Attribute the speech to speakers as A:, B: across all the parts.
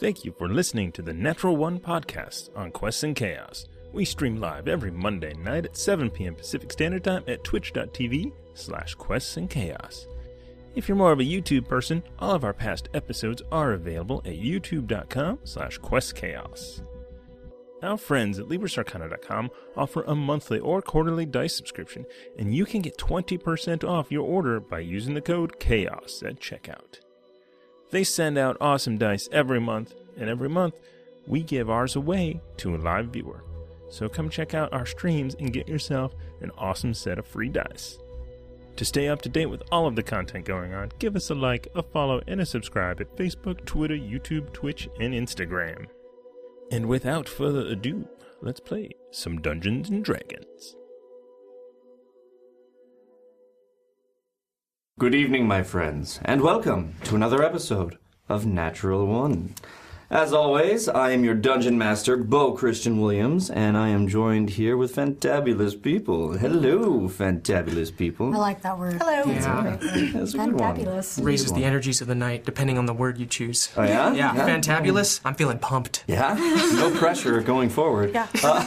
A: Thank you for listening to the Natural One podcast on Quests and Chaos. We stream live every Monday night at 7 p.m. Pacific Standard Time at twitch.tv slash quests and chaos. If you're more of a YouTube person, all of our past episodes are available at youtube.com slash questchaos. Our friends at LibraSarcana.com offer a monthly or quarterly dice subscription, and you can get 20% off your order by using the code CHAOS at checkout. They send out awesome dice every month, and every month we give ours away to a live viewer. So come check out our streams and get yourself an awesome set of free dice. To stay up to date with all of the content going on, give us a like, a follow, and a subscribe at Facebook, Twitter, YouTube, Twitch, and Instagram. And without further ado, let's play some Dungeons and Dragons.
B: Good evening, my friends, and welcome to another episode of Natural One. As always, I am your dungeon master, Bo Christian Williams, and I am joined here with fantabulous people. Hello, fantabulous people.
C: I like that word.
D: Hello.
B: That's a good one.
C: Fantabulous.
E: raises the energies of the night depending on the word you choose.
B: Oh, yeah?
E: Uh, Yeah,
B: Yeah.
E: fantabulous. I'm feeling pumped.
B: Yeah? No pressure going forward.
D: Yeah. Just
C: I'm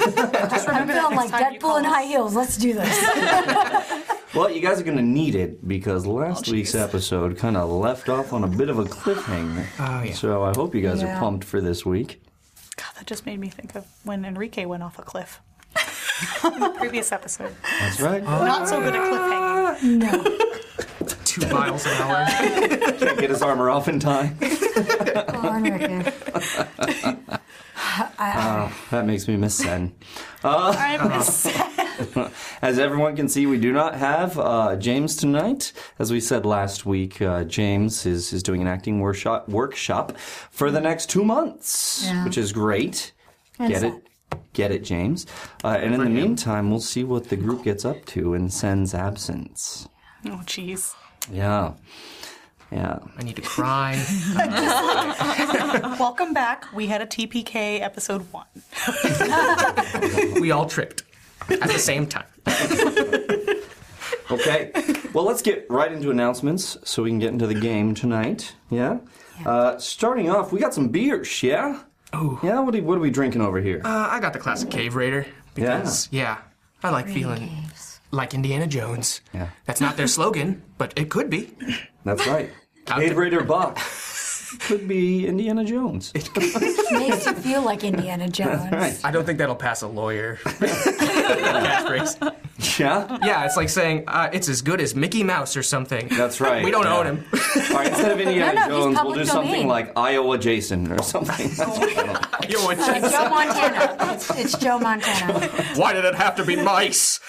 D: remember that next
C: feeling like
D: time you call
C: Deadpool in
D: us.
C: high heels. Let's do this.
B: Well, you guys are going to need it because
E: Oh,
B: last week's episode kind of left off on a bit of a cliffhanger.
E: Oh, yeah.
B: So I hope you guys are
C: Yeah.
B: pumped for this week.
D: God, that just made me think of when Enrique went off a cliff. in the previous episode.
B: That's right.
E: Oh.
D: Not so good at cliffhanging.
C: No.
E: Two miles an hour.
B: Can't get his armor off in time.
C: Darn record.
B: Oh, That makes me miss Sen.
D: I'm upset.
B: As everyone can see, we do not have uh, James tonight. As we said last week, uh, James is, is doing an acting workshop, workshop for the next two months,
C: Yeah.
B: which is great.
C: And
B: Get
C: sad.
B: it? Get it, James. Uh, and in the meantime, we'll see what the group gets up to in Sen's absence.
D: Oh, jeez.
B: Yeah. Yeah.
E: I need to cry.
D: Welcome back. We had a TPK episode one.
E: we all tripped at the same time.
B: Okay. well, let's get right into announcements so we can get into the game tonight. Yeah? Uh, starting off, we got some beers, yeah? Oh. Yeah, what are, what are we drinking over here?
E: Uh, I got the classic cave raider because yeah, I like feeling like Indiana Jones.
B: Yeah.
E: That's not their slogan, but it could be.
B: That's right.
E: Out
B: Cave
E: to-
B: Raider Buck could be Indiana Jones.
C: Makes you feel like Indiana Jones.
E: I don't think that'll pass a lawyer. Catchphrase.
B: Yeah,
E: yeah, it's like saying uh, it's as good as Mickey Mouse or something.
B: that's right.
E: We don't
B: yeah.
E: own him.
B: All right, instead of Indiana
C: No, no, he's
B: Jones, we'll
C: public
B: do something
C: domain.
B: like Iowa Jason or something.
E: You know what?
C: It's Joe Montana. It's, it's Joe Montana.
E: Why did it have to be mice?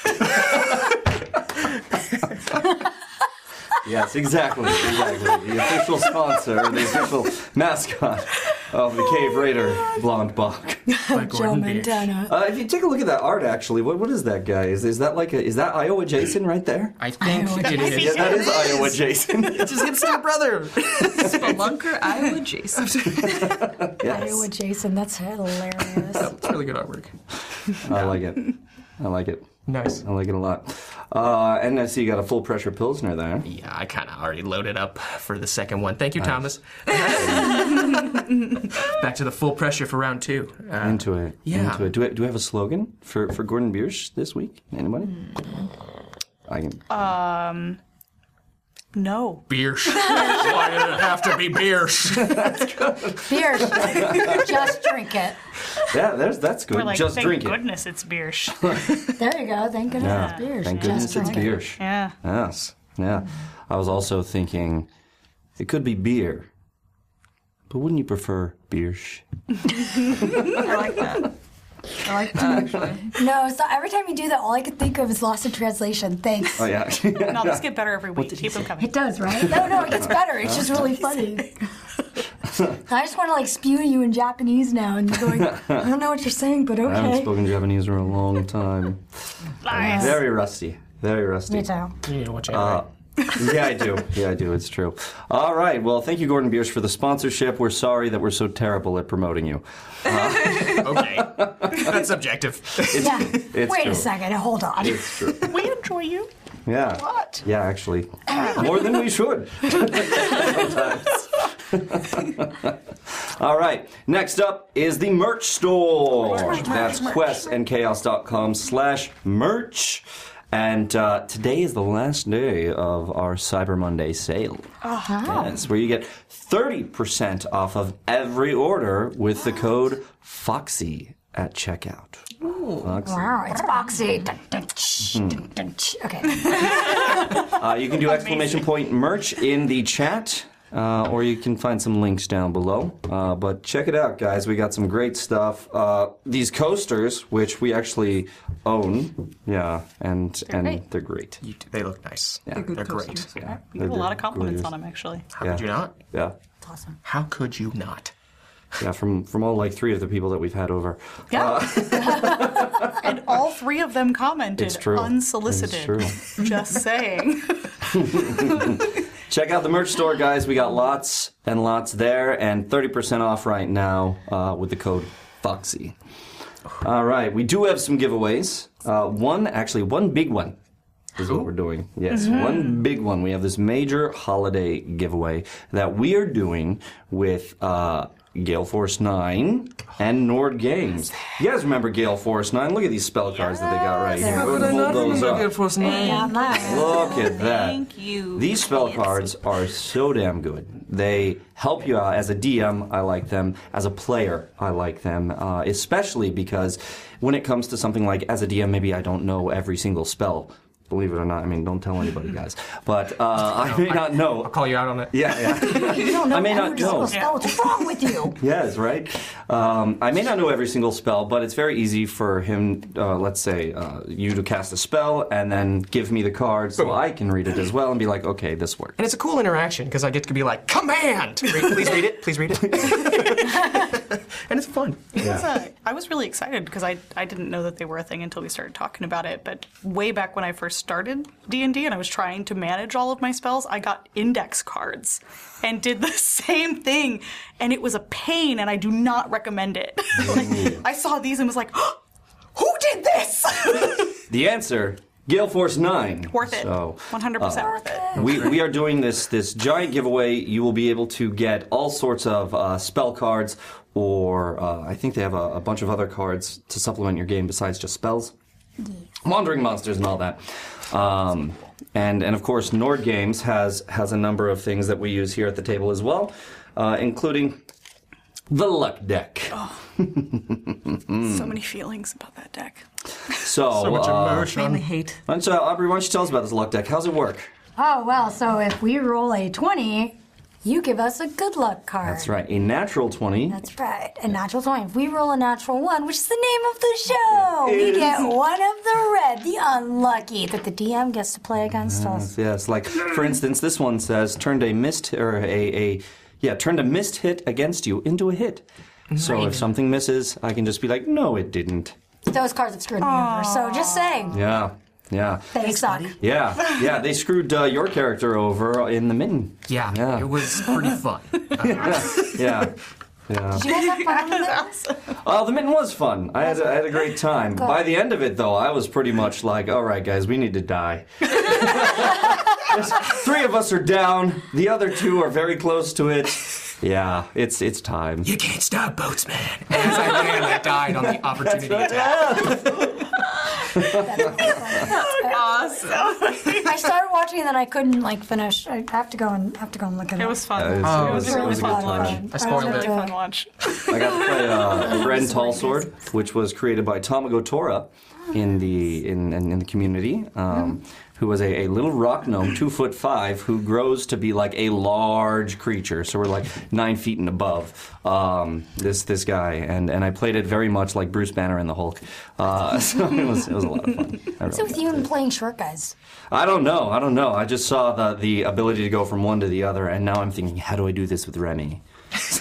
B: yes, exactly, exactly. The official sponsor, the official mascot of the Cave Raider, Blonde Buck.
E: Like
C: Joe
E: Gordon Biersch.
C: Montana.
B: Uh, if you take a look at that art, actually, what, what is that guy? Is, is that like a is that Iowa Jason right there?
E: I think
C: Iowa
E: it
B: Yeah,
E: is.
B: that is Iowa Jason.
E: It's his hipster brother.
F: Spelunker Iowa Jason.
C: Iowa
B: yes,
C: Jason. That's hilarious.
E: It's really good artwork.
B: I like it. I like it.
E: Nice.
B: I like it a lot. Uh, and I see you got a full pressure pilsner there.
E: Yeah, I kind of already loaded up for the second one. Thank you, Thomas. Back to the full pressure for round two. Uh,
B: Into it.
E: Yeah.
B: Into it. Do I, do I have a slogan for, for Gordon Biersch this week? Anybody? I can.
D: No.
E: Biersch. Why did it have to be Biersch?
C: Beer. Just drink it.
B: yeah, there's, that's good.
D: We're like,
B: Just
D: thank
B: drink it.
D: goodness it's beer.
C: There you go. Thank goodness
B: Yeah.
C: it's beer.
B: Thank
C: Just
B: goodness it's
C: drink it.
B: Biersch.
D: yeah.
B: Yes. Yeah. I was also thinking it could be beer, but wouldn't you prefer Biersch?
D: I like that.
F: I like that actually.
C: No, so every time you do that, all I could think of is lost in translation. Thanks.
B: Oh yeah.
D: No, these get better every week. Keep them coming.
C: It does, right? No, no, it gets better. It's just really funny. I just want to like spew you in Japanese now, and you're going, I don't know what you're saying, but
B: I haven't
C: okay.
B: spoken Japanese in a long time. I'm Very rusty. Very rusty.
C: Me too.
E: You need to watch out.
B: Uh, yeah, I do. Yeah, I do. It's true. All right. Well, thank you, Gordon Biersch, for the sponsorship. We're sorry that we're so terrible at promoting you.
E: Uh, okay. That's subjective.
B: It's,
C: Yeah.
B: it's
C: Wait
B: true.
C: a second. Hold on.
B: It's true.
D: We enjoy you.
B: Yeah.
D: What?
B: Yeah, actually. More than we should. Sometimes. All right. Next up is the merch store. That's questandchaos.com slash merch. And uh, today is the last day of our Cyber Monday sale. Uh-huh. Yes, where you get 30% off of every order with the code FOXY at checkout. Foxy.
C: Wow, it's boxy.
B: Hmm.
C: Dun, dun, tsh, dun, dun, tsh. Okay.
B: Uh, you can do exclamation point merch in the chat, uh, or you can find some links down below. Uh, but check it out, guys. We got some great stuff. Uh, these coasters, which we actually own, yeah, and and
F: great.
B: they're great.
E: You t- they look nice.
F: They're good
E: They're great.
F: customers.
B: Yeah,
D: We get a
B: they're
D: lot of compliments
B: gorgeous.
D: on them, actually.
E: How
B: Yeah.
E: could you not?
B: Yeah,
C: It's awesome.
E: How could you not?
B: yeah. From from all like three of the people that we've had over.
D: Yeah. and all three of them commented
B: Uh. It's true.
D: unsolicited.
B: It's Uh,
D: Just saying.
B: Check out the merch store, guys. We got lots and lots there, and 30% off right now uh, with the code FOXY. All right, we do have some giveaways. Uh, one, actually, one big one is what we're doing. Yes,
F: Mm-hmm.
B: one big one. We have this major holiday giveaway that we are doing with uh, Gale Force 9 and Nord Games. You guys remember Gale Force 9? Look at these spell cards that they got right here.
C: How
B: We're gonna hold those up.
E: Force
C: Yeah, nice.
B: Look at that.
F: Thank you,
B: These spell
F: Nancy.
B: cards are so damn good. They help you out. As a DM, I like them. As a player, I like them. Uh, especially because when it comes to something like, as a DM, maybe I don't know every single spell. Believe it or not, I mean, don't tell anybody, guys. But uh, I may not know.
E: I'll call you out on it.
B: Yeah, yeah.
C: You don't know
B: I may not
C: every single
B: know.
C: spell. What's wrong with you?
B: Yes, right. Um, I may not know every single spell, but it's very easy for him. Uh, let's say uh, you to cast a spell and then give me the card so I can read it as well and be like, okay, this worked.
E: And it's a cool interaction because I get to be like, command! Read- please read it, please read it. and it's fun.
D: It was a- I was really excited because I, I didn't know that they were a thing until we started talking about it. But way back when I first started D and D and I was trying to manage all of my spells, I got index cards and did the same thing, and it was a pain. And I do not recommend it. like, I saw these and was like, "Who did this?"
B: The answer, Gale Force 9.
D: worth it.
B: So, uh,
D: One hundred percent worth it.
B: we, we are doing this this giant giveaway. You will be able to get all sorts of uh, spell cards, or uh, I think they have a, a bunch of other cards to supplement your game besides just spells,
D: Mm-hmm.
B: wandering monsters, and all that. Um, and and of course, Nord Games has has a number of things that we use here at the table as well, uh, including the luck deck.
D: Oh,
B: hmm.
D: So many feelings about that deck.
B: So, uh,
F: Mainly hate.
B: why don't you- Aubrey, why don't you tell us about this luck deck? How's it work?
C: Oh, well, so if we roll a 20, you give us a good luck card.
B: That's right, a natural twenty.
C: That's right. A natural 20. If we roll a natural 1, which is the name of the show, we get one of the red, the unlucky, that the DM gets to play against us.
B: Yes, like for instance, this one says turned a missed or a, a yeah turned a missed hit against you into a hit. So if something misses, I can just be like, no, it didn't.
C: Those cards have screwed me over. So just saying,
B: Yeah, yeah,
C: they suck.
B: yeah, yeah. They screwed uh, your character over in the mitten.
E: Yeah,
B: Yeah.
E: it was pretty fun.
B: Yeah. Yeah.
C: Do you guys have fun in the middle?
B: Oh, the mitten was fun. I had a, I had a great time. By the end of it, though, I was pretty much like, all right, guys, we need to die. There's- Three of us are down. The other two are very close to it. Yeah, it's it's time.
E: you can't stop Boatsman. As I ran, I died on the opportunity attack.
F: Awesome.
C: I started watching and then I couldn't like finish. I have to go and have to go and look at it.
D: It was fun.
B: It was-
D: it was,
B: it
D: really
B: was a
D: fun.
B: good time.
E: I spoiled
D: It was a really
E: it.
D: fun watch.
B: I got to play uh, Ren Tall Sword, which was created by Tomago Tora, in the in, in, in the community, um, who was a, a little rock gnome, two foot five, who grows to be like a large creature. So we're like nine feet and above. Um, this this guy, and and I played it very much like Bruce Banner and the Hulk. Uh, so it was it was a lot of fun. I really
C: So with you and playing short guys.
B: I don't know. I don't know. I just saw the the ability to go from one to the other, and now I'm thinking, how do I do this with Remy?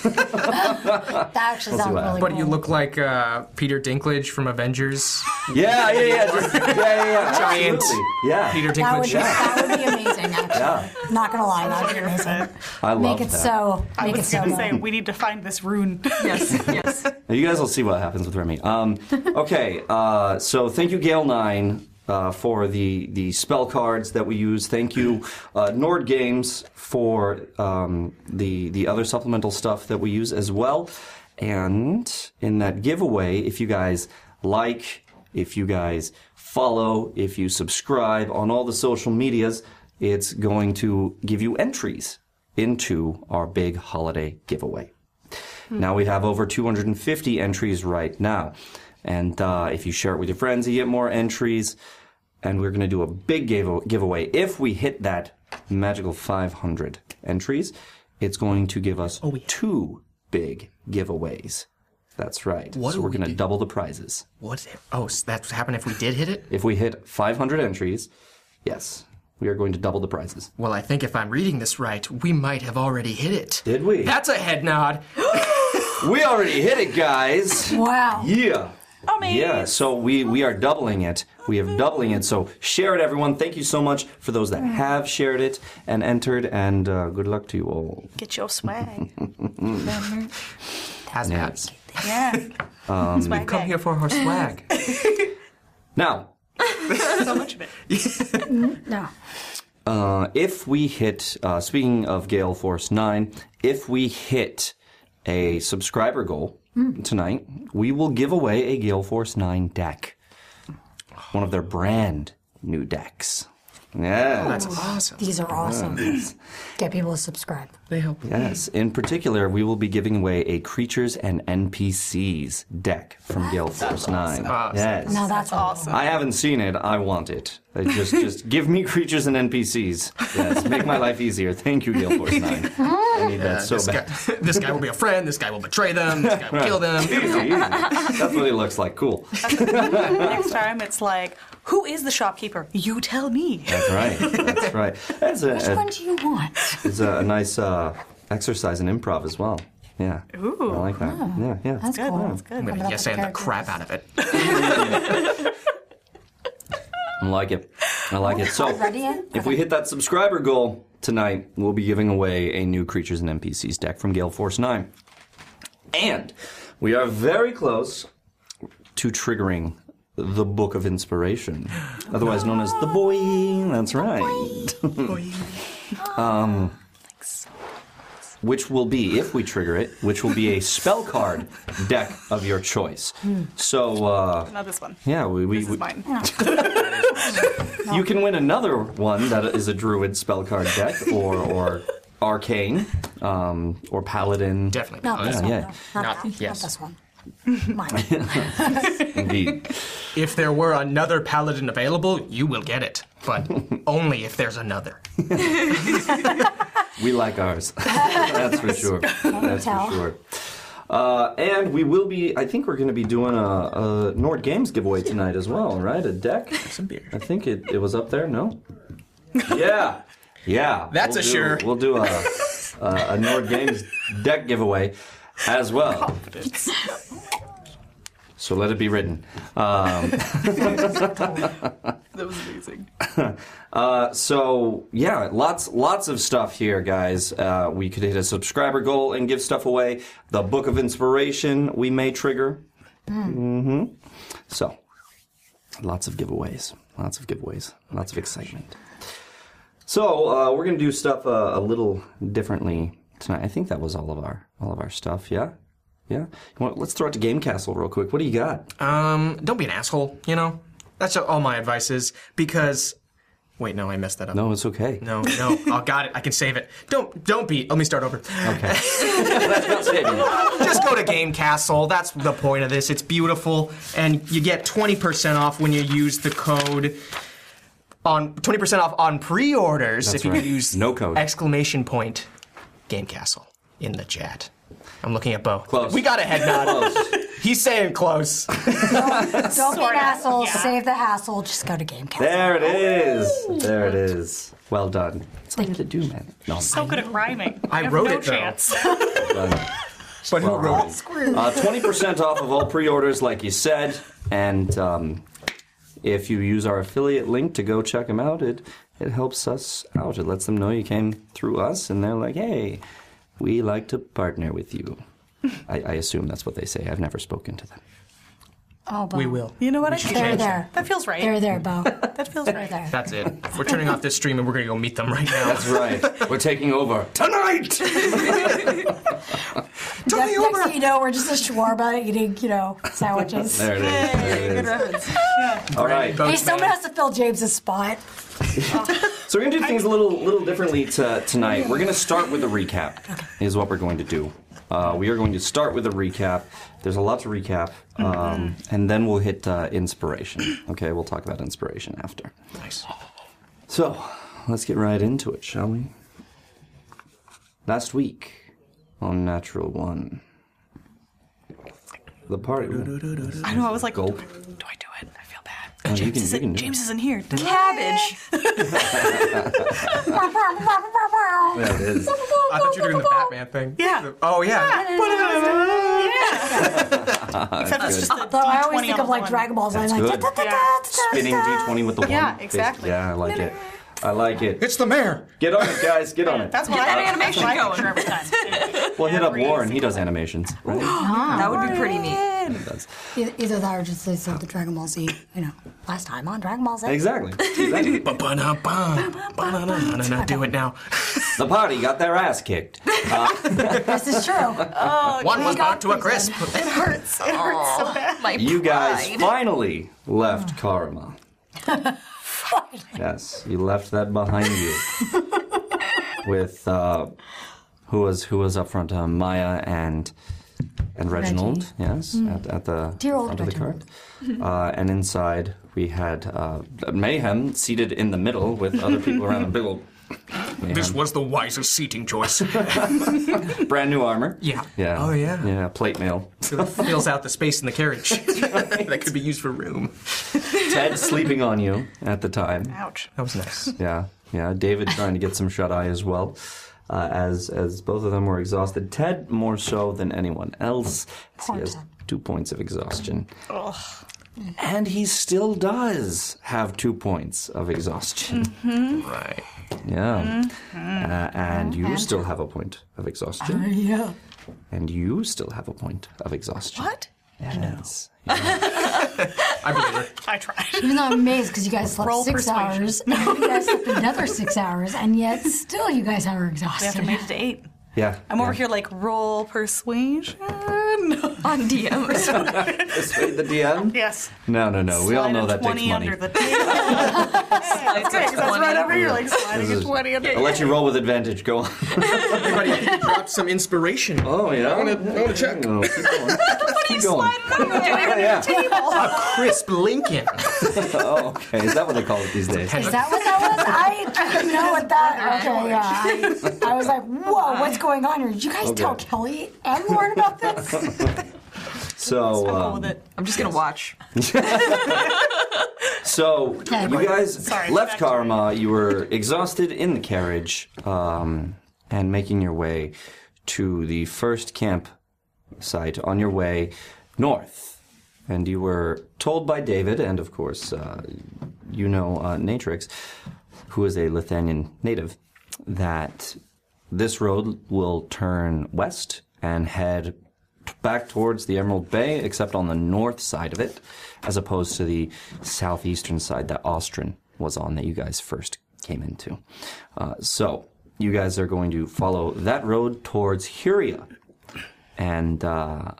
C: That actually
B: We'll see
C: sounds
B: what
C: really
E: But
C: cool.
E: you look like uh, Peter Dinklage from Avengers.
B: Yeah, yeah, yeah, just, yeah, yeah, yeah.
E: Giant.
B: absolutely. Yeah,
E: Peter
C: that would,
E: Dinklage.
C: be, that would be amazing, actually.
B: Yeah,
C: Not gonna lie, that would be amazing.
B: I love
C: Make it
B: that.
C: so.
D: I
C: Make it
D: was
C: so.
D: going to say,
C: good.
D: we need to find this rune.
F: Yes, yes.
B: You guys will see what happens with Remy. Um, okay, uh, so thank you, Gale Nine, uh, for the the spell cards that we use. Thank you, uh, Nord Games, for um, the the other supplemental stuff that we use as well. And in that giveaway, if you guys like, if you guys follow, if you subscribe on all the social medias, it's going to give you entries into our big holiday giveaway.
E: Hmm.
B: Now we have over 250 entries right now. And uh, if you share it with your friends, you get more entries. And we're going to do a big give- giveaway. If we hit that magical 500 entries, it's going to give
E: Oh,
B: us two big giveaways. That's right.
E: What
B: so
E: do
B: we're
E: we
B: going to
E: do?
B: double the prizes.
E: What? if- Oh, so that's what happened if we did hit it?
B: If we hit 500 entries, yes, we are going to double the prizes.
E: Well, I think if I'm reading this right, we might have already hit it.
B: Did we?
E: That's a head nod.
B: we already hit it, guys.
C: Wow.
B: Yeah. Yeah, so we, we are doubling it. We have doubling it. So share it, everyone. Thank you so much for those that have shared it and entered. And uh, good luck to you all.
D: Get your swag.
E: Has
B: Yes.
D: Yeah. swag
E: Come
D: bag.
E: here for her swag.
B: Now,
D: So much of it.
C: No.
B: uh, if we hit, uh, speaking of Gale Force 9, if we hit a subscriber goal tonight, we will give away a Gale Force 9 deck. One of their brand new decks. Yeah.
E: That's awesome.
C: These are awesome. Get people to subscribe.
E: They help.
B: Yes, in particular, we will be giving away a creatures and NPCs deck from Gale Force Nine.
E: Awesome.
B: Yes,
C: Now that's, awesome.
B: I haven't seen it. I want it. Uh, Just, just give me creatures and NPCs. Yes, make my life easier. Thank you, Gale Force Nine. I need that so
E: this,
B: bad.
E: guy, this guy will be a friend. This guy will betray them. This guy will kill them.
B: Easy, easy. That's what he looks like. Cool.
D: Next time it's like, who is the shopkeeper? You tell me.
B: That's right. That's right. That's a,
C: Which one do you want?
B: it's a, a nice uh, exercise in improv as well. Yeah. Ooh. I like that. Yeah, yeah.
C: That's
D: Good,
C: cool.
B: Oh,
D: that's good.
E: I'm
C: Coming
E: gonna
C: up
E: yes
C: with
E: and the
C: characters.
E: crap out of it.
B: I like it. I like it. So,
C: Ready yet?
B: if we hit that subscriber goal tonight, we'll be giving away a new Creatures and NPCs deck from Gale Force 9. And we are very close to triggering the Book of Inspiration, otherwise known as the Boy. That's right. Um, which will be, if we trigger it, which will be a spell card deck of your choice. So, uh,
D: Not this one.
B: yeah, we, we,
D: This
B: we
D: is mine.
B: You can win another one that is a druid spell card deck or or arcane um, or paladin.
E: Definitely.
C: Not this
E: Oh,
C: one.
B: yeah.
C: no. Not,
E: Not-
C: that.
E: yes.
C: Not this one. Mine.
B: Indeed.
E: If there were another paladin available, you will get it. But only if there's another.
B: We like ours. That's for sure. That's
C: tell.
B: for sure. Uh, and we will be. I think we're going to be doing a, a Nord Games giveaway tonight as well, right? A deck. Some
E: beer.
B: I think it, it was up there. No. Yeah. Yeah.
E: That's
B: We'll do-
E: a sure.
B: We'll do a, a, a Nord Games deck giveaway as well. So let it be written.
D: That was amazing.
B: so yeah, lots lots of stuff here, guys. Uh, we could hit a subscriber goal and give stuff away. The book of inspiration we may trigger. hmm So lots of giveaways, lots of giveaways, lots of excitement. So uh, we're gonna do stuff uh, a little differently tonight. I think that was all of our all of our stuff. Yeah, yeah. Well, let's throw it to Game Castle real quick. What do you got?
E: Um, don't be an asshole, you know? That's all my advice is because Wait, no, I messed that up.
B: No, it's okay.
E: No, no. I got it. I can save it. Don't don't be. Let me start over.
B: Okay. Let's not say it.
E: Just go to Game Castle. That's the point of this. It's beautiful, and you get 20% off when you use the code on 20% off on pre-orders
B: That's
E: if you
B: right.
E: use
B: No code.
E: exclamation point Game Castle in the chat. I'm looking at Bo.
B: Close.
E: We got a head nod.
B: Close.
E: He's saying close.
C: Don't be an
D: Sorta,
C: asshole.
D: yeah.
C: Save the hassle. Just go to Game Castle.
B: There it is. There it is. Well done. It's like to do, man. No,
D: So good at rhyming.
E: I
D: have
E: wrote
D: no
E: it, though.
D: chance.
B: done.
E: But who wrote it?
B: Uh, Twenty percent off of all pre-orders, like you said, and um, if you use our affiliate link to go check them out, it it helps us out. It lets them know you came through us, and they're like, "Hey, we like to partner with you." I, I assume that's what they say. I've never spoken to them.
C: Oh, Bo.
E: We will.
D: You know what? I
E: should
D: think-
C: They're
E: change
C: there.
D: That feels right.
C: They're there, Bo.
D: That feels right.
C: They're there.
E: That's it. We're turning off this stream and we're gonna go meet them right now.
B: That's right. We're taking over tonight.
C: Next, next thing you know, we're just a shawarma eating, you know, sandwiches.
B: There it is. There it is. All right.
C: hey, someone has to fill James's spot.
B: So we're gonna do things a little little differently to, tonight. We're gonna start with a recap. Is what we're going to do. Uh, we are going to start with a recap. There's a lot to recap,
D: Mm-hmm.
B: um, and then we'll hit uh, inspiration. Okay, we'll talk about inspiration after.
E: Nice.
B: So let's get right into it, shall we? Last week on Natural One, the party.
D: I know. I was like,
B: Gulp.
D: do I do it? I feel bad.
B: Oh, you
D: James,
B: can- you
D: isn't,
B: can do
D: James
B: it.
D: isn't here.
C: Cabbage.
B: There it is.
E: I thought you were doing the Batman thing.
D: Yeah.
E: Oh yeah.
D: Except it's just the
C: Though Oh, I always
D: D20
C: think
D: on
C: of
D: the
C: like
D: one.
C: Dragon Balls. I'm
B: That's
C: like,
B: good.
C: da, da, da,
D: Yeah.
C: da, da,
B: Spinning
C: da.
B: D20 with the
D: Yeah,
B: one.
D: exactly.
B: Yeah, I like it. I like it.
E: It's the mayor.
B: Get on it, guys. Get on it.
D: That's what
F: Get
D: I
F: that animation
D: that's what I
F: going.
D: picture every time.
B: Well, hit up
D: Every
B: Warren. He does animations. Right.
F: That would be pretty neat.
C: E- Either that or just they said the Dragon Ball Z, you know, last time on Dragon Ball Z.
B: Exactly. exactly.
E: Ba-ba-na-ba, ba-na-na-na-na, Do it now.
B: the party got their ass kicked.
C: This is true.
E: One was
C: God,
E: knocked to a
C: please.
E: crisp.
D: It hurts. It hurts so bad.
F: My
B: You guys
F: pride.
B: finally left Karma. yes, you left that behind you. With uh, who was who was up front? Uh, Maya and and Reginald. Yes, at, at the
C: Mm. Dear old
B: front of the cart. Uh, and inside we had uh, Mayhem seated in the middle with other people around him. Big old
E: This was the wisest seating choice.
B: brand new armor.
E: Yeah.
B: Yeah.
E: Oh yeah.
B: Yeah, plate mail.
E: It fills out the space in the carriage that could be used for room.
B: Ted sleeping on you at the time.
D: Ouch.
E: That was nice.
B: Yeah, yeah. David trying to get some shut eye as well, uh, as as both of them were exhausted. Ted more so than anyone else. as He has
C: Ted.
B: two points of exhaustion, and he still does have two points of exhaustion.
D: Mm-hmm.
E: Right.
B: Yeah, Uh, and you still have a point of
D: Uh-huh.
B: exhaustion,
C: Yeah.
B: and you still have a point of exhaustion.
D: What?
B: Yes.
E: I believe it.
D: I tried.
C: Even though I'm amazed because you guys slept
D: Roll
C: six
D: persuasion.
C: hours, and then you guys slept another six hours, and yet still you guys are
D: We have to
C: exhausted.
D: make it to eight.
B: Yeah.
D: I'm over
B: yeah.
D: here like roll persuasion.
F: on DM.
B: Persuade the DM.
D: yes.
B: No, no, no. We all know that takes
D: Twenty
B: money.
D: under the table.
F: That's great.
D: That's right over here, like sliding
B: This
D: a
B: is-
D: twenty under.
B: I'll let you roll with advantage. Go on.
E: Everybody drop some inspiration.
B: Oh yeah.
E: I'm gonna- I'm gonna check.
B: No, keep going. keep going. Yeah, yeah.
E: Crisp Lincoln.
B: Oh, okay. Is that what they call it these days?
C: Is that what that was? I didn't know what that. Okay, yeah. I, I was like, whoa, what's going on here? Did you guys
B: Okay.
C: tell Kelly and Lauren about this?
B: So,
D: I'm cool with
B: um,
D: it.
F: I'm just gonna watch.
B: so you guys
D: Sorry,
B: left
D: back to-
B: Karma. You were exhausted in the carriage, um, and making your way to the first camp site on your way north. And you were told by David, and of course, uh, you know uh, Natrix, who is a Lithuanian native, that this road will turn west and head t- back towards the Emerald Bay, except on the north side of it, as opposed to the southeastern side that Austrin was on that you guys first came into. Uh, so you guys are going to follow that road towards Huria, and uh,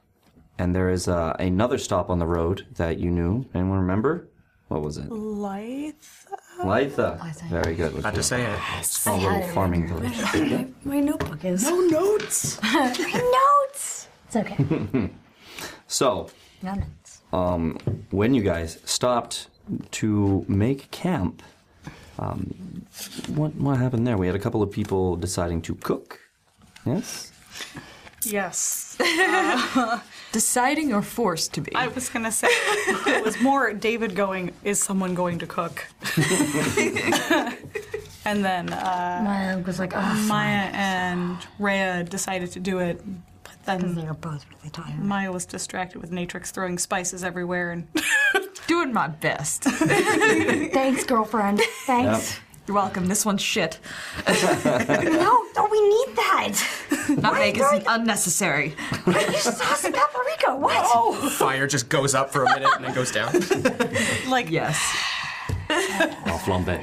B: and there is uh, another stop on the road that you knew. Anyone remember? What was it?
D: Lithe.
B: Litha.
C: Litha.
B: Very good. With
E: Had
B: your
E: to say it.
B: small little
C: had it.
B: farming village.
C: my, my notebook is.
E: No notes.
C: notes! It's okay.
B: So,
C: No notes.
B: when you guys stopped to make camp, um, what what happened there? We had a couple of people deciding to cook. Yes.
D: Yes.
F: Deciding or forced to be.
D: I was gonna say it was more David going, is someone going to cook? and then uh,
C: Maya was like, oh,
D: Maya and Rhea decided to do it, but
C: because they
D: then
C: were both really tired.
D: Maya was distracted with Natrix throwing spices everywhere and
F: Doing my best.
C: Thanks, girlfriend.
G: Uh,
C: Thanks.
F: You're welcome. This one's shit.
C: No, no, we need that.
F: Not make is unnecessary.
C: You sauce and paprika. What?
F: Oh,
E: Fire just goes up for a minute and then goes down.
D: like
F: Yes.
B: Au flambe.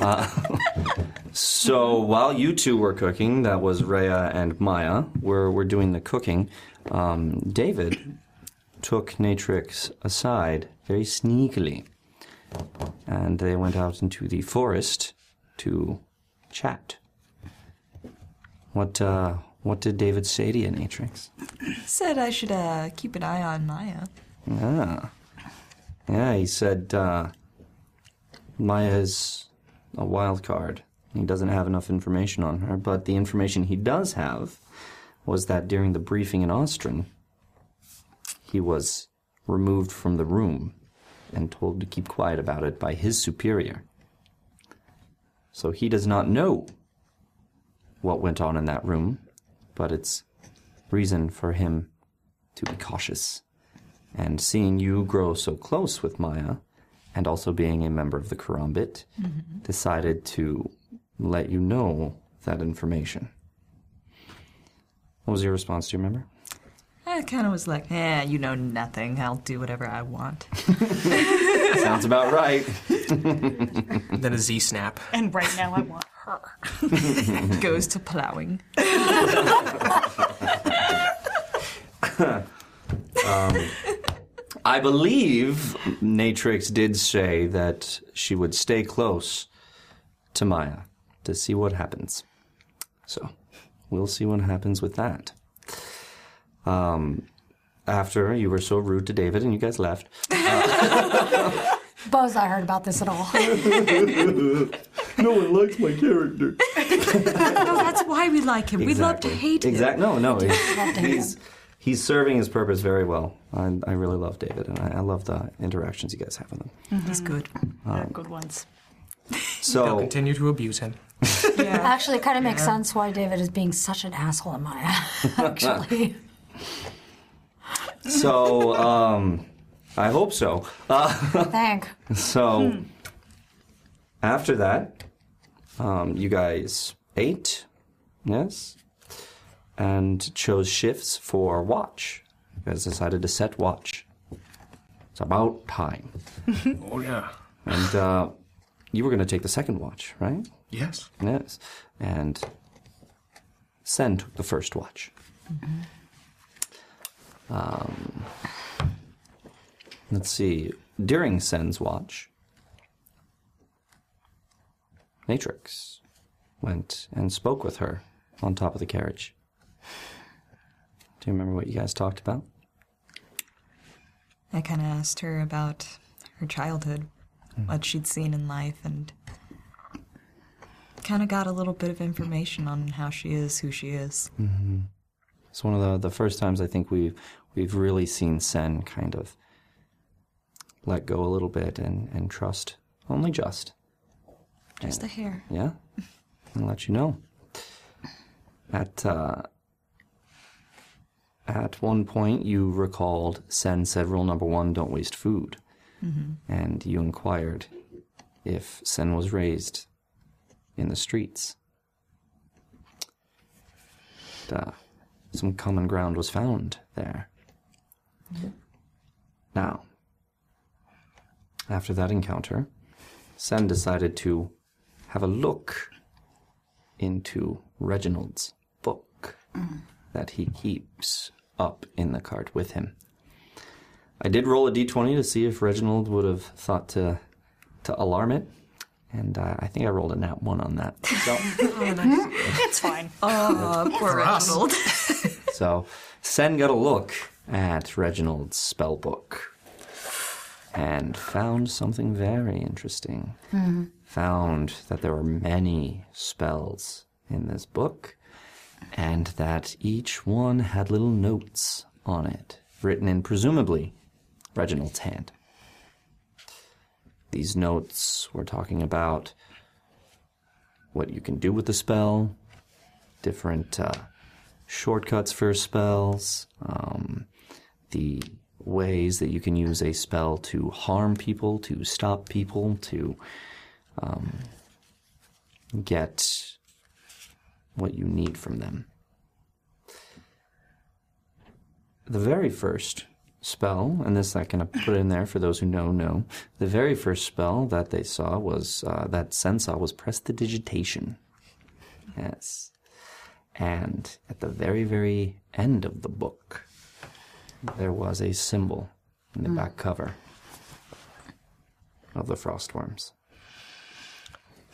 B: Uh, so while you two were cooking, that was Rhea and Maya, were, were doing the cooking, um, David took Natrix aside very sneakily. And they went out into the forest to chat. What, uh, what did David say to you, Natrix?
F: Said I should uh, keep an eye on Maya.
B: Ah. Yeah, he said uh, Maya's a wild card. He doesn't have enough information on her, but the information he does have was that during the briefing in Ostrin, he was removed from the room and told to keep quiet about it by his superior. So he does not know what went on in that room, but it's reason for him to be cautious and seeing you grow so close with Maya, and also being a member of the Karambit, decided to let you know that information. What was your response? Do you remember?
F: I kind of was like, eh, you know nothing. I'll do whatever I want.
B: Sounds about right.
E: then a Z snap.
D: and right now I want her.
F: Goes to plowing.
B: I believe Natrix did say that she would stay close to Maya to see what happens. So we'll see what happens with that. Um, after you were so rude to David and you guys left,
C: Bo's not heard about this at all.
B: no one likes my character.
F: No, Oh, that's why we like him. We love to hate him.
B: Exactly. No, no.
C: Love to
B: He's,
C: hate
B: he's, he's serving his purpose very well. I, I really love David, and I, I love the interactions you guys have with him.
F: He's good.
E: Um,
D: They're good ones.
E: They'll
B: So,
E: continue to abuse him.
F: Yeah.
C: Actually, it kind of makes sense why David is being such an asshole to Maya. Actually,
B: so um, I hope so.
C: thank.
B: So,
E: Hmm.
B: after that, um, you guys ate, yes, and chose shifts for watch. You guys decided to set watch. It's about time.
E: Oh yeah.
B: And uh, you were going to take the second watch, right?
E: Yes.
B: Yes. And Sen took the first watch. Um, let's see. During Sen's watch, Matrix went and spoke with her on top of the carriage. Do you remember what you guys talked about?
F: I kind of asked her about her childhood, what she'd seen in life, and kind of got a little bit of information on how she is, who she is.
B: It's one of the, the first times I think we've we've really seen Sen kind of let go a little bit and, and trust only just.
F: Just a hair.
B: Yeah, and let you know. At uh, at one point, you recalled Sen said, "Rule number one: don't waste food,"
F: Mm-hmm.
B: and you inquired if Sen was raised in the streets. And, uh, some common ground was found there. Now, after that encounter, Sen decided to have a look into Reginald's book that he keeps up in the cart with him. I did roll a d20 to see if Reginald would have thought to to alarm it, and uh, I think I rolled a nat one on that. So,
D: It's fine.
F: Oh, poor Reginald.
B: so Sen got a look at Reginald's spell book and found something very interesting. Found that there were many spells in this book, and that each one had little notes on it, written in presumably Reginald's hand. These notes were talking about what you can do with the spell, different uh, shortcuts for spells, um, the ways that you can use a spell to harm people, to stop people, to um, get what you need from them. The very first spell, and this I can put in there for those who know, know. The very first spell that they saw was, uh, that Sen saw was Prestidigitation. Yes. And at the very, very end of the book, there was a symbol in the back cover of the frostworms.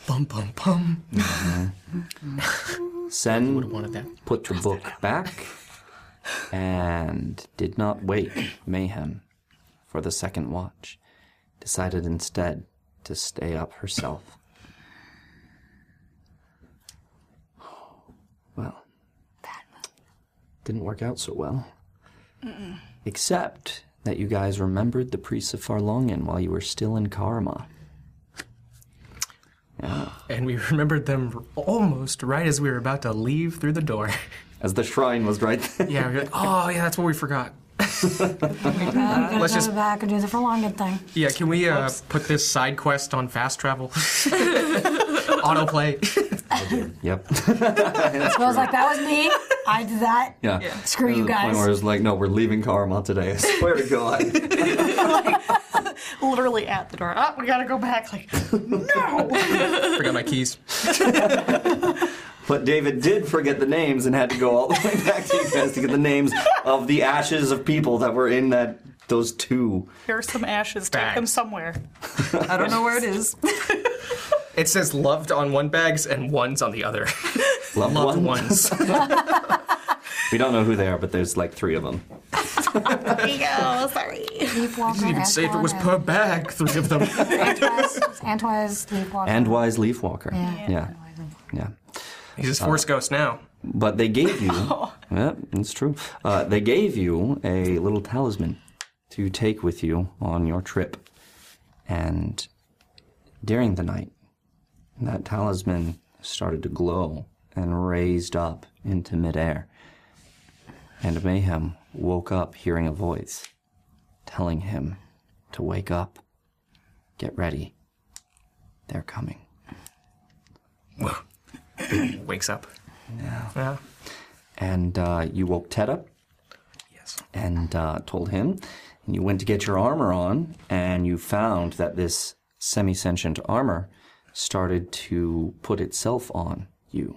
E: Bum bum bum.
B: Mm-hmm. Sen
E: Wanted that.
B: put the book back and did not wait mayhem for the second watch. Decided instead to stay up herself. Well, didn't work out so well. Except that you guys remembered the priests of Farlongen while you were still in Karma.
E: And we remembered them r- almost right as we were about to leave through the door.
B: As the shrine was right there.
E: Yeah, we were like, oh, yeah, that's what we forgot. Let's
C: Go
E: just,
C: back and do the Farlongen thing.
E: yeah, can we uh, put this side quest on fast travel? Autoplay.
B: Yep.
C: So I was like, that was me. I did that.
B: Yeah.
C: Screw you
B: The point
C: guys.
B: where it's like, no, we're leaving Karma today. I swear to God.
D: Literally at the door. Ah, we gotta go back. Like, no.
E: forgot my keys.
B: But David did forget the names and had to go all the way back to you guys to get the names of the ashes of people that were in that those two.
D: Here are some ashes. Take
E: Bags.
D: them somewhere.
F: I don't know where it is.
E: It says loved on one bags and ones on the other.
B: Loved,
E: loved
B: ones.
E: ones.
B: We don't know who they are, but there's like three of them.
D: There you go. Sorry.
C: Leafwalker,
E: didn't even say if it was
C: Antoine,
E: per bag, three of them.
C: Antwise, Antwise, Leafwalker.
B: And Wise Leafwalker.
C: Yeah.
B: Yeah. yeah.
E: He's just Force Ghost now.
B: But they gave you. Yeah, it's true. Uh, they gave you a little talisman to take with you on your trip. And during the night, that talisman started to glow and raised up into midair. And Mayhem woke up hearing a voice telling him to wake up, get ready. They're coming.
E: Wakes up. Yeah.
B: And uh, you woke Ted up.
E: Yes.
B: and uh, told him. And you went to get your armor on, and you found that this semi sentient armor started to put itself on you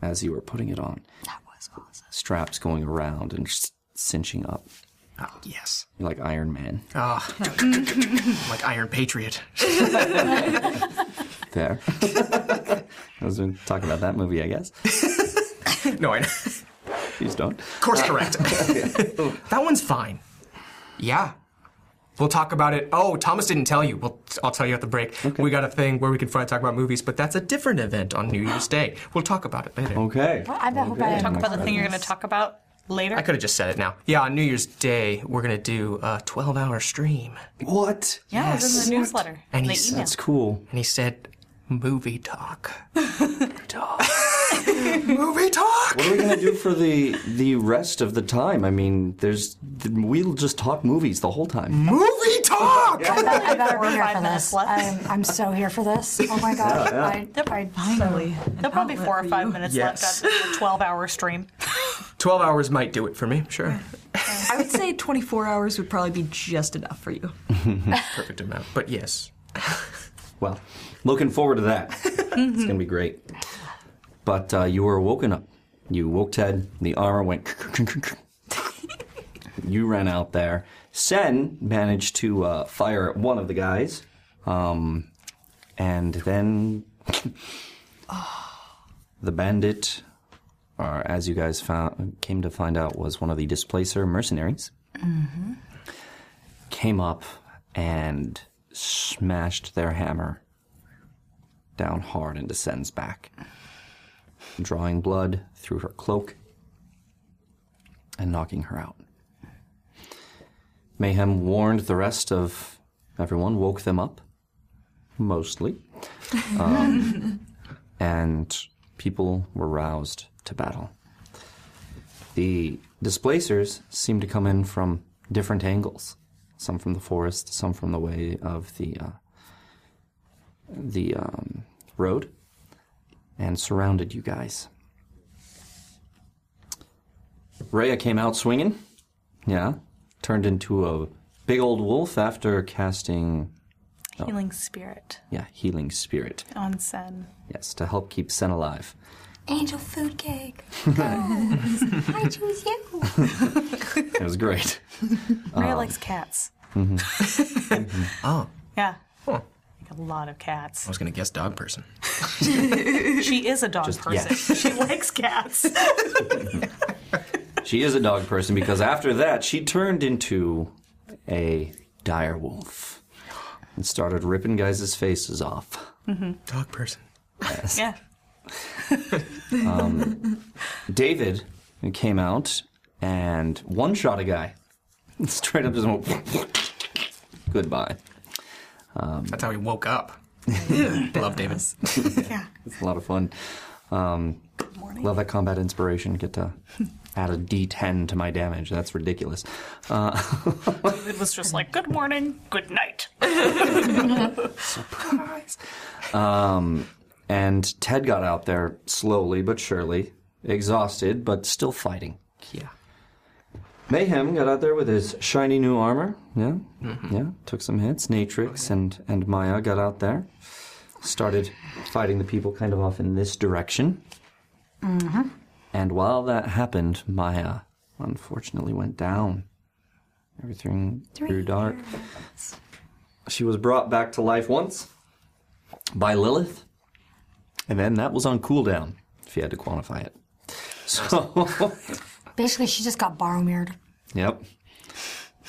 B: as you were putting it on. That was awesome. Straps going around and just cinching up.
E: Oh, yes.
B: You're like Iron Man
E: Ah. like Iron Patriot.
B: there. I was going to talk about that movie, I guess.
E: No, I
B: Please don't.
E: Course correct. that one's fine. Yeah. We'll talk about it. Oh, Thomas didn't tell you. Well, I'll tell you at the break. We got a thing where we can finally talk about movies, but that's a different event on New Year's Day. We'll talk about it later.
B: Okay.
C: I bet hope I
B: Okay.
C: am.
D: Talk about the thing you're gonna talk about later.
E: I could have just said it now. Yeah, on New Year's Day, we're going to do a 12 hour stream.
B: What?
D: yeah, it was in the newsletter.
E: And
D: the
E: he's-
D: email.
B: That's cool.
E: And he said, movie talk. movie talk!
B: What are we gonna do for the the rest of the time? I mean, there's we'll just talk movies the whole time.
E: Movie talk!
C: I bet, I bet we're here
D: Five
C: for
D: minutes
C: this.
D: left.
C: I'm, I'm so here for this. Oh my god. I, I,
F: Finally.
D: There'll probably be four or five minutes
E: Yes.
D: left after the 12 hour stream.
E: 12 hours might do it for me, sure.
F: I would say 24 hours would probably be just enough for you.
E: Perfect amount. But yes.
B: Well, looking forward to that. it's gonna be great. But uh, you were woken up. You woke Ted. The armor went. you ran out there. Sen managed to uh, fire at one of the guys, um, and then the bandit, or as you guys found, came to find out, was one of the displacer mercenaries.
G: Mm-hmm.
B: Came up and smashed their hammer down hard into Sen's back, drawing blood through her cloak and knocking her out. Mayhem warned the rest of everyone, woke them up, mostly, Um, and people were roused to battle. The displacers seemed to come in from different angles, some from the forest, some from the way of the uh, the um, road, and surrounded you guys. Rhea came out swinging. Yeah. Turned into a big old wolf after casting, Oh.
D: Healing spirit
B: yeah, healing spirit.
D: on Sen.
B: Yes, to help keep Sen alive.
C: Angel food cake. Girls, I choose you.
B: It was great.
D: Rhea
B: Um,
D: likes cats.
B: mhm.
E: Oh,
D: Yeah. Like a lot of cats.
B: Oh.
E: I was gonna guess dog person.
D: she is a dog
B: Just-
D: person. She likes cats.
B: She is a dog person because after that, she turned into a dire wolf and started ripping guys' faces off.
E: Mm-hmm. Dog person.
B: Yes.
D: Yeah.
B: Um, David came out and one shot a guy. Straight up just went, goodbye. Um,
E: That's how he woke up. Love David.
D: yeah.
B: It's a lot of fun. Um, love that combat inspiration. Get to add a d10 to my damage. That's ridiculous. Uh,
D: It was just like, good morning, good night.
B: Surprise. um, and Ted got out there slowly but surely, exhausted but still fighting. Yeah. Mayhem got out there with his shiny new armor. Yeah, yeah. Took some hits. Natrix and and Maya got out there, started fighting the people kind of off in this direction.
G: Mm-hmm.
B: And while that happened, Maya unfortunately went down. Everything grew dark. She was brought back to life once by Lilith, and then that was on cooldown, if you had to quantify it. So,
C: Basically, she just got Borromired.
B: yep.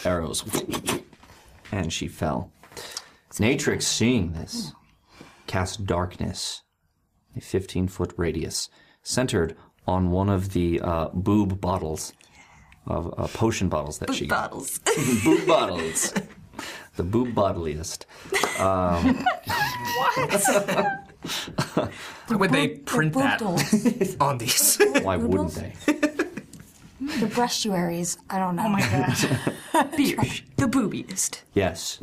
B: Arrows. And she fell. Natrix, seeing this, cast darkness, a 15 foot radius, centered on one of the uh, boob bottles, of uh, potion bottles that she got.
F: bottles.
B: boob bottles. The boob bottliest. Um,
F: what?
E: Why would they print that on these?
B: Why wouldn't they?
C: The brestuaries. I don't know. Oh my
D: gosh.
F: Beersh, the boobiest.
B: Yes.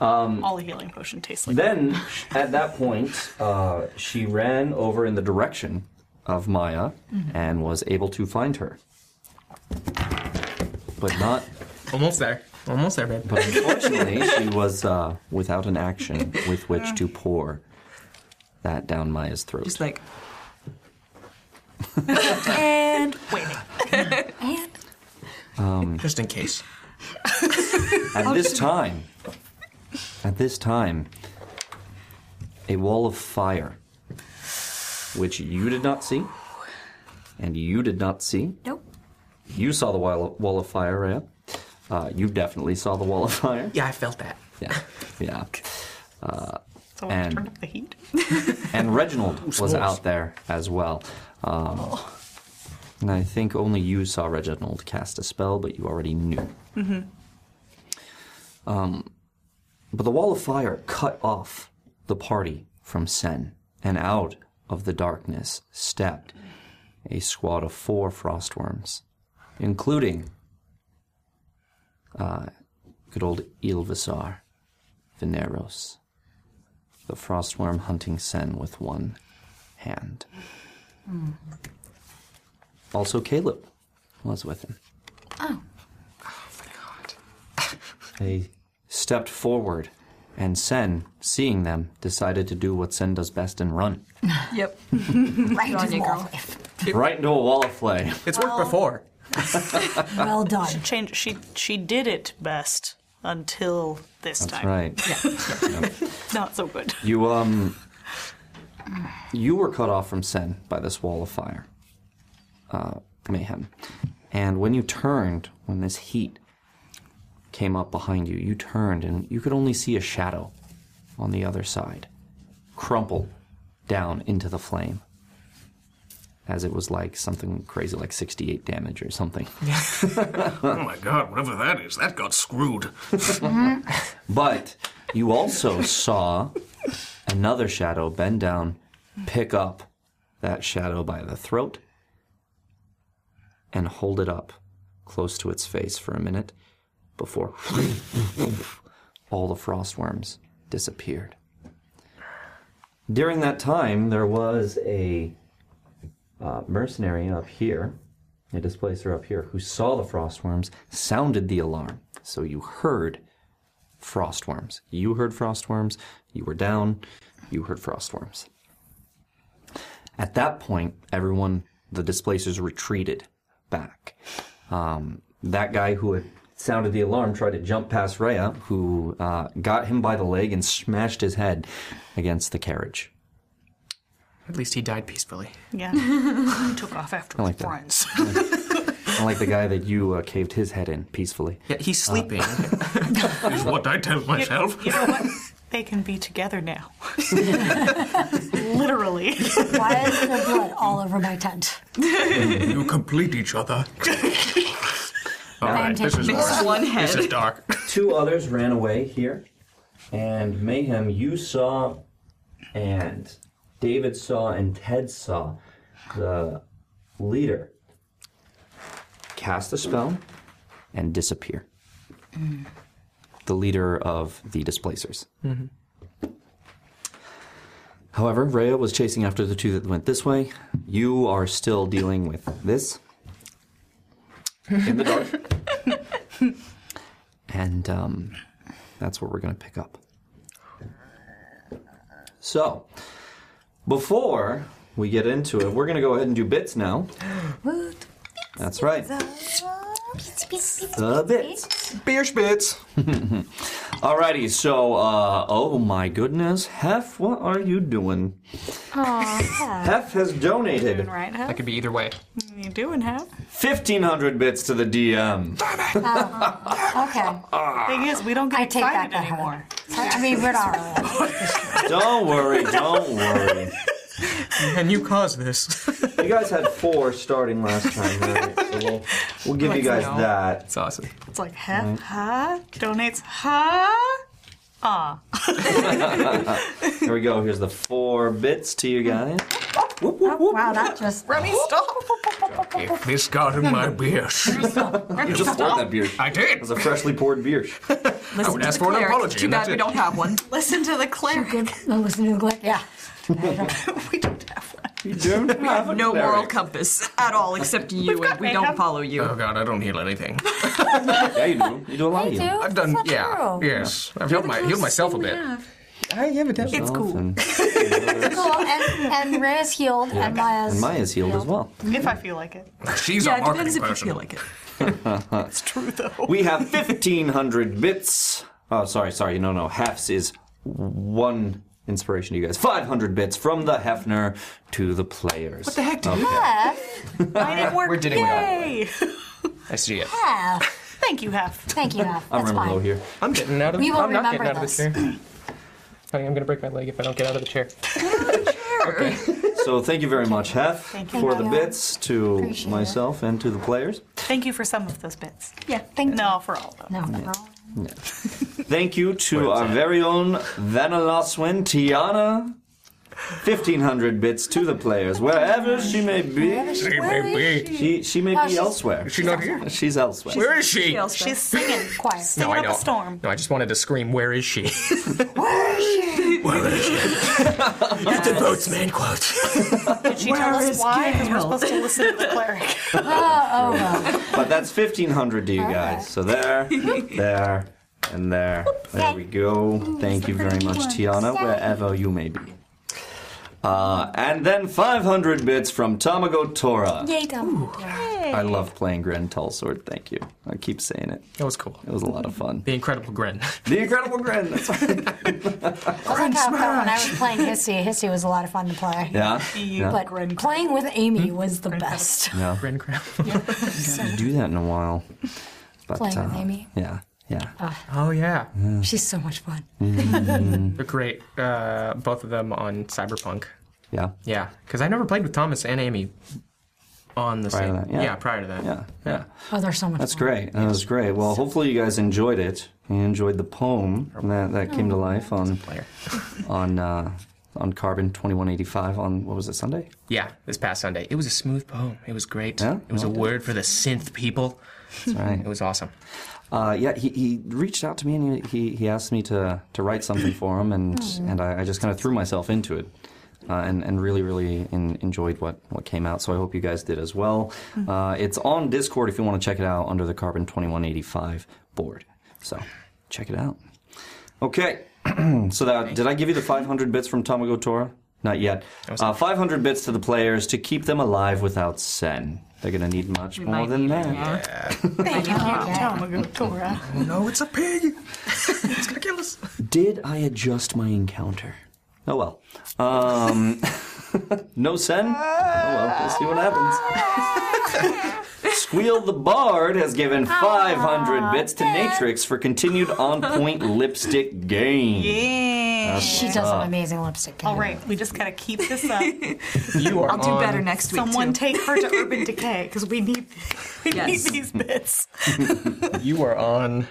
B: um,
D: All the healing potion tastes like
B: then, at that point, uh, she ran over in the direction of Maya
D: Mhm.
B: and was able to find her. But not.
E: Almost there. Almost there, babe.
B: But unfortunately, she was uh, without an action with which to pour that down Maya's throat.
F: Just like. and
D: waiting.
F: and
B: Um,
E: Just in case.
F: oh,
B: At this time, at this time, a wall of fire, which you did not see, and you did not see.
C: Nope.
B: You saw the wall, wall of fire, Rhea. Uh, you definitely saw the wall of fire.
E: Yeah, I felt that.
B: Yeah, yeah. Uh,
D: So I turned
B: and
D: up the heat.
B: and Reginald was
D: s'mores. Oh.
B: out there as well. Um, and I think only you saw Reginald cast a spell, but you already knew.
D: Mm-hmm.
B: Um, but the wall of fire cut off the party from Sen, and out of the darkness stepped a squad of four frostworms, including uh, good old Ilvasar Veneros, the frostworm hunting Sen with one hand.
C: Hmm.
B: Also, Caleb was with him.
C: Oh.
B: They stepped forward, and Sen, seeing them, decided to do what Sen does best and run.
F: Yep.
C: right
F: on
C: into
F: you,
C: the
F: girl.
C: wall.
B: Right into a wall of flame.
E: It's worked before.
C: well done.
D: She changed. She she did it best until this
B: That's
D: time.
B: right.
D: Yeah. Not so good.
B: You um you were cut off from Sen by this wall of fire. Uh, mayhem. And when you turned, when this heat came up behind you, you turned and you could only see a shadow on the other side, crumple down into the flame. As it was like something crazy like 68 damage or something.
H: oh my god, whatever that is, that got screwed.
B: But you also saw another shadow bend down, pick up that shadow by the throat, and hold it up close to its face for a minute before all the frostworms disappeared. During that time, there was a uh, mercenary up here, a displacer up here, who saw the frostworms, sounded the alarm. So you heard frostworms. You heard frostworms. You were down. You heard frostworms. At that point, everyone, the displacers retreated back. Um, that guy who had sounded the alarm tried to jump past Rhea, who uh, got him by the leg and smashed his head against the carriage.
E: At least he died peacefully.
D: Yeah. He took off after
B: I
D: his
B: like that.
D: friends.
B: Unlike the guy that you uh, caved his head in peacefully.
E: Yeah, he's sleeping.
H: is what I tell myself.
D: You know what? They can be together now. Literally.
C: Why is there blood all over my tent?
H: you complete each other. All right, this is
F: Makes
H: worse.
F: one head.
H: This is dark.
B: Two others ran away here, and Mayhem, you saw, and David saw, and Ted saw the leader cast a spell and disappear. The leader of the displacers.
E: Mhm.
B: However, Rhea was chasing after the two that went this way. You are still dealing with this in the dark. and um, that's what we're going to pick up. So, before we get into it, we're going to go ahead and do bits now. That's right. The bits. Beer spits. Alrighty, so, uh, oh my goodness. Hef, what are you doing? Hef has donated
D: right, huh?
E: could be either way.
D: You doing, huh?
B: 1,500 bits to the DM.
C: Okay.
D: Thing is, we don't get
C: I take back
D: excited
C: that
D: anymore.
C: anymore. I mean, we're not really.
B: Don't worry, don't worry.
E: And you caused this.
B: You guys had four starting last time, right? So we'll, we'll give you guys that.
E: It's awesome.
D: It's like, huh?
B: Mm.
D: Huh? Donates, huh? Ah.
B: Here we go. Here's the four bits to you guys.
C: Wow, that just.
F: Remy, stop!
H: If this got in my beer,
B: You just poured that beer. It
H: I did.
B: was a freshly poured beer.
F: Listen
H: would
F: to
H: ask
F: the
H: for an
F: cleric.
H: apology,
F: Too
H: and
F: bad
H: that's
F: we
H: it.
F: don't have one.
D: Listen to the cleric.
C: Good. Oh, No, listen to the glare. Yeah.
D: we don't have one.
B: You don't have
F: No moral compass at all, except you, and we don't
D: makeup.
F: follow you.
H: Oh god, I don't heal anything.
B: Yeah, you do. You do a lot of
C: I do.
B: you.
C: I've
E: done-
C: That's not
E: yeah.
C: True.
H: Yes, I've healed, my, healed myself a bit.
E: I have a death.
B: It's cool. And,
C: Cool. And, and Rhea's healed, and Maya's.
B: and Maya's healed as well.
D: If I feel like it.
H: She's
F: yeah,
H: a
F: it
H: marketing
F: depends if you
H: person.
F: feel like it.
D: It's true, though.
B: We have 1,500 bits. Oh, sorry, sorry. No, no. Hef's is one inspiration to you guys. 500 bits from the Hefner to the players. What the heck, dude?
C: F.
D: Mine didn't work.
E: We're doing
D: Yay!
E: I see it.
C: F.
D: Thank you, Hef.
C: Thank you, F.
B: I'm
C: That's
B: running low
C: fine.
B: here.
E: I'm getting out of.
C: We will
E: I'm not
C: remember
E: getting out
C: this.
E: of this chair. Honey, I'm gonna break my leg if I don't get out of the chair.
B: So thank you very much, Hef,
C: you.
B: for the bits to
C: Appreciate
B: myself and to the players.
D: Thank you for some of those bits.
C: Yeah, thank you.
D: No, for all of them.
C: No, we're all-
B: Thank you to our very own Vanelaswin Tiana. 1500 bits to the players, wherever she may be.
H: She
C: Where
H: may
C: is
H: be.
B: She, she may
C: Oh,
B: be
C: she's-
B: elsewhere.
H: Is she not here?
B: She's elsewhere.
H: Where is she?
F: Else
D: She's singing.
C: Quiet.
D: Singing up a storm.
E: No, I just wanted to scream. Where is she?
H: Where is she? That's a boatsman quote.
D: Did she tell us why? Because we're supposed to listen to the cleric.
C: Oh, oh, well.
B: But that's 1500 to you guys. So there, there, and there. There we go. Thank you very much, Tiana, wherever you may be. Uh, and then 500 bits from Tamago Tora.
C: Yay, Tom.
G: Yay!
B: I love playing Gren Tulsord. Thank you. I keep saying it.
E: That was cool.
B: It was a lot of fun. The
E: Incredible Grin.
B: The Incredible Grin. That's right.
C: I like how I felt when I was playing Hissy. Hissy was a lot of fun to play.
B: Yeah, yeah. Hmm?
C: But playing with Amy was the best.
B: Yeah.
E: Grin crap.
B: You do that in a while. But,
C: Playing with
B: uh,
C: Amy. Ah.
B: Yeah. Yeah.
E: Oh yeah.
H: Mm-hmm.
C: She's so much fun.
E: They're great. Uh, both of them on Cyberpunk.
B: Yeah.
E: Yeah, because I never played with Thomas and Amy on the
B: Prior to
E: same.
B: that, yeah.
E: prior to that.
B: Yeah.
E: Yeah.
C: Oh, they're so much
B: That's great. That was great. Well, hopefully you guys enjoyed it. You enjoyed the poem that, that came to
C: Oh.
B: life on on uh, on Carbon 2185 on what was it Sunday?
E: Yeah, this past Sunday. It was a smooth poem. It was great.
B: Yeah?
E: It was a word for the synth people.
B: That's right.
E: It was awesome.
B: Uh, yeah, he, he reached out to me and he, he, he asked me to, to write something for him, and,
D: Hmm.
E: Aw.
B: and I, I just kind of threw myself into it. Uh, and, and really, really in, enjoyed what, what came out. So I hope you guys did as well.
D: Hmm.
B: Uh, it's on Discord if you want to check it out under the Carbon 2185 board. So check it out. Okay. so that, did I give you the 500 bits from Tamago Tora? Not yet. Uh, 500 bits to the players to keep them alive without Sen. They're going to need much more
D: might
B: than
D: need
B: that.
D: Thank you, Tamagotora.
E: Oh no, it's a pig! it's gonna kill us.
B: Did I adjust my encounter? Oh well. Um, no sen? Oh well, we'll see what happens. Squeal the Bard has given 500 bits to Natrix for continued on point lipstick game.
D: Yeah.
B: That's what's up.
C: amazing lipstick.
D: All right, we just gotta keep this up.
B: You are I'll do on- better
F: next week,
D: Someone
F: too.
D: take her to Urban Decay because we need we
F: Yes.
D: need these bits.
E: you are on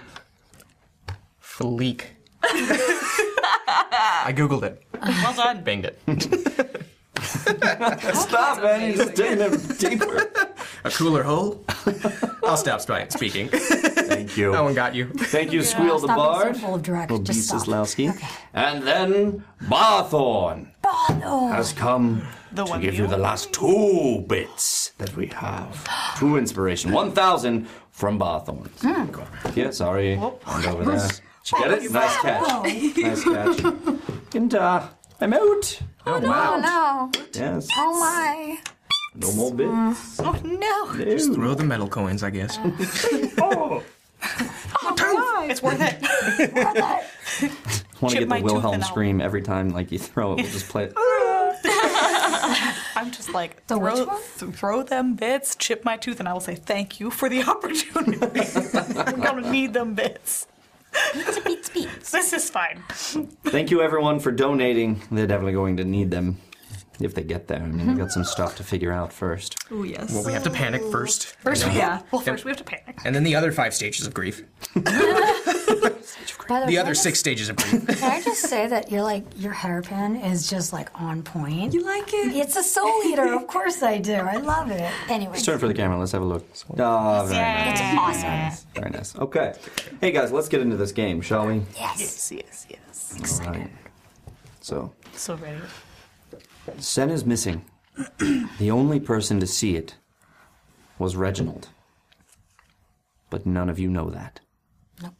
E: Fleek. I googled it.
D: Well done.
E: Banged it.
B: Stop, man. You just digging it deeper.
E: A cooler hole? I'll stop spi- speaking. Thank
B: you.
E: That one got you.
B: Thank you, Squeal the
C: Stop being so
B: Bard.
C: full of direct.
B: Well,
C: Just stop.
B: Bieseslawski. And then Barthorn
C: Barthorn.
B: has come
C: The
B: to
C: one
B: give
C: you
B: you the last two bits that we have. Two inspiration. 1,000 from Barthorn. Yeah, sorry. Hand over there. Did you get it? Nice catch. Nice catch. And uh, I'm out.
C: Oh, no, no.
B: Yes.
C: Oh, my.
B: No more bits.
C: Oh, no.
E: Just throw the metal coins, I guess.
B: Oh.
C: Oh,
D: It's worth it.
B: I want to
D: Chip
B: get
D: my
B: the
D: tooth
B: Wilhelm
D: and I'll-
B: scream every time like you throw it. We'll just play it.
D: I'm just like throw, th- throw them bits, chip my tooth, and I will say thank you for the opportunity. I'm gonna need them bits.
C: Beats, beats.
D: This is fine.
B: Thank you, everyone, for donating. They're definitely going to need them if they get there. I mean, we've got some stuff to figure out first.
F: Oh yes.
E: Well, we have to panic first.
D: First,
E: And then-
D: yeah. Well, first we have to panic.
E: And then the other five stages of grief.
C: By the,
E: The
C: way,
E: other six stages of grief.
C: Can I just say that you're like your hairpin is just like on point. You like it? It's a soul eater, of course I do. I love it. Anyway,
B: Let's turn for the camera. Let's have a look. Ah, very
C: it's
B: nice.
C: awesome.
B: Very nice. Okay. Hey, guys, let's get into this game, shall we?
D: Yes, yes, yes.
B: All right. So,
D: So ready.
B: Sen is missing. the only person to see it was Reginald. But none of you know that.
C: Nope.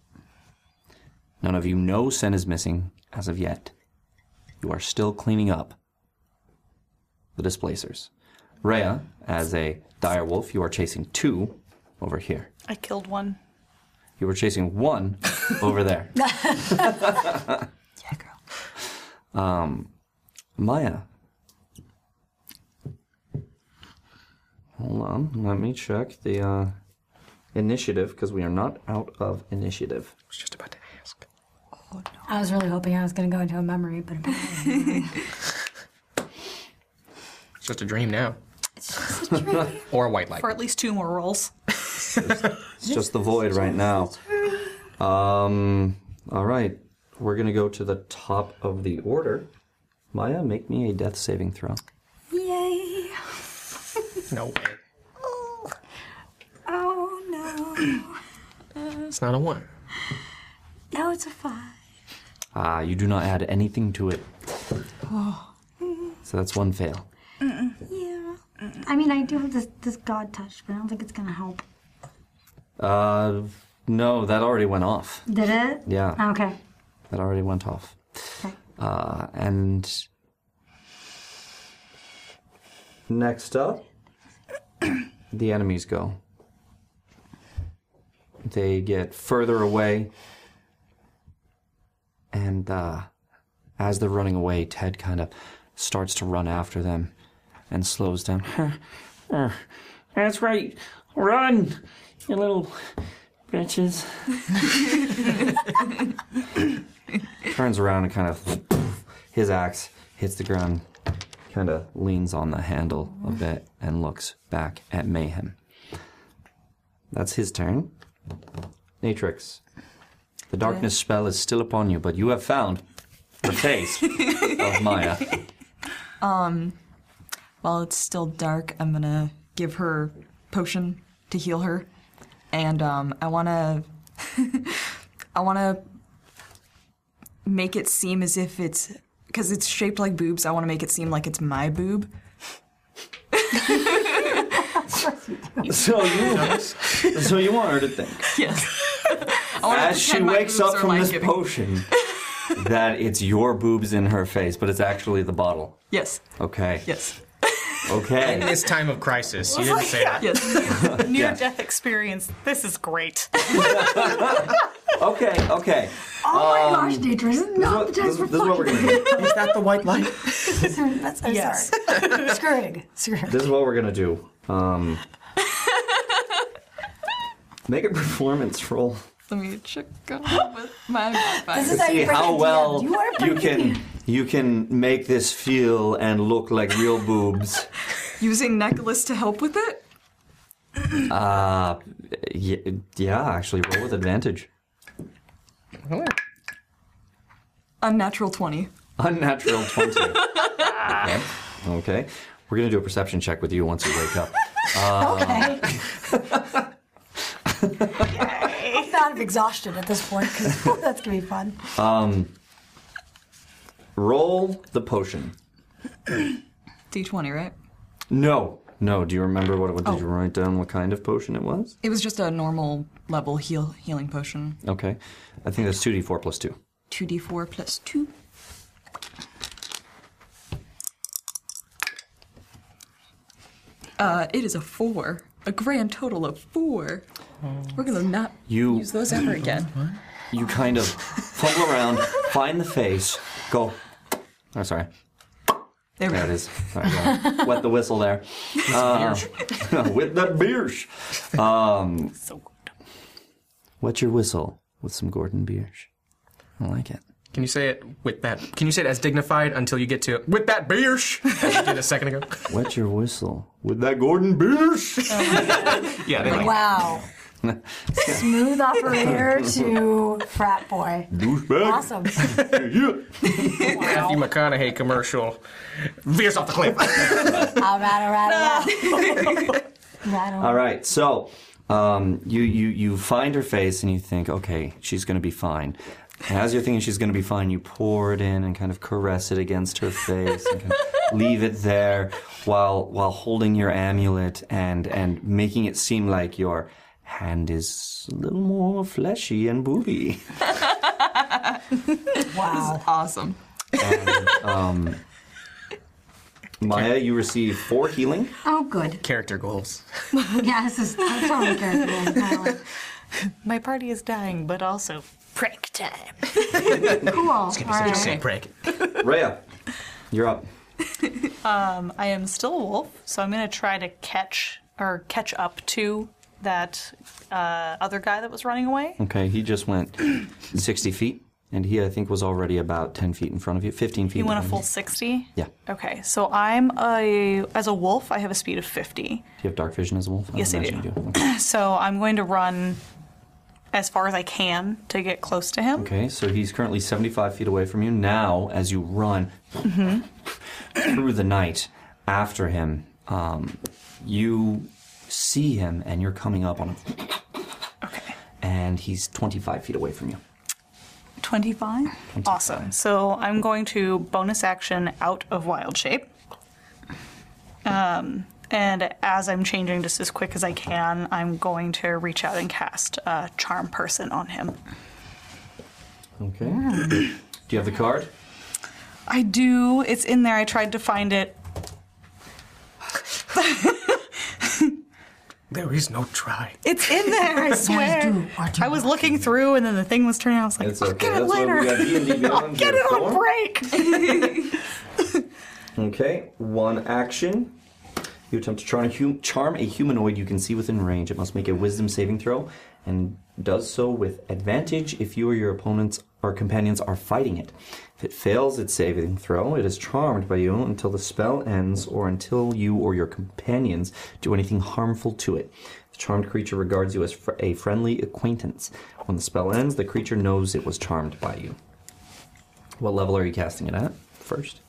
B: None of you know Sen is missing as of yet. You are still cleaning up the displacers. Rhea, as a direwolf, you are chasing two over here.
D: I killed one.
B: You were chasing one over there. Um, Maya. Hold on, let me check the uh, initiative because we are not out of initiative. I was just about to ask.
C: I was really hoping I was going to go into a memory, but apparently not.
E: It's just a dream now. or a white light.
D: For at least two more rolls.
B: It's just the void right now. Um, all right, we're gonna go to the top of the order. Maya, make me a death saving throw.
C: Yay.
E: No way.
C: Oh, no.
E: It's not a one.
C: No, it's a five.
B: Ah, you do not add anything to it, so that's one fail.
C: Mm-mm. Yeah. I mean, I do have this, this God touch, but I don't think it's going to help.
B: Uh, no, that already went off.
C: Did it?
B: Yeah.
C: Okay.
B: That already went off. Uh, and next up the enemies go. They get further away, and uh, as they're running away, Ted kind of starts to run after them and slows down.
I: That's right. Run, you little bitches.
B: turns around and kind of his axe hits the ground, kind of leans on the handle a bit and looks back at Mayhem. That's his turn. Natrix, the darkness spell is still upon you, but you have found the face of Maya.
F: Um, while it's still dark, I'm gonna give her potion to heal her, and um, I wanna, I wanna make it seem as if it's because it's shaped like boobs. I wanna make it seem like it's my boob.
B: So you, so you want her to think.
F: Yes.
B: As she wakes up from this potion, that it's your boobs in her face, but it's actually the bottle.
F: Yes.
B: Okay.
F: Yes.
B: Okay.
E: In this time of crisis, you didn't say that.
D: Yes. Near death experience. This is great.
B: Okay, okay.
C: Oh my
B: Um,
C: gosh, Deidre, this is not the
B: this,
C: time for
B: this is what we're gonna do.
E: Is that the white light?
C: That's so
D: Yes.
C: sorry. Screwing. Screwing.
B: This is what we're gonna do. Um, make a performance roll.
F: Let me check out with my.
C: This is
B: to
C: how
B: see
C: you break
B: how
C: a DM.
B: well
C: You are
B: you
C: breaking-
B: can you can make this feel and look like real boobs.
F: Using necklace to help with it.
B: Uh, y- yeah, actually, roll with advantage.
F: Unnatural twenty.
B: Unnatural twenty. okay. okay, we're gonna do a perception check with you once you wake up. Um,
C: Okay. I'm out of exhaustion at this point because that's gonna be fun.
B: Um, roll the potion.
F: D twenty, right?
B: No, no. Do you remember what? What did
C: Oh.
B: you write down? What kind of potion it was?
F: It was just a normal level heal healing potion.
B: Okay, I think that's two d four plus two.
F: 2d4 plus 2. Uh, it is a 4. A grand total of 4. We're gonna not
B: You-
F: use those ever again.
B: You kind of fumble around, find the face, go. Oh, sorry.
F: There we
B: it
F: go.
B: is. Sorry, yeah. Wet the whistle there. Uh, with that beersh. Um, Wet your whistle with some Gordon Biersch. I like it.
E: Can you say it with that? Can you say it as dignified until you get to with that beersh as you did a second ago?
B: Wet your whistle with that Gordon Biersch.
E: Yeah, they like it.
C: Wow. Smooth operator to frat boy.
E: Douchebag.
C: Awesome.
E: Matthew McConaughey commercial. Veers off the cliff.
C: All right, all right, all right. Right on.
B: All right, so um, you, you you find her face and you think, okay, she's gonna be fine. And as you're thinking she's gonna be fine, you pour it in and kind of caress it against her face and kind of leave it there while while holding your amulet and and making it seem like your hand is a little more fleshy and booby.
F: Wow. This is awesome.
B: Um, Maya, you receive four healing.
C: Oh, good.
E: Character goals.
C: yeah, this is that's all we care about.
D: My party is dying, but also prank time.
C: Cool. All
D: Alright.
E: break.
B: Rhea, you're up.
D: Um, I am still a wolf, so I'm gonna try to catch or catch up to that uh, other guy that was running away.
B: Okay, he just went 60 feet, and he, I think, was already about 10 feet in front of you, 15 feet.
D: You want a
B: behind
D: full sixty?
B: Yeah.
D: Okay, so I'm a as a wolf, I have a speed of fifty.
B: Do you have dark vision as a wolf?
D: Yes, I
B: imagine
D: do.
B: you do.
D: so I'm going to run as far as I can to get close to him.
B: Okay, so he's currently 75 feet away from you. Now, as you run
D: hmm
B: through the night after him, um, you see him, and you're coming up on him. Okay. And he's 25 feet away from you.
D: 25? Awesome. So I'm going to bonus action out of wild shape. Um, and as I'm changing just as quick as I can, I'm going to reach out and cast uh, Charm Person on him.
B: Okay. do you have the card?
D: I do. It's in there. I tried to find it.
E: There is no try.
D: It's in there, I
E: Guys,
D: swear. I was looking through and then the thing was turning. I was like,
B: It's
D: I'll
B: okay,
D: get it
B: that's why we
D: later.
B: got D&D
D: I'll
B: Beyond
D: get
B: here
D: it on break.
B: Okay, one action. You attempt to charm a, hum- charm a humanoid you can see within range. It must make a wisdom saving throw and does so with advantage if you or your opponents or companions are fighting it. If it fails its saving throw, it is charmed by you until the spell ends or until you or your companions do anything harmful to it. The charmed creature regards you as fr- a friendly acquaintance. When the spell ends, the creature knows it was charmed by you. What level are you casting it at first?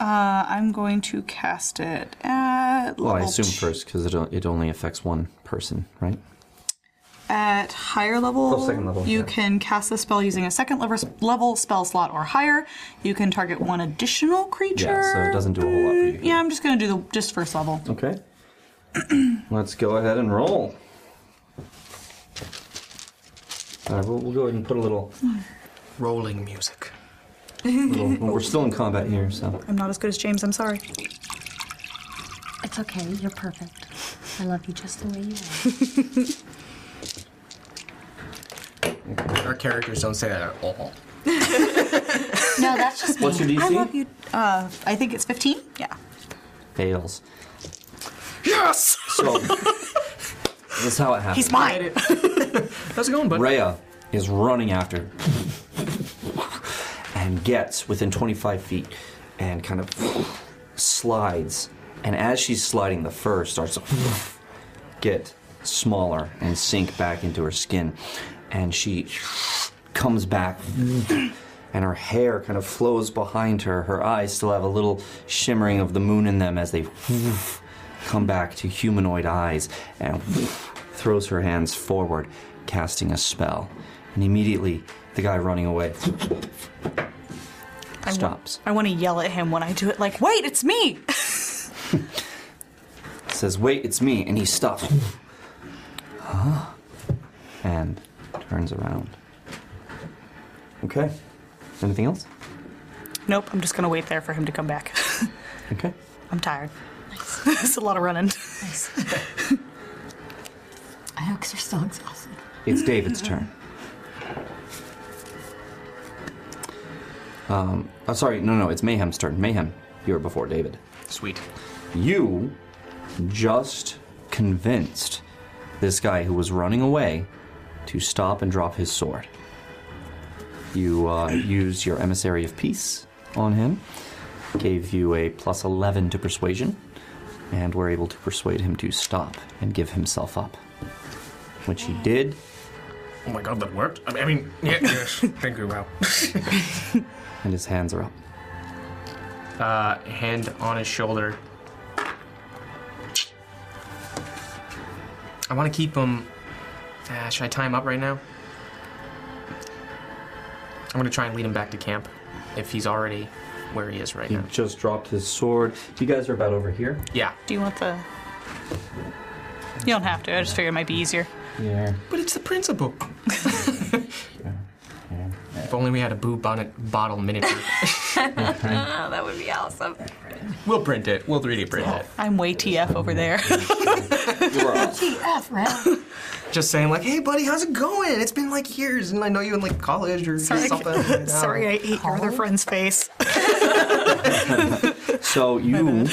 D: Uh, I'm going to cast it at
B: Well, I
D: level
B: assume first because it, o- it only affects one person, right?
D: At higher level,
B: Oh, second level,
D: you
B: yeah.
D: can cast the spell using a second lever, level spell slot or higher. You can target one additional creature.
B: Yeah, so it doesn't do a whole lot for you.
D: Yeah, I'm just gonna do the just first level.
B: Okay. Let's go ahead and roll. All right, we'll, we'll go ahead and put a little. Rolling music. Little, well, we're still in combat here, so.
D: I'm not as good as James. I'm sorry.
C: It's okay. You're perfect. I love you just the way you are.
E: Our characters don't say that at all.
D: No, that's just
E: me. What's your DC?
D: I love you. Uh, I think it's 15. Yeah.
B: Fails.
D: Yes.
B: So, this is how it happens.
D: He's mine.
B: How's it going, bud? Rhea is running after and gets within 25 feet and kind of slides. And as she's sliding, the fur starts to get smaller and sink back into her skin. And she comes back and her hair kind of flows behind her. Her eyes still have a little shimmering of the moon in them as they come back to humanoid eyes and throws her hands forward, casting a spell. And immediately, the guy running away
D: I wa-
B: stops,
D: I want to yell at him when I do it. Like, wait, it's me.
B: says, Wait, it's me, and he stops. Huh? And turns around. Okay. Anything else?
D: Nope. I'm just gonna wait there for him to come back.
B: Okay.
D: I'm tired. it's a lot of running.
C: I know, because you're still exhausted.
B: It's David's turn. Um, oh, sorry, no, no, it's Mayhem's turn. Mayhem, you were before David.
E: Sweet.
B: You just convinced this guy who was running away to stop and drop his sword. You uh, used your emissary of peace on him, gave you a plus 11 to persuasion, and were able to persuade him to stop and give himself up, which he did.
E: Oh my god, that worked. I mean, I mean yeah, yes. Thank you, wow.
B: And his hands are up.
E: Uh, hand on his shoulder. I want to keep him. Uh, should I tie him up right now? I'm gonna try and lead him back to camp, if he's already where he is right
B: He
E: now.
B: just dropped his sword. You guys are about over here.
E: Yeah.
D: Do you want the? You don't have to. I just figured it might be easier.
B: Yeah.
E: But it's the principle. If only we had a boo bonnet bottle miniature.
F: that would be awesome.
E: we'll print it. We'll 3D print it.
D: I'm way TF over there.
C: TF, right?
E: Just saying, like, hey, buddy, how's it going? It's been like years, and I know you in like college or
D: Sorry,
E: something.
D: sorry, I ate your other friend's face.
B: So you,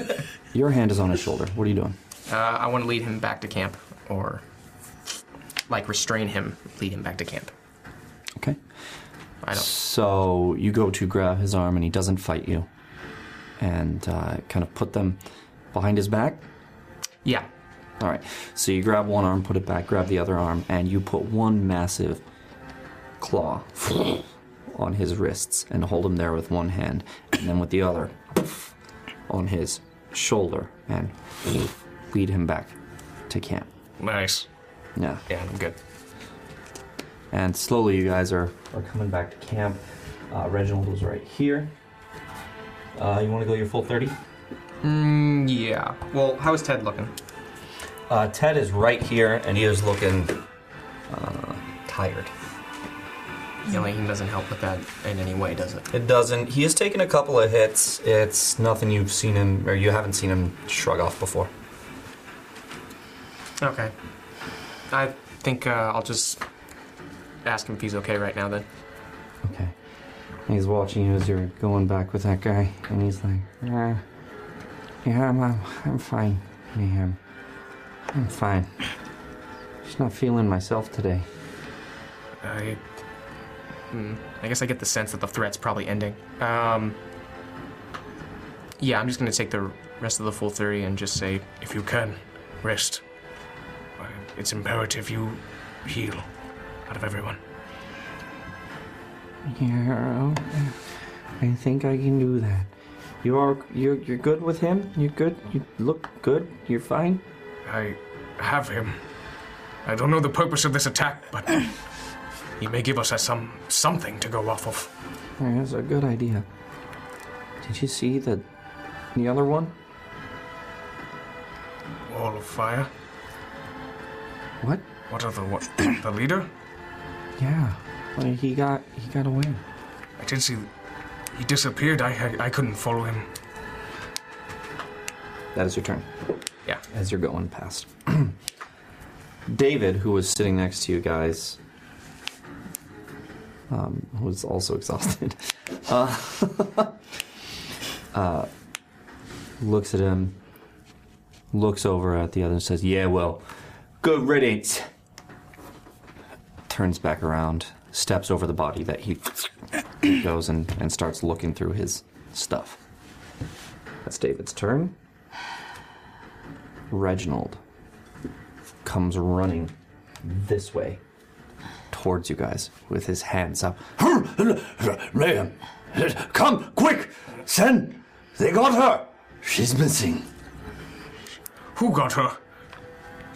B: your hand is on his shoulder. What are you doing?
E: Uh, I want to lead him back to camp, or like restrain him, lead him back to camp.
B: Okay.
E: I don't.
B: So you go to grab his arm, and he doesn't fight you, and uh, kind of put them behind his back.
E: Yeah.
B: All right. So you grab one arm, put it back, grab the other arm, and you put one massive claw on his wrists and hold him there with one hand, and then with the other on his shoulder, and lead him back to camp.
E: Nice.
B: Yeah.
E: Yeah, I'm good.
B: And slowly, you guys are, are coming back to camp. Uh, Reginald was right here. Uh, you want to go your full 30?
E: Mm, yeah. Well, how is Ted looking?
B: Uh, Ted is right here, and he is looking uh, tired.
E: Yelling doesn't help with that in any way, does it?
B: It doesn't. He has taken a couple of hits. It's nothing you've seen him, or you haven't seen him shrug off before.
E: Okay. I think uh, I'll just ask him if he's okay right now then.
B: And he's watching you as you're going back with that guy, and he's like, uh, "Yeah, I'm, I'm, I'm fine. Yeah, I'm, I'm fine. Just not feeling myself today."
E: I, hmm, I guess I get the sense that the threat's probably ending. Um, yeah, I'm just gonna take the rest of the full theory and just say, if you can, rest. Uh, It's imperative you heal out of everyone.
B: Yeah, I think I can do that. You are you're you're good with him. You're good. You look good. You're fine.
E: I have him. I don't know the purpose of this attack, but he may give us a some something to go off of.
B: Yeah, That's a good idea. Did you see the the other one?
E: Wall of fire.
B: What?
E: What other what? the leader?
B: Yeah. Like he got he got away.
E: I did see. He disappeared. I I, I couldn't follow him.
B: That is your turn.
E: Yeah.
B: As you're going past. David, who was sitting next to you guys, um, was also exhausted, uh, uh, looks at him, looks over at the other, and says, Yeah, well, good riddance. Turns back around, steps over the body that he goes and, and starts looking through his stuff. That's David's turn. Reginald comes running this way towards you guys with his hands up.
H: Mayhem, come quick! Sen, they got her. She's missing.
E: Who got her?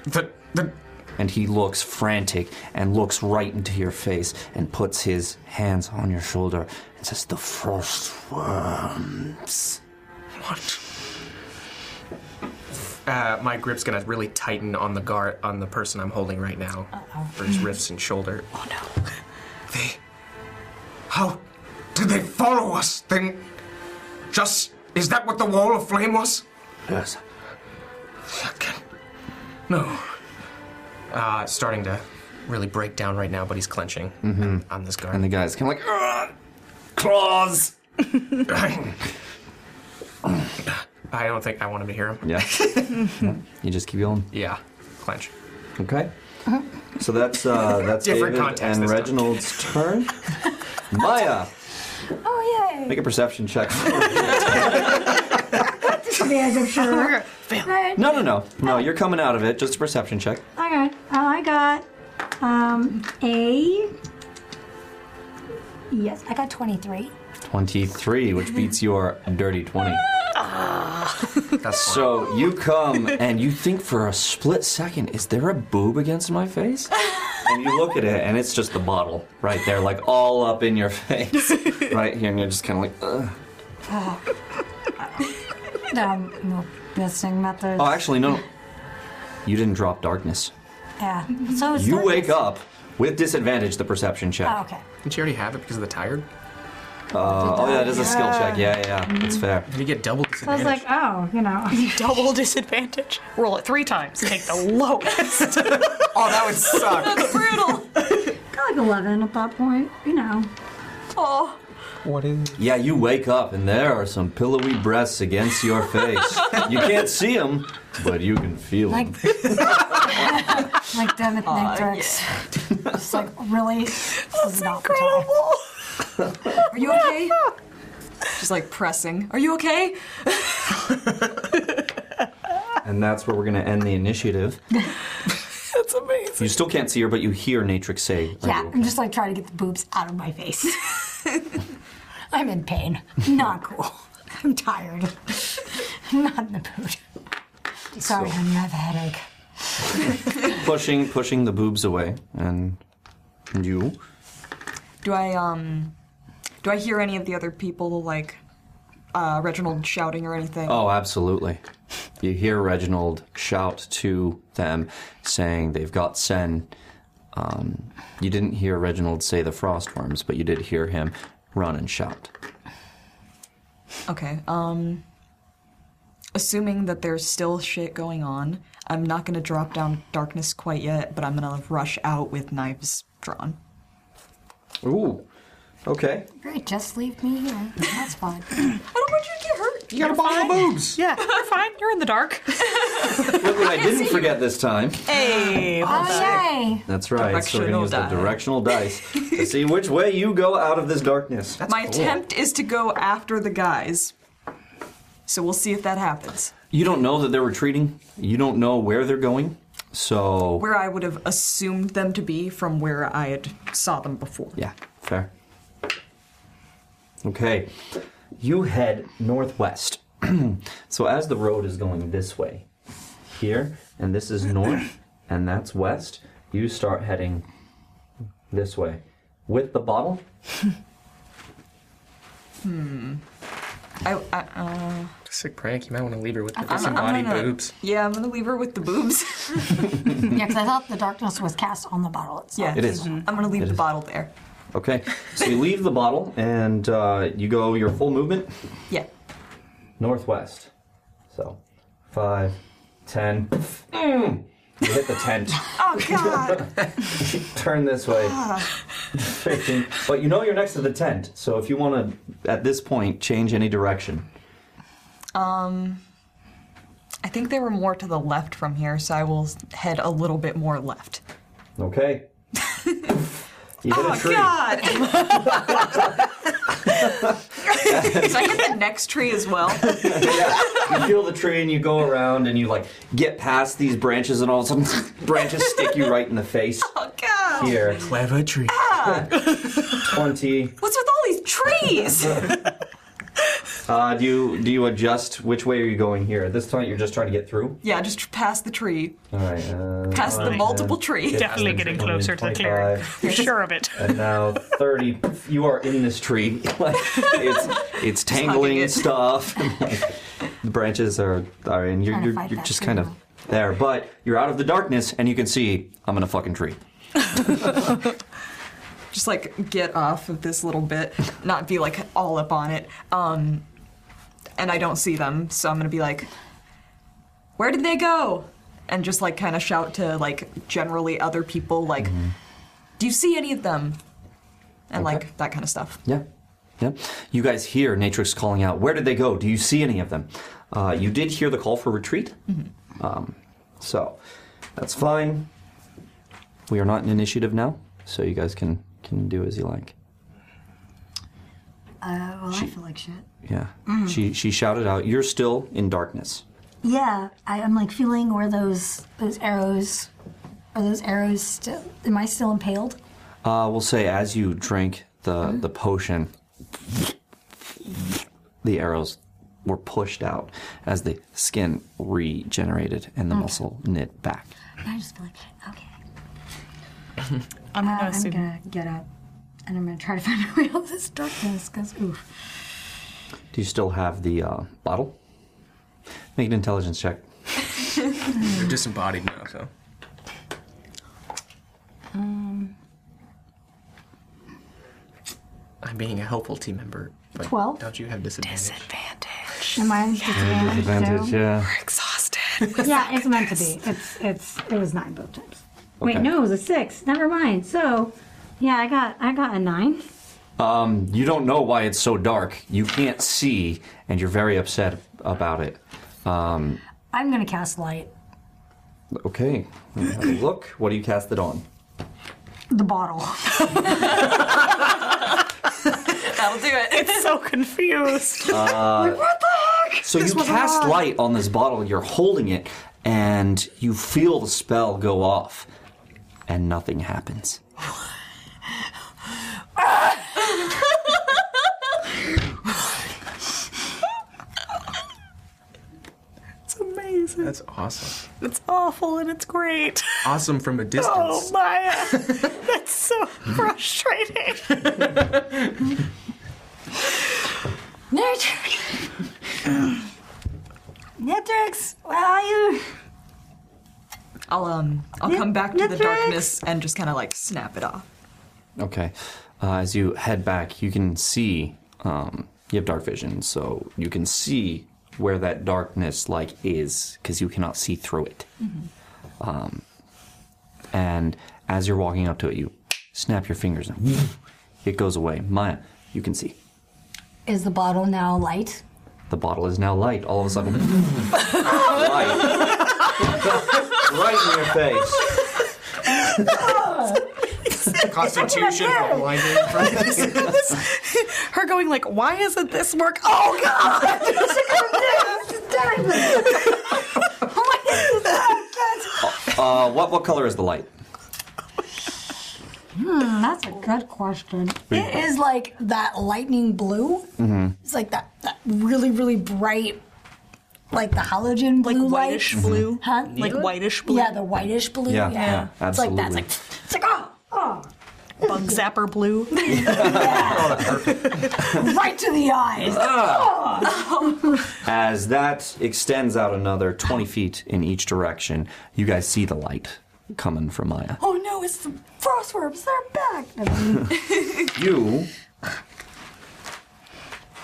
E: The the
B: And he looks frantic and looks right into your face and puts his hands on your shoulder and says, The frost worms.
E: What? Uh, my grip's gonna really tighten on the guard on the person I'm holding right now for his wrists and shoulder. Oh no! They. How did they follow us? Then, just is that what the wall of flame was?
H: Yes.
E: No. Uh, starting to really break down right now, but he's clenching
B: Mhm.
E: on this guard.
B: And the guy's kind of like, "Ugh."
E: claws. I don't think I want him to hear him.
B: Yeah. You just keep going.
E: Yeah. Clench.
B: Okay. So that's uh, that's
E: Uh-huh. Different
B: David
E: context
B: and
E: this time.
B: Reginald's turn. Maya,
C: Oh, yay.
B: make a perception check.
C: Disadvantage, I'm sure. Fail.
B: No, no, no, no. You're coming out of it. Just a perception check.
C: Okay. Oh, I got um, a. Yes, I got 23.
B: Twenty-three, which beats your dirty twenty. so you come and you think for a split second, is there a boob against my face? And you look at it, and it's just the bottle right there, like all up in your face, right here, and you're just kind of like. Ugh.
C: um, well, besting methods.
B: Oh, actually, no. You didn't drop darkness.
C: Yeah. So it's
B: You
C: not-
B: wake up with disadvantage the perception check.
C: Oh, okay.
E: Didn't you already have it because of the tired?
B: Uh, oh, yeah, that is a skill check. Yeah, yeah, yeah.
C: Mm-hmm.
B: That's fair.
E: You get double
C: So I was like, oh, you know.
D: Double disadvantage. Roll it three times. Take the lowest.
E: oh, that would suck.
D: That's brutal.
C: Got like 11 at that point, you know. Oh.
B: What is? Yeah, you wake up and there are some pillowy breasts against your face. you can't see them, but you can feel them.
C: Like, like Demet Nectarix. Just like, really? That's incredible.
F: Are you okay? She's like pressing. Are you okay?
B: And that's where we're going to end the initiative.
D: That's amazing.
B: You still can't see her, but you hear Natrix say, "Are
C: Yeah,
B: you
C: I'm just like trying to get the boobs out of my face. I'm in pain. Not cool. I'm tired. Not in the mood. Sorry,
B: So-
C: honey, I have a headache.
B: pushing pushing the boobs away, and you.
F: Do I um do I hear any of the other people like uh Reginald shouting or anything?
B: Oh, absolutely. You hear Reginald shout to them, saying they've got Sen. Um, you didn't hear Reginald say the frostworms, but you did hear him run and shout.
F: Okay. Um assuming that there's still shit going on, I'm not going to drop down darkness quite yet, but I'm going to rush out with knives drawn.
B: Ooh. Okay.
C: Great, just leave me here. That's fine. I
F: don't want you to get hurt.
B: You got a bottle of boobs.
D: Yeah, you're fine. You're in the dark.
B: Look what I didn't forget this time.
D: Hey,
C: Oh, yay!
B: That's right. so we're
F: Directional
B: gonna use
F: die.
B: the directional dice to see which way you go out of this darkness.
F: My attempt is to go after the guys. So we'll see if that happens.
B: You don't know that they're retreating. You don't know where they're going. So
F: Where I would have assumed them to be from where I had saw them before.
B: Yeah. Fair. Okay. You head northwest. so as the road is going this way, here, and this is north, and that's west, you start heading this way. With the bottle?
F: Hmm. I, I uh,
E: Sick prank. You might want to leave her with the
F: I'm- I'm
E: disembodied
F: gonna-
E: boobs.
F: Yeah, I'm gonna leave her with the boobs.
C: yeah, because I thought the darkness was cast on the bottle itself.
B: Yeah. It is.
D: Mm-hmm.
B: Mhm.
F: Mm-hmm. I'm gonna leave
B: It
F: the
B: is.
F: bottle there.
B: Okay. So you leave the bottle and uh, you go your full movement
F: Yeah.
B: northwest. So five, ten. Mm. You hit the tent.
F: Oh god.
B: Turn this way.
F: Ah.
B: 15. But you know you're next to the tent, so if you want to, at this point, change any direction.
F: um, I think they were more to the left from here, so I will head a little bit more left.
B: Okay. you hit a tree.
F: Oh, God! so I get the next tree as well.
B: You feel the tree and you go around and you like get past these branches and all of a sudden branches stick you right in the face.
F: Oh god!
B: Here. Clever tree.
F: Ah,
B: 20.
F: what's with all these trees?
B: Uh, do you do you adjust which way are you going here? At this point you're just trying to get through?
F: yeah, just past the tree,
B: All right. Uh,
F: past the
B: fine,
F: multiple
B: uh,
F: tree.
B: 15, 20, 25.
D: You're sure of it.
B: and now 30 you are in this tree Like, it's, it's tangling stuff and, like, the branches are, are in you're,
C: Trying to
B: you're,
C: fight
B: you're
C: that
B: just
C: tree
B: kind of there but you're out of the darkness and you can see i'm in a fucking tree
F: Just like get off of this little bit, not be like all up on it. Um, and I don't see them, so I'm gonna be like, where did they go? And just like kind of shout to like generally other people, like, do you see any of them? And like that kind of stuff.
B: yeah yeah you guys hear natrix calling out where did they go do you see any of them uh, you did hear the call for retreat um, so that's fine we are not in initiative now so you guys can can do as you like
C: Uh, well, I feel like shit.
B: Yeah.
C: Mm.
B: She she shouted out, "You're still in darkness."
C: Yeah, I, I'm like feeling where those those arrows are. Those arrows still? Am I still impaled?
B: Uh, we'll say as you drank the the potion, the arrows were pushed out as the skin regenerated and the
C: Okay.
B: muscle knit back.
C: I just feel like okay.
D: I'm
C: gonna, I'm
D: assume-
C: gonna get up, and I'm gonna try to find a way out of this darkness. Cause oof.
B: Do you still have the uh, bottle? Make an intelligence check.
E: They're disembodied now, so.
C: Um,
E: I'm being a helpful team member. But
C: Twelve?
E: Don't you have disadvantage?
C: am I disadvantaged? too?
E: exhausted.
G: yeah, it's meant to be. It's it's it was nine both times. Wait,
B: Okay.
G: no, it was a six. Never mind. So, yeah, I got I got a nine.
B: Um, you don't know why it's so dark. You can't see, and you're very upset about it. Um,
C: I'm gonna cast light.
B: okay, Have a look. What do you cast it on?
C: The bottle.
F: That'll do it.
D: It's so confused.
B: Uh,
D: what the heck?
B: So you cast light on this bottle, you're holding it, and you feel the spell go off, and nothing happens.
D: It's amazing.
E: That's awesome.
D: It's awful and it's great.
E: Awesome from a distance.
D: Oh Maya, that's so frustrating.
C: Natrix! Natrix, where are you?
F: I'll um I'll come back to the darkness and just kind of like snap it off.
B: Okay. Uh, as you head back, you can see. Um, you have dark vision, so you can see where that darkness like is because you cannot see through it.
H: Mhm.
C: Mm-hmm.
B: Um, and as you're walking up to it, you snap your fingers and it goes away. Maya, you can see.
C: Is the bottle now light?
B: The bottle is now light. All of a sudden, right in your face.
E: Constitution for blinding.
D: Her going like, why isn't this work? Oh god!
B: Uh, what what color is the light?
C: Hmm, that's a good question. It is like that lightning blue.
B: Mm-hmm.
C: It's like that, that really, really bright, like the halogen blue like whitish
D: blue?
C: Huh?
D: Like whitish
C: blue? Yeah, the whitish blue.
B: Yeah,
C: Yeah,
B: yeah,
C: It's like that. It's like, it's like oh, oh.
D: Bug zapper blue.
C: right to the eyes. Oh.
B: As that extends out another 20 feet in each direction, you guys see the light coming from Maya.
C: Oh, no, it's the frostworms. They're back.
B: You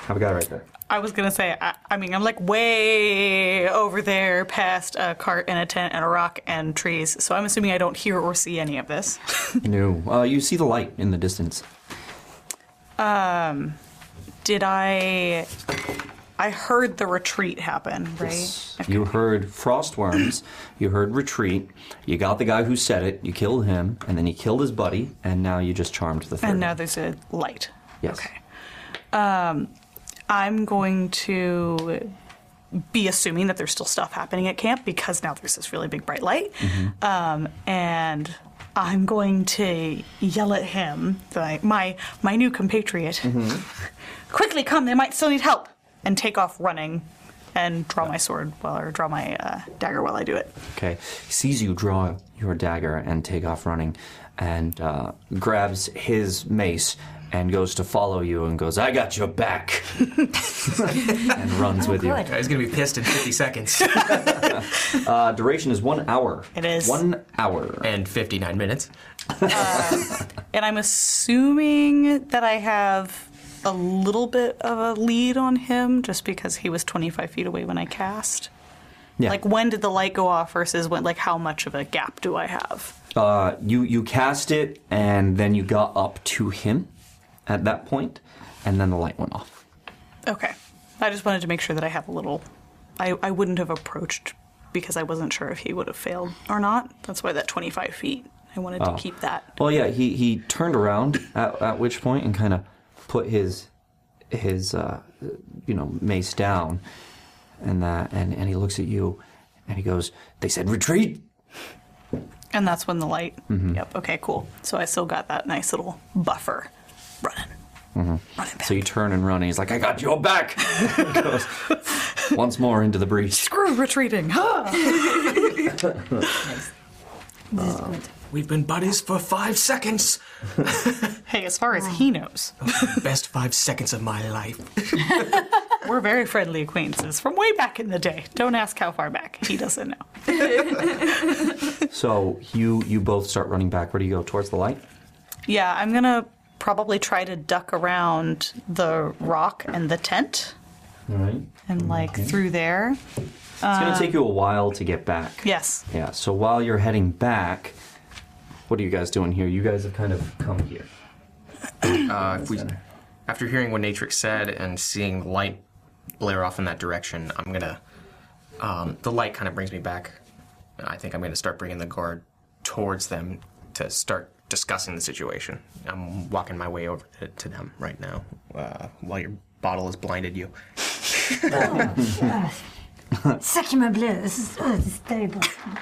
B: have a guy right there.
D: I was gonna say, I, I mean, I'm like way over there, past a cart and a tent and a rock and trees. So I'm assuming I don't hear or see any of this.
B: no, uh, you see the light in the distance.
D: Um, did I? I heard the retreat happen, right?
B: You heard frostworms, you heard retreat, you got the guy who said it, you killed him, and then you killed his buddy, and now you just charmed the third.
D: And now there's a light.
B: yes.
D: Um, I'm going to be assuming that there's still stuff happening at camp because now there's this really big bright light. Um, and I'm going to yell at him, my my, my new compatriot, quickly come, they might still need help, and take off running and draw my sword while, or draw my uh, dagger while I do it.
B: Okay. He sees you draw your dagger and take off running and uh, grabs his mace and goes to follow you and goes, I got your back. and runs
D: Oh,
B: with you.
E: He's gonna be pissed in 50 seconds.
B: Uh, duration is one hour.
D: It is.
B: One hour.
E: And 59 minutes.
D: And I'm assuming that I have a little bit of a lead on him just because he was 25 feet away when I cast.
B: Yeah.
D: Like when did the light go off versus when like how much of a gap do I have?
B: Uh, you you cast it and then you got up to him at that point, and then the light went off.
D: Okay. I just wanted to make sure that I have a little I, I wouldn't have approached because I wasn't sure if he would have failed or not. That's why that 25 feet. I wanted
B: Oh.
D: to keep that.
B: Well, yeah, he, he turned around at, at which point and kind of put his his uh, you know mace down, and that and and he looks at you, and he goes, "They said retreat."
D: And that's when the light.
B: Mhm.
D: Yep. Okay, cool. So I still got that nice little buffer. Mm-hmm.
B: So you turn and run, and he's like, "I got your back." He goes once more into the breach.
D: Screw retreating. Huh? Uh.
E: We've been buddies for five seconds.
D: hey, as far as he knows,
E: Best five seconds of my life.
D: we're very friendly acquaintances from way back in the day. Don't ask how far back. He doesn't know.
B: So you you both start running back. Where do you go? Towards the light.
D: Yeah, I'm gonna probably try to duck around the rock and the tent
B: All right.
D: and like through there.
B: It's gonna take you a while to get back.
D: Yes.
B: Yeah, so while you're heading back, what are you guys doing here? You guys have kind of come here.
E: Uh, if we, after hearing what Natrix said and seeing the light blare off in that direction, I'm gonna. Um, the light kind of brings me back. And I think I'm gonna start bringing the guard towards them to start discussing the situation. I'm walking my way over to, to them right now uh, while your bottle has blinded you.
C: Succulent blue. This is, oh, this is terrible.
B: So-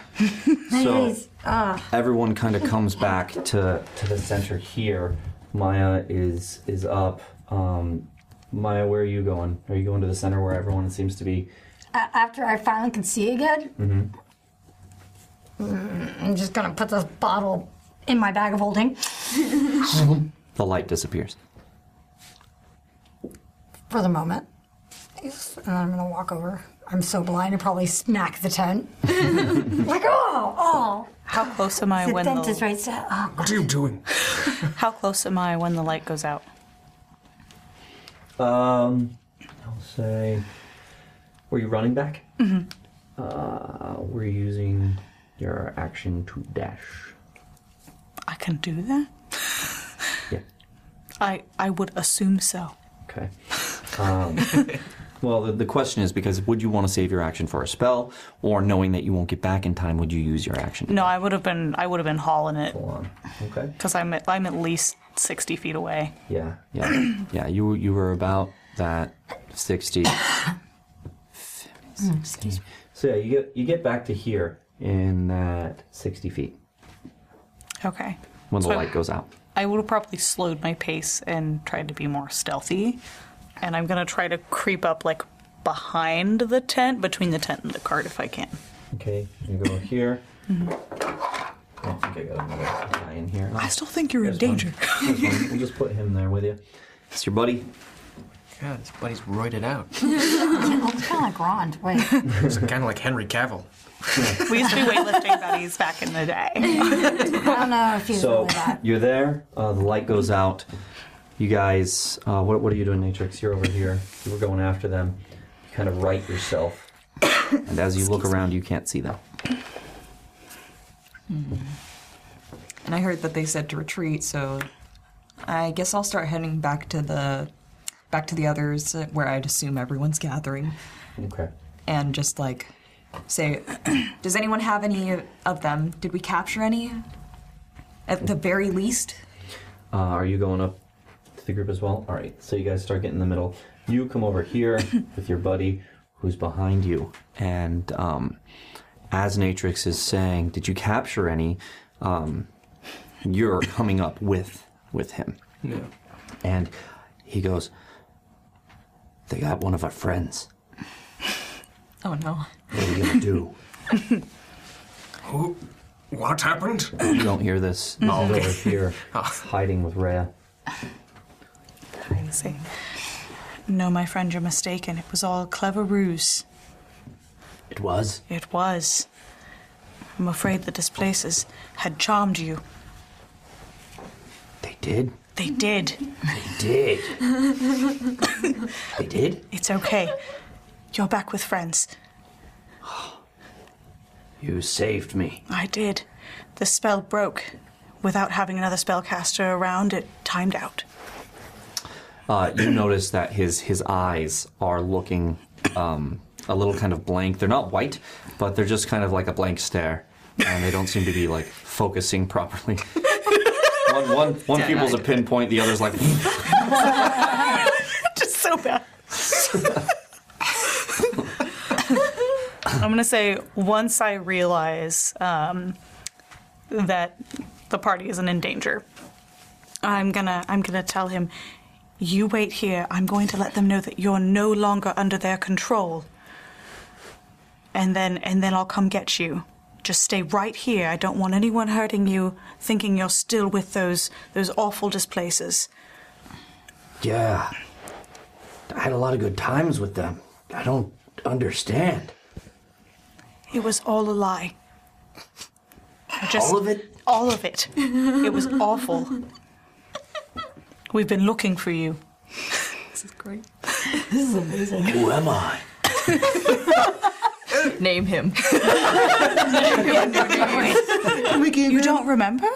C: Anyways, uh,
B: Everyone kind of comes back to, to the center here. Maya is is up. Um, Maya, where are you going? Are you going to the center where everyone seems to be?
C: a- after I finally can see again,
B: Mm-hmm.
C: mm, I'm just gonna put this bottle in my bag of holding
B: The light disappears.
C: for the moment. And then I'm gonna walk over. I'm so blind, I probably smack the tent. like, oh, oh.
D: How close am I
C: the
D: when
C: tent
D: the
C: is right there. Oh,
E: What are you doing?
D: How close am I when the light goes out?
B: Um, I'll say Were you running back?
D: Mhm.
B: Uh, we're using your action to dash.
D: I can do that?
B: Yeah.
D: I, I would assume so.
B: Okay. Um, well, the, the question is because would you want to save your action for a spell, or knowing that you won't get back in time, would you use your action?
D: No, I would have been I would have been hauling it
B: Okay.
D: because I'm at, I'm at least sixty feet away.
B: Yeah, yeah, yeah. You were- you were about that sixty. Hmm. Excuse me. So yeah, you get you get back to here in that sixty feet
D: Okay.
B: when the
D: So I-
B: light goes out.
D: I would have probably slowed my pace and tried to be more stealthy. And I'm gonna try to creep up like behind the tent, between the tent and the cart if I can.
B: Okay, you go here. I don't think I got another guy in here.
D: Mm-hmm. I still think you're in danger.
B: we'll just put him there with you. It's your buddy.
E: God, this buddy's roided out.
C: it's kind of like Ron. Wait.
E: He's kind of like Henry Cavill.
D: we used to be weightlifting buddies back in the day.
C: I don't know if you
B: So
C: really that.
B: you're there. Uh, the light goes out. You guys, uh, what, what are you doing, Natrix? You're over here. You were going after them. You kind of right yourself. and as you look around, you can't see them.
F: And I heard that they said to retreat, so I guess I'll start heading back to the back to the others uh, where I'd assume everyone's gathering
B: Okay.
F: and just like say does anyone have any of them? Did we capture any? At the very least?
B: Uh, are you going up to the group as well? All right. So you guys start getting in the middle. You come over here with your buddy, who's behind you, and um, as Natrix is saying, "Did you capture any?" Um, you're coming up with with him,
E: Yeah.
B: and he goes, "They got one of our friends.
F: Oh no.
B: What are we gonna do?"
E: Who? What happened?
B: you don't hear this. This
E: Oh,
B: is
E: okay.
B: over here, hiding with Rhea.
D: I see. No, my friend, you're mistaken. It was all a clever ruse.
B: It was.
D: It was. I'm afraid the displacers had charmed you.
B: They did.
D: They did.
B: They did. They did.
D: It's okay. You're back with friends.
B: You saved me.
D: I did. The spell broke. Without having another spellcaster around, it timed out.
B: Uh, you notice that his his eyes are looking um, a little kind of blank. They're not white, but they're just kind of like a blank stare, and they don't seem to be like focusing properly. one one one
H: Dead-eyed.
B: pupil's a pinpoint, the other's like. "Hmm."
D: Just so bad. I'm gonna say once I realize um, that the party isn't in danger, I'm gonna I'm gonna tell him, you wait here. I'm going to let them know that you're no longer under their control. And then and then I'll come get you. Just stay right here. I don't want anyone hurting you, thinking you're still with those those awful displacers.
H: Yeah. I had a lot of good times with them. I don't understand.
D: It was all a lie. I just-
H: All of it?
D: All of it. It was awful. We've been looking for you.
F: This is great.
D: This is amazing.
H: Who am I?
F: Name him.
D: you don't remember?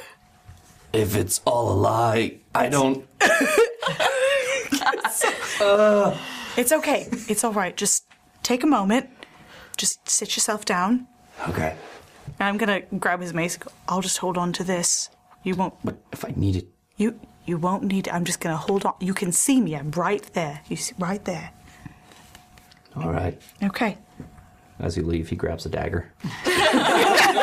H: If it's all a lie, I don't.
D: It's okay. It's all right. Just take a moment. Just sit yourself down.
H: Okay.
D: And I'm gonna grab his mace. and go, I'll just hold on to this. You won't.
B: But if I need it,
D: you you won't need. I'm just gonna hold on. You can see me. I'm right there. You see, right there.
B: All right.
D: Okay.
B: As you leave, he grabs a dagger,
C: Okay.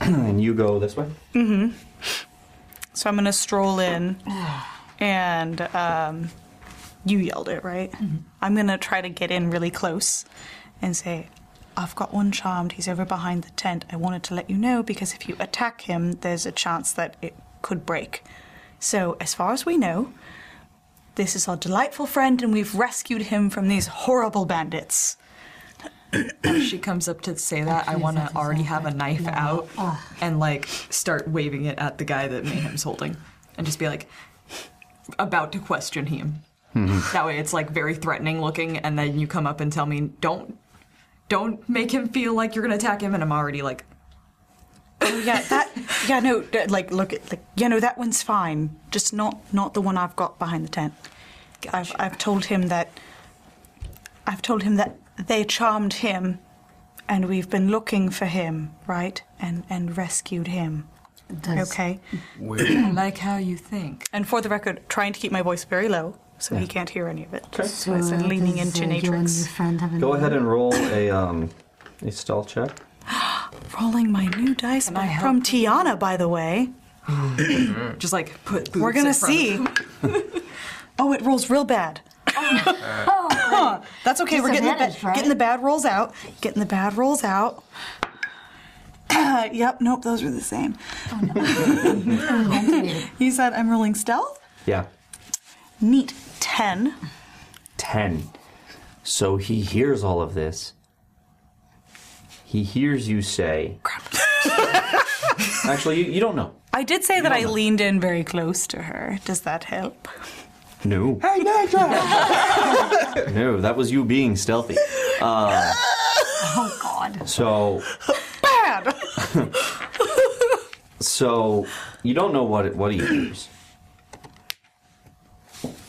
B: and you go this way.
D: Mm-hmm. So I'm gonna stroll in, and um, you yelled it, right? I'm gonna try to get in really close, and say, "I've got one charmed. He's over behind the tent. I wanted to let you know because if you attack him, there's a chance that it could break. So as far as we know." This is our delightful friend, and we've rescued him from these horrible bandits.
F: As she comes up to say that, I want to already have a knife out and like start waving it at the guy that Mayhem's holding and just be like about to question him.
B: Mhm.
F: That way, it's like very threatening looking, and then you come up and tell me, "Don't, don't make him feel like you're gonna attack him," and I'm already like,
D: yeah, that. Yeah, no. d- Like, look. at- Like, yeah, no. That one's fine. Just not not the one I've got behind the tent. I've I've told him that. I've told him that they charmed him, and we've been looking for him, right? And and rescued him.
F: Does-
D: okay.
F: "I like how you think."
D: And for the record, trying to keep my voice very low so he can't hear any of it. So I said
G: uh,
D: leaning
G: does,
D: into
G: uh, you and your
D: Natrix.
G: friend have
B: Go
G: any-
B: ahead and roll a um, a stall check.
D: Rolling my new dice back from Tiana, by the way.
F: Just like put.
D: We're
F: boobs
D: gonna
F: in front of
D: see. oh, it rolls real bad. Huh. That's okay. We're getting the, ba-
G: Oh, Disadvantage, right?
D: getting the bad rolls out. Getting the bad rolls out. yep. Nope. Those were the same.
G: Oh,
D: you said I'm rolling stealth.
B: Yeah,
D: Neat. Ten.
B: ten. So he hears all of this. He hears you say. Actually, you, you don't know.
D: I did say that I leaned in very close to her. Does that help?
B: No,
D: Hey, Nitra!
B: no, that was you being stealthy. Uh,
C: Oh, God.
B: so
D: Bad!
B: So you don't know what it, what he hears.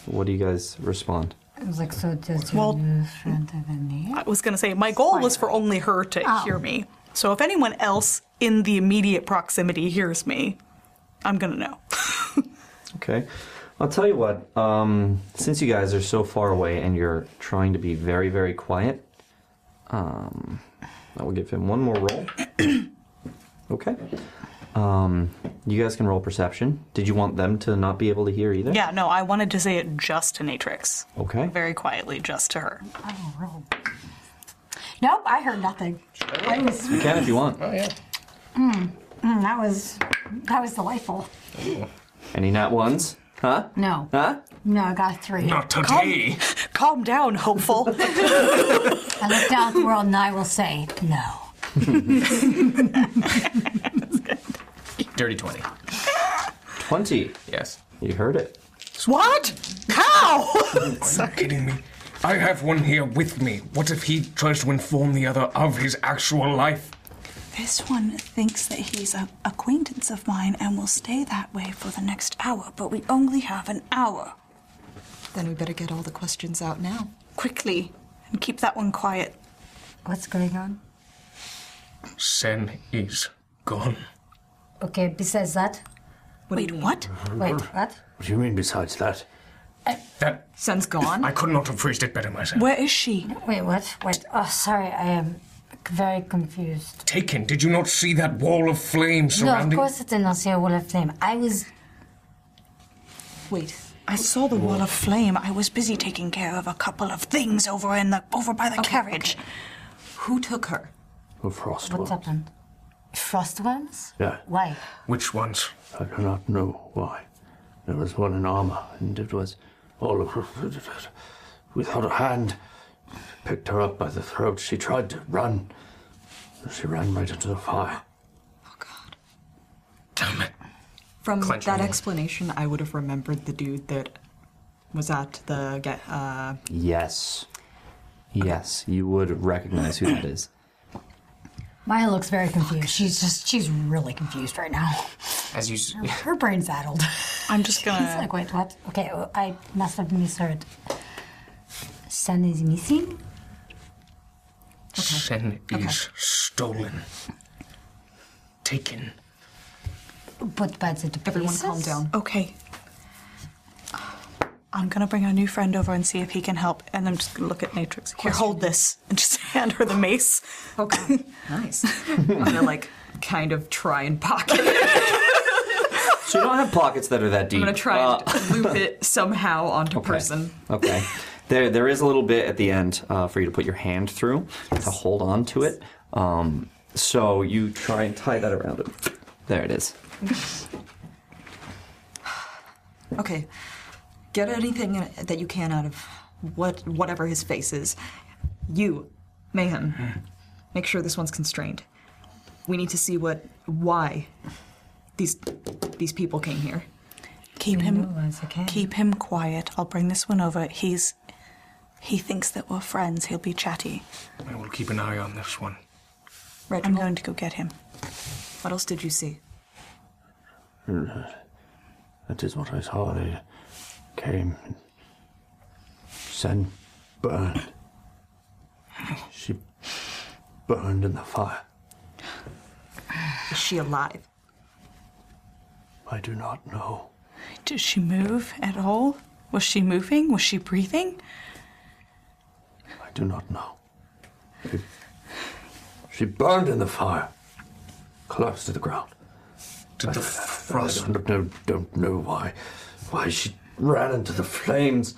B: What do you guys respond?
G: I was like, so does your new friend have any?
D: I was going to say, my goal was for only her to
G: Oh.
D: hear me. So if anyone else in the immediate proximity hears me, I'm going to know.
B: Okay, I'll tell you what. Um, since you guys are so far away and you're trying to be very very quiet, um, I will give him one more roll. okay. Um, you guys can roll perception. Did you want them to not be able to hear either?
D: Yeah, no, I wanted to say it just to Natrix.
B: Okay.
D: Very quietly, just to her.
C: Oh, roll. Nope, I heard nothing. I was.
B: You can if you want.
C: Oh, yeah. Mm, mm, that was. That was delightful.
B: Any nat ones? Huh?
C: No.
B: Huh?
C: No, I got three.
D: Calm, calm down, hopeful.
C: I look down at the world and I will say no.
E: Dirty 20.
B: 20.
E: Yes.
B: You heard it.
D: What? How?
J: Are you kidding me? I have one here with me. What if he tries to inform the other of his actual life?
D: This one thinks that he's an acquaintance of mine and will stay that way for the next hour, but we only have an hour.
F: Then we better get all the questions out now.
D: Quickly, and keep that one quiet.
G: What's going on?
J: Sen is gone.
G: Okay, besides that.
D: Wait, what?
G: Wait, what?
H: What do you mean besides that?
J: That
F: Sen's gone?
J: I could not have phrased it better myself.
D: Where is she?
G: Wait, what? Wait, oh, sorry, I am very confused.
J: Taken. Did you not see that wall of flame
G: No, of
J: surrounding?
G: course I did not see a wall of flame. I was.
D: Wait. I saw the wall of flame. I was busy taking care of a couple of things over in the over by the carriage.
F: Who took her?
H: The frost
G: What
H: one.
G: happened? Frostworms?
H: Yeah,
G: Why?
J: Which ones?
H: I do not know why. There was one in armor, and it was all of without a hand. Picked her up by the throat. She tried to run. She ran right into the fire.
F: From
E: Clench my
F: that
E: knee.
F: explanation, I would have remembered the dude that was at the get. Uh,
B: Yes. Yes, you would recognize who that is.
C: Maya looks very confused. She's just, she's really confused right now.
E: As you. s-
C: Her brain's addled.
D: I'm just
G: It's
D: gonna.
G: like, wait, what? Okay, oh, I must have misheard. Sun is missing?
J: Sen is stolen. Taken.
G: But by the
F: everyone,
G: pieces?
F: calm down.
D: Okay. I'm gonna bring our new friend over and see if he can help. And I'm just gonna look at Matrix. Here, hold this, and just hand her the mace.
F: Okay, nice. I'm gonna like kind of try and pocket it.
B: So you don't have pockets that are that deep.
F: I'm gonna try and loop it somehow onto
B: okay.
F: person.
B: Okay. There, there is a little bit at the end uh, for you to put your hand through to hold on to it. Um, so you try and tie that around it. There it is.
F: Okay, get anything that you can out of what whatever his face is. You, mayhem. Make sure this one's constrained. We need to see what why these these people came here.
D: Keep
G: You
D: him
G: know that's okay.
D: keep him quiet. I'll bring this one over. He's he thinks that we're friends. He'll be chatty.
E: I will keep an eye on this one.
D: I'm going to go get him.
F: What else did you see?
H: That is what I saw. They came and sent burned. She burned in the fire.
F: Is she alive?
H: I do not know.
D: Did she move at all? Was she moving? Was she breathing?
H: I do not know. She, she burned in the fire, collapsed to the ground.
E: Did the
H: frost? I don't know, don't know why. Why she ran into the flames.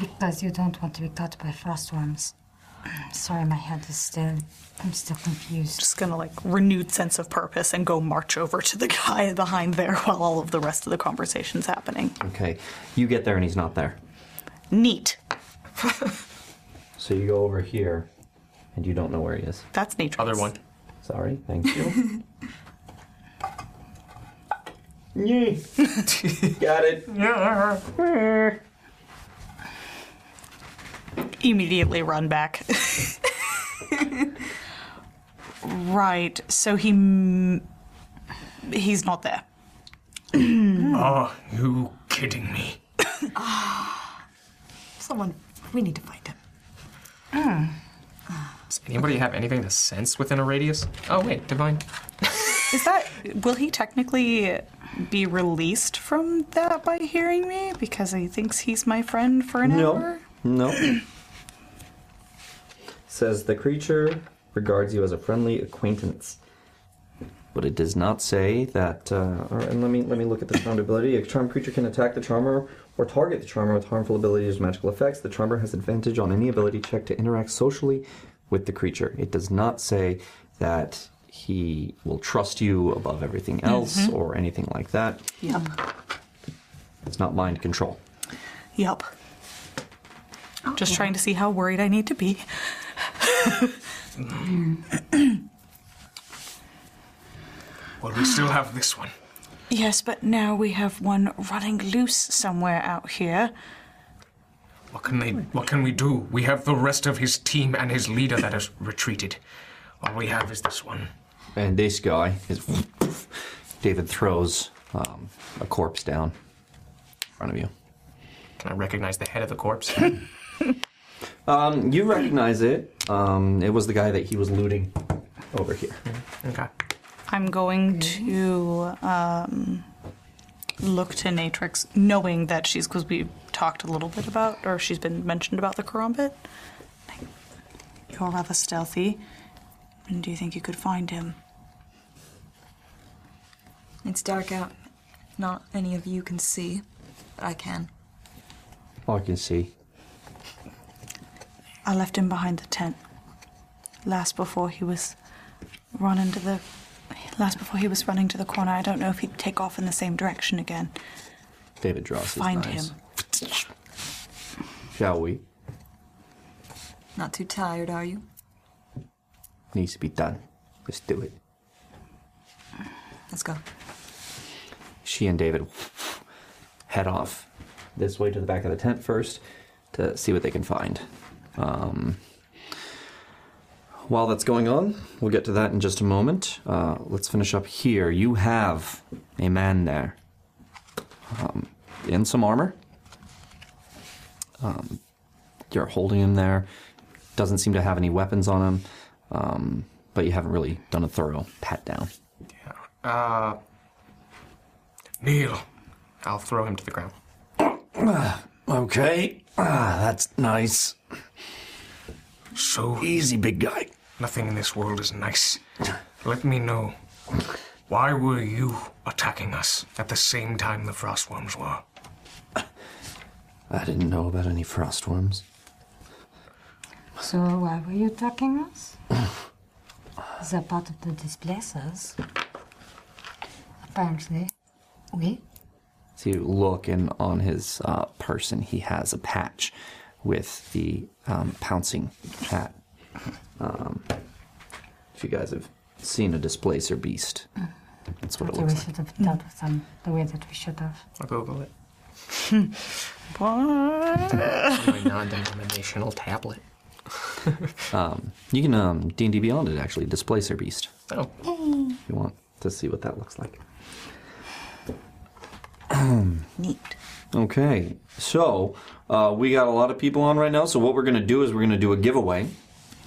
G: Because you don't want to be caught by frostworms. Sorry, my head is still. I'm still confused.
D: Just gonna like renewed sense of purpose and go march over to the guy behind there while all of the rest of the conversation's happening.
B: Okay, you get there and he's not there.
D: Neat.
B: So you go over here, and you don't know where he is.
D: That's nature. Other one.
B: Sorry, thank you. Got it.
D: Immediately run back. right. So he m- he's not there.
J: Are you kidding me?
C: Someone, we need to find him.
E: Does anybody have anything to sense within a radius? Oh wait, divine.
D: Is that will he technically be released from that by hearing me because he thinks he's my friend for an
B: No.
D: hour?
B: No. Says the creature regards you as a friendly acquaintance. But it does not say that. Uh, or, and let me let me look at the charmed ability. A charmed creature can attack the charmer or target the charmer with harmful abilities or magical effects. The charmer has advantage on any ability check to interact socially with the creature. It does not say that he will trust you above everything else
D: Mhm.
B: or anything like that.
D: Yep.
B: It's not mind control.
D: Yep. Just trying to see how worried I need to be.
J: Well, we still have this one.
D: yes, but now we have one running loose somewhere out here.
J: What can they? What can we do? We have the rest of his team and his leader that has retreated. All we have is this one.
B: And this guy is. David throws um, a corpse down in front of you.
E: Can I recognize the head of the corpse?
B: Um, you recognize it. Um, it was the guy that he was looting over here.
E: Okay.
D: I'm going to um, look to Natrix, knowing that she's because we talked a little bit about, or she's been mentioned about the Karambit. You're rather stealthy. And do you think you could find him?
F: It's dark out. Not any of you can see, but I can.
B: All I can see.
D: I left him behind the tent. Last before he was running to the last before he was running to the corner. I don't know if he'd take off in the same direction again.
B: David draws his
D: Find
B: knives.
D: him.
B: Shall we?
F: Not too tired, are you?
B: Needs to be done. Let's do it.
F: Let's go.
B: She and David head off this way to the back of the tent first to see what they can find. Um, while that's going on, we'll get to that in just a moment. Uh, let's finish up here. You have a man there um, in some armor. Um, you're holding him there. Doesn't seem to have any weapons on him, um, but you haven't really done a thorough pat down.
E: Uh, kneel. I'll throw him to the ground.
H: Okay. Ah, that's nice.
J: So
H: easy, big guy.
J: Nothing in this world is nice. Let me know. Why were you attacking us at the same time the frostworms were?
B: I didn't know about any frostworms.
G: So why were you attacking us? Is that part of the displacers? Apparently. Oui.
B: So you look, and on his uh, person, he has a patch with the um, pouncing cat. Um, if you guys have seen a displacer beast, That's what it
G: Okay,
B: looks
G: we
B: like.
G: should have dealt with them the way that we should have.
E: I'll Google it.
D: My
E: non-denominational tablet.
B: Um, you can um, D&D Beyond it, actually. Displacer Beast.
E: Oh.
B: If you want to see what that looks like.
F: Neat.
B: Okay, so uh, we got a lot of people on right now. So what we're going to do is we're going to do a giveaway,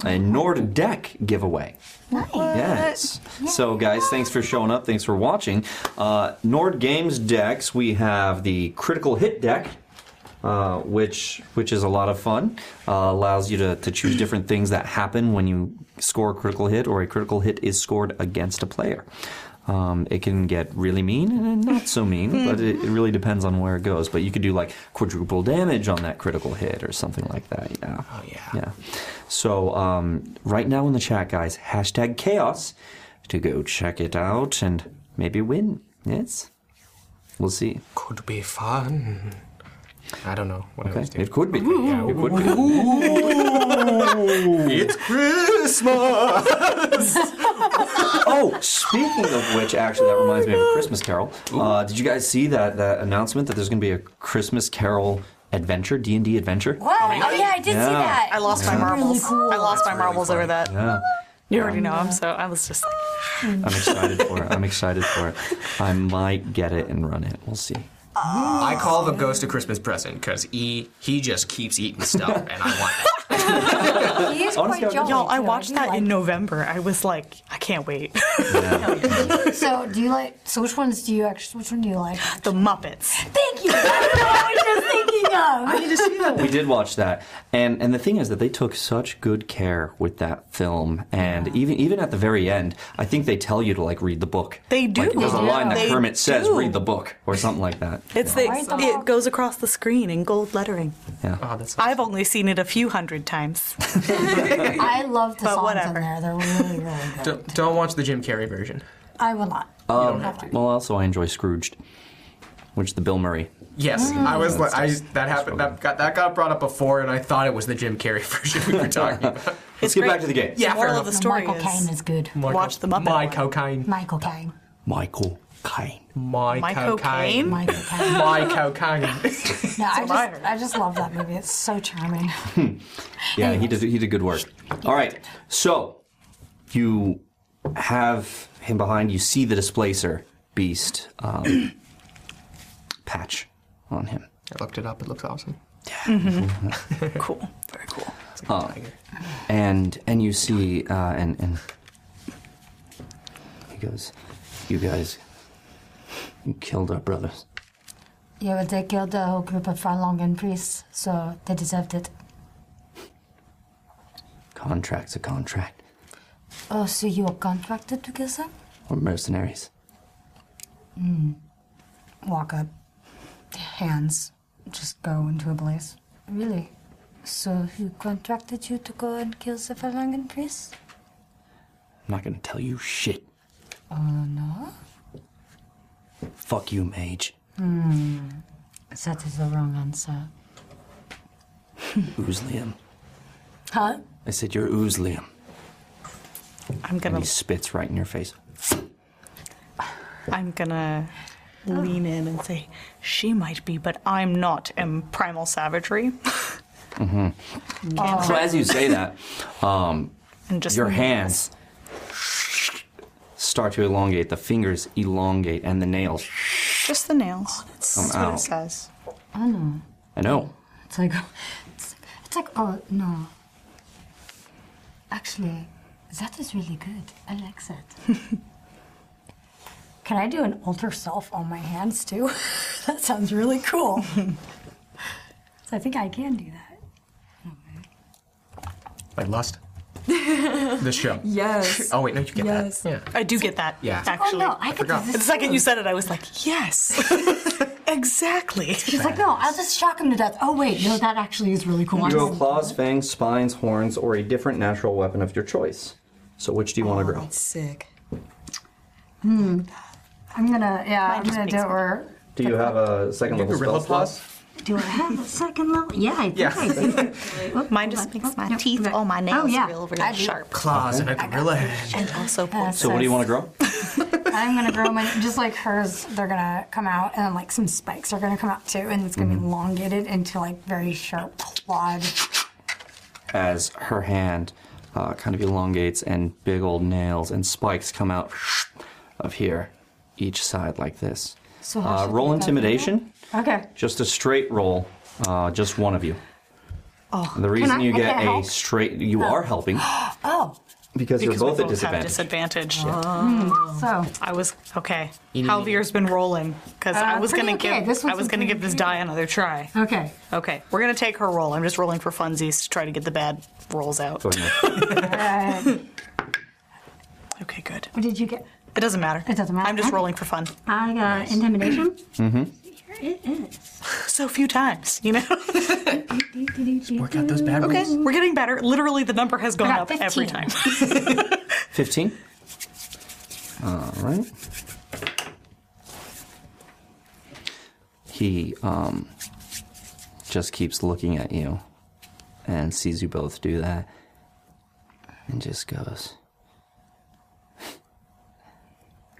B: a Nord deck giveaway.
C: Nice.
B: Yes. So, guys, thanks for showing up. Thanks for watching. Uh, Nord Games decks. We have the critical hit deck, uh, which which is a lot of fun. Uh, allows you to, to choose different things that happen when you score a critical hit or a critical hit is scored against a player. Um, it can get really mean and not so mean, but it, it really depends on where it goes. But you could do like quadruple damage on that critical hit or something like that. Yeah. Oh yeah. Yeah. So um, right now in the chat, guys, hashtag chaos to go check it out and maybe win. Yes. We'll see.
E: Could be fun. I don't know what I was doing.
B: It could be.
E: Yeah,
B: it could be.
E: it's Christmas.
B: oh, speaking of which, actually, that reminds me of a Christmas Carol. Uh, did you guys see that that announcement that there's going to be a Christmas Carol adventure, D and D adventure?
D: What?
G: Oh, yeah, I did see that.
D: I lost my
B: Yeah.
D: marbles. I lost my marbles over that.
B: Yeah.
D: You already know them, so I was just like.
B: I'm excited for it. I'm excited for it. I might get it and run it. We'll see.
E: I call the ghost a Christmas present because he he just keeps eating stuff, and I want it.
G: He is
E: Honestly,
G: quite jolly.
D: Y'all, I
G: too.
D: watched
G: do
D: that
G: like
D: in November. I was like, I can't wait.
G: so do you like? So which ones do you actually? Which one do you like?
D: The Muppets.
G: Thank you. That's what I was just thinking of. I
E: need to see that.
B: we did watch that and and the thing is that they took such good care with that film and even even at the very end i think they tell you to like read the book
D: They do.
B: like, there's a line that
D: They
B: kermit says
D: do.
B: read the book or something like that
D: It's the, it goes across the screen in gold lettering.
B: yeah
E: Oh,
D: I've only seen it a few hundred times.
G: I love the
D: But
G: songs
D: whatever.
G: in there. They're really, really good.
E: Don't, don't watch the Jim Carrey version.
G: I will not. Uh,
B: um, well also i enjoy scrooged which is the bill murray
E: Yes,
B: Mm.
E: I was.
B: That's-
E: like, I that happened. That got that got brought up before, and I thought it was the Jim Carrey version we were talking about.
B: Let's get back to the game.
E: Yeah, fair
G: moral
E: enough.
G: of the story Michael Caine is good.
E: Watch the Muppet. My cocaine.
G: Michael Caine.
B: Michael Caine.
E: My,
G: Michael
E: cocaine.
G: Caine? Michael Caine.
E: My cocaine.
G: No, I just, I just love that movie. It's so charming.
B: yeah he did he did good work all right so you have him behind you see the displacer beast um, patch on him
E: I looked it up. It looks awesome.
D: cool.
B: Very cool. and and you see uh, and and he goes, "You guys, you killed our brothers."
G: Yeah, but they killed a whole group of Falungan priests, so they deserved it.
B: Contract's a contract.
G: Oh, so you were contracted to kill them?
B: We're mercenaries.
G: Hmm. Walk up. Hands just go into a blaze. Really? So who contracted you to go and kill the Falungan priests?
B: I'm not gonna tell you shit.
G: Oh, no?
B: Fuck you, mage.
G: Hmm. That is the wrong answer.
B: Oozlium.
G: Huh?
B: I said you're Oozlium.
D: I'm
B: And
D: gonna,
B: he spits right in your face.
D: I'm gonna lean in and say, she might be, but I'm not. Am primal savagery.
B: Mm-hmm.
D: Oh.
B: So as you say that, um,
D: And just
B: your hands start to elongate. The fingers elongate, and the nails.
D: Just the
B: Oh,
D: nails. that's
B: Come
D: what
B: out.
D: it says.
G: Oh, no.
B: I know.
G: It's like, it's, it's like, oh no. Actually, that is really good. I like that. Can I do an alter self on my hands too? that sounds really cool. so I think I can do that.
E: Like Lust. This show.
D: Yes.
E: Oh wait, no, you get that. Yeah.
D: I do get that.
E: Yeah.
D: Actually.
E: Oh, no, I I could do forgot. this
D: The second you said it, I was like, yes. exactly.
G: She's like, no, I'll just shock him to death. Oh wait, no, that actually is really cool.
B: You have claws, fangs, spines, horns, or a different natural weapon of your choice. So which do you want to grow?
F: Sick.
G: Hmm. I'm gonna, yeah, I'm
F: just
G: gonna do it. Or
B: Do you have a second level spell slot?
G: do I have a second level? Yeah, I think
B: Yeah.
G: I do.
D: Mine just makes my teeth, all my nails,
G: Oh, yeah.
D: real, real sharp.
E: Claws and a gorilla head.
D: And also
B: So what do you want to grow?
G: I'm gonna grow my just like hers. They're gonna come out, and then like some spikes are gonna come out too, and it's gonna
B: Mhm.
G: be elongated into like very sharp clawed.
B: as her hand uh, kind of elongates and big old nails and spikes come out of here, each side like this.
G: So how
B: uh,
G: should
B: roll
G: we cover
B: intimidation.
G: Okay.
B: Just a straight roll, uh, just one of you.
G: Oh.
B: And the reason you get a
G: a
B: straight, you are helping
G: oh.
B: because, you're both, at
D: have
B: disadvantage.
D: disadvantage.
G: So
D: I was okay.
B: You need-
D: Javier's been rolling because
G: Uh,
D: I was
G: pretty
D: gonna
G: okay.
D: give
G: This
D: I
G: one's
D: was gonna give this die another try.
G: Okay.
D: Okay, we're gonna take her roll. I'm just rolling for funsies to try to get the bad rolls out. okay, good.
G: What did you get?
D: It doesn't matter. It
G: doesn't matter.
D: I'm just rolling for fun.
G: I got intimidation.
D: Mm-hmm.
G: Here it is.
D: So few times, you know.
G: Work
E: out those bad
D: okay,
E: rolls.
D: we're getting better. Literally, the number has gone up every time.
B: 15. All right. He um, just keeps looking at you and sees you both do that and just goes,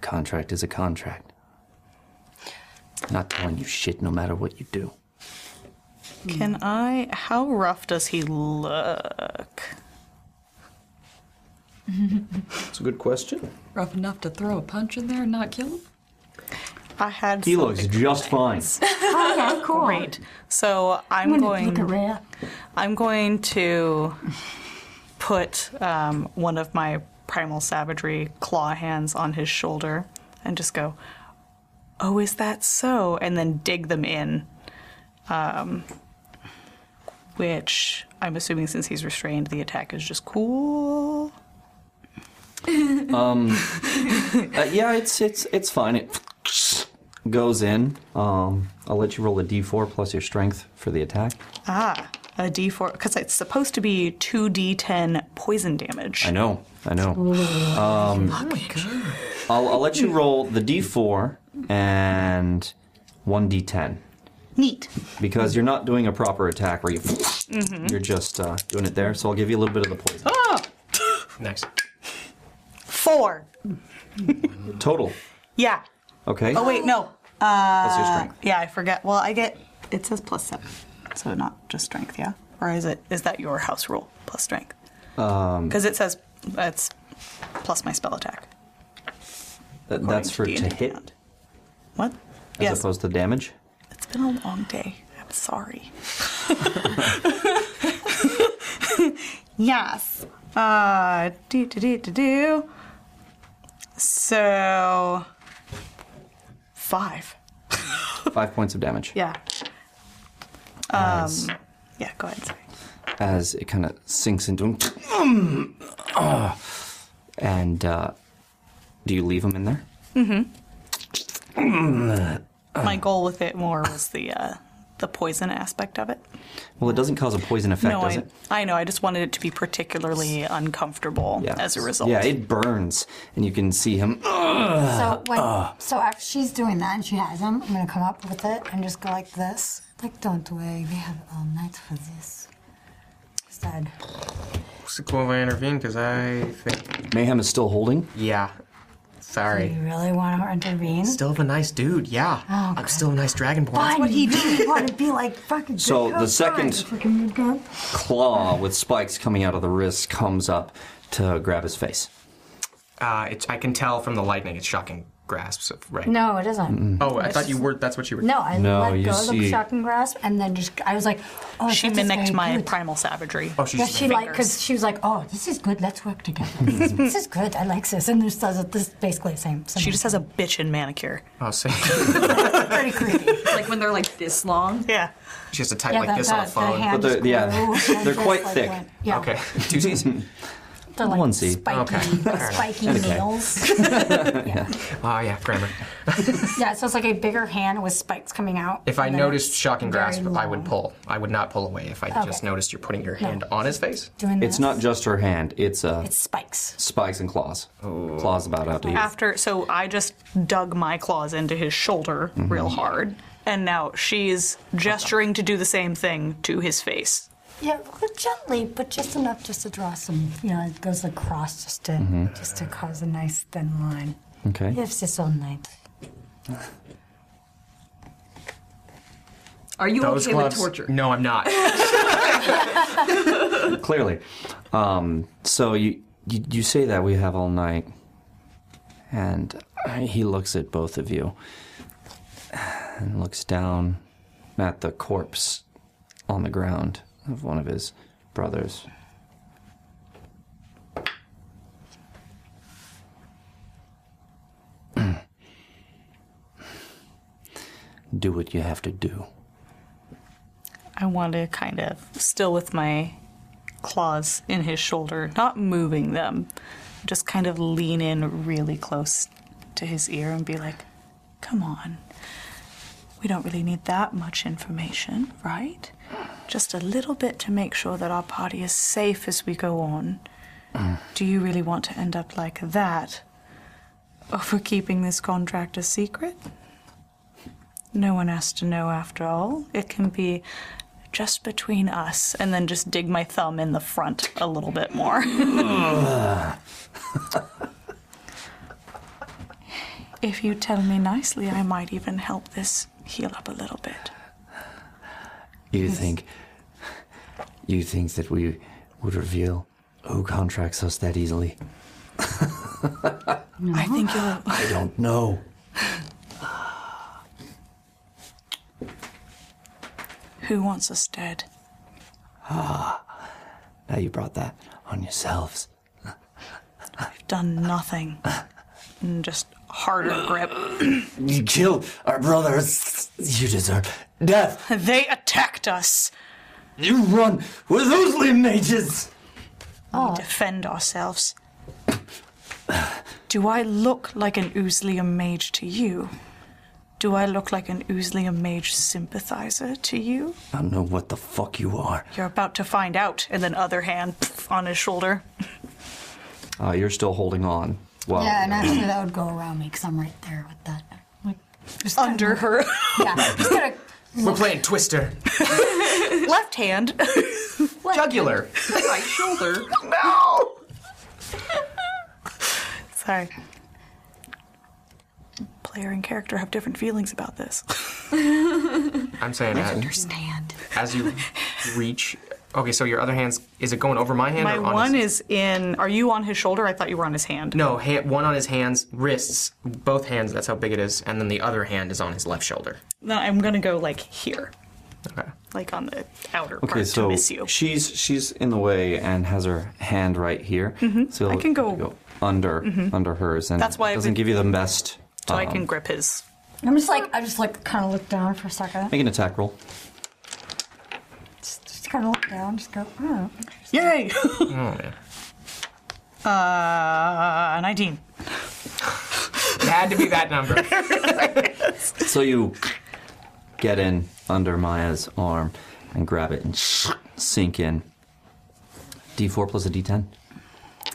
B: Contract is a contract. Not telling you shit no matter what you do. Hmm.
D: Can I? How rough does he look?
B: That's a good question.
F: Rough enough to throw a punch in there and not kill him?
D: I had.
B: He looks just fine.
D: okay, cool. Great. So I'm,
G: I'm gonna
D: going.
G: look
D: I'm going to put um, one of my primal savagery claw hands on his shoulder and just go, "Oh, is that so?" And then dig them in. Um, which I'm assuming since he's restrained, the attack is just cool.
B: Um, uh, yeah, it's it's it's fine. It goes in. Um, I'll let you roll a d4 plus your strength for the attack.
D: Ah, a d4, because it's supposed to be 2d10 poison damage.
B: I know, I know. Um,
D: Oh
B: I'll, I'll let you roll the d4 and one d10
D: Neat.
B: because you're not doing a proper attack where you
D: Mhm.
B: you're just uh, doing it there. So I'll give you a little bit of the poison.
D: Ah!
B: Nice.
D: Four.
B: Total.
D: Yeah.
B: Okay.
D: Oh, wait, no. Uh,
B: That's your strength.
D: Yeah, I forget. Well, I get, it says plus seven. So not just strength, yeah? Or is it, is that your house rule? Plus strength?
B: Um,
D: Because it says it's plus my spell attack.
B: th- that's for to hit.
D: What?
B: As
D: Yes.
B: opposed to damage.
D: It's been a long day. I'm sorry. yes. Uh, do, do, do, do, do. So, five.
B: Five points of damage.
D: Yeah. Um, yeah, go ahead. Sorry.
B: as it kind of sinks into him. Ah. And uh, do you leave him in there?
D: Mm-hmm.
B: Mm.
D: My goal with it more was the uh, the poison aspect of it.
B: Well, it doesn't cause a poison effect,
D: no,
B: does
D: I,
B: it?
D: I know. I just wanted it to be particularly uncomfortable as a result.
B: Yeah, it burns, and you can see him.
G: So
B: So
G: when, so after she's doing that and she has them, I'm gonna come up with it and just go like this. Like, don't worry, we have all night for this. Instead.
E: What's the cool if I intervene? Because I think.
B: Mayhem is still holding?
E: Yeah. Sorry.
G: You really want to intervene?
E: Still a nice dude, yeah.
G: Oh,
E: I'm still a nice dragonborn.
G: Fine, what he did. want to be like fucking.
B: So
G: good
B: the
G: guy,
B: second-
G: Freaking good guy.
B: Claw with spikes coming out of the wrist comes up to grab his face.
E: Uh, it, I can tell from the lightning, it's shocking grasps, of- right?
G: No, it doesn't.
E: Oh, I
G: It's
E: thought you
G: just-
E: were. That's what you were.
G: No, I let go of the shocking grasp, and then just I was like, oh,
D: She
G: this is
D: mimicked
G: very
D: my
G: good.
D: primal savagery.
E: Oh,
G: Yeah, she like because she was like, oh, this is good. Let's work together. This is, this is good. I like this, and this does it. This is basically the same.
D: She just has a bitchin' manicure.
E: Oh, see.
G: pretty creepy.
F: like when they're like this long?
D: Yeah.
E: She has to type
G: Yeah,
E: like
G: that-
E: this on a
G: that- that
E: phone.
G: hand But they're- just yeah, grew and they're just, quite like, thick. went- yeah.
E: Okay. Two
G: They're like
E: One
G: spiky,
E: seed. Okay. Fair enough.
G: spiky
E: Okay.
G: nails.
E: yeah. Oh, yeah, grammar.
G: yeah, so it's like a bigger hand with spikes coming out.
E: If I
G: and then
E: noticed shocking
G: very
E: grasp, I would pull. I would not pull away if I
G: Okay.
E: just noticed you're putting your
G: No.
E: hand on his face.
G: Doing
B: It's not just her hand, it's, uh,
G: It's spikes.
B: spikes and claws. Claws about out to you.
D: After, so I just dug my claws into his shoulder
B: Mhm.
D: real hard, and now she's gesturing to do the same thing to his face.
G: Yeah, well, gently, but just enough just to draw some. You know, it goes across just to
D: Mhm.
G: just to cause a nice thin line.
B: Okay.
G: He has his own night.
F: Are you
E: Those
F: okay
E: gloves?
F: with torture?
E: No, I'm not.
B: Clearly. Um, so you, you you say that we have all night, and he looks at both of you and looks down at the corpse on the ground of one of his brothers. do what you have to do.
D: I want to kind of, still with my claws in his shoulder, not moving them, just kind of lean in really close to his ear and be like, come on. We don't really need that much information, right? Just a little bit to make sure that our party is safe as we go on. Do you really want to end up like that over keeping this contract a secret? No one has to know after all. It can be just between us, and then just dig my thumb in the front a little bit more. if you tell me nicely, I might even help this heal up a little bit.
B: You think you think that we would reveal who contracts us that easily?
D: I think you'll.
B: I don't know.
D: Who wants us dead?
B: Now you brought that on yourselves.
D: I've done nothing. And just harder grip.
B: You killed our brothers. You deserve death.
D: They attacked us.
B: You run with those limb mages.
D: We defend ourselves. Do I look like an Oozlium mage to you? Do I look like an Oozlium mage sympathizer to you?
B: I don't know what the fuck you are.
D: You're about to find out. And then other hand pff, on his shoulder.
B: Uh, you're still holding on. Wow.
G: Oh, Yeah, and actually that would go around me because I'm right there with that. Like, just kinda-
D: Under her
G: Yeah, just gonna
E: We're playing Twister.
D: left hand.
E: Jugular.
F: My shoulder.
D: Sorry. Player and character have different feelings about this.
E: I'm saying that.
F: Stand.
E: as you reach. Okay, so your other hand's is it going over my hand
D: My
E: or on
D: one
E: his?
D: is in. Are you on his shoulder? I thought you were on his hand.
E: no, ha- one on his hands, wrists, both hands. That's how big it is, and then the other hand is on his left shoulder.
D: No, I'm gonna go like here,
E: Okay.
D: like on the outer
B: Okay,
D: part to
B: so
D: miss you.
B: she's she's in the way and has her hand right here. So
D: Mm-hmm. I can
B: you
D: go- Mm-hmm.
B: under under hers, and
D: That's why I've
B: it doesn't
D: been-
B: give you the best.
D: So I
B: um,
D: can grip his.
G: I'm just like I just like kind of look down for a second.
B: make an attack roll.
G: Just, just kind of look down. Just go. Oh.
D: Yay!
E: Oh yeah.
D: uh, 19.
E: It had to be that number.
B: So you get in under Maya's arm and grab it and sink in. D4 plus a D10.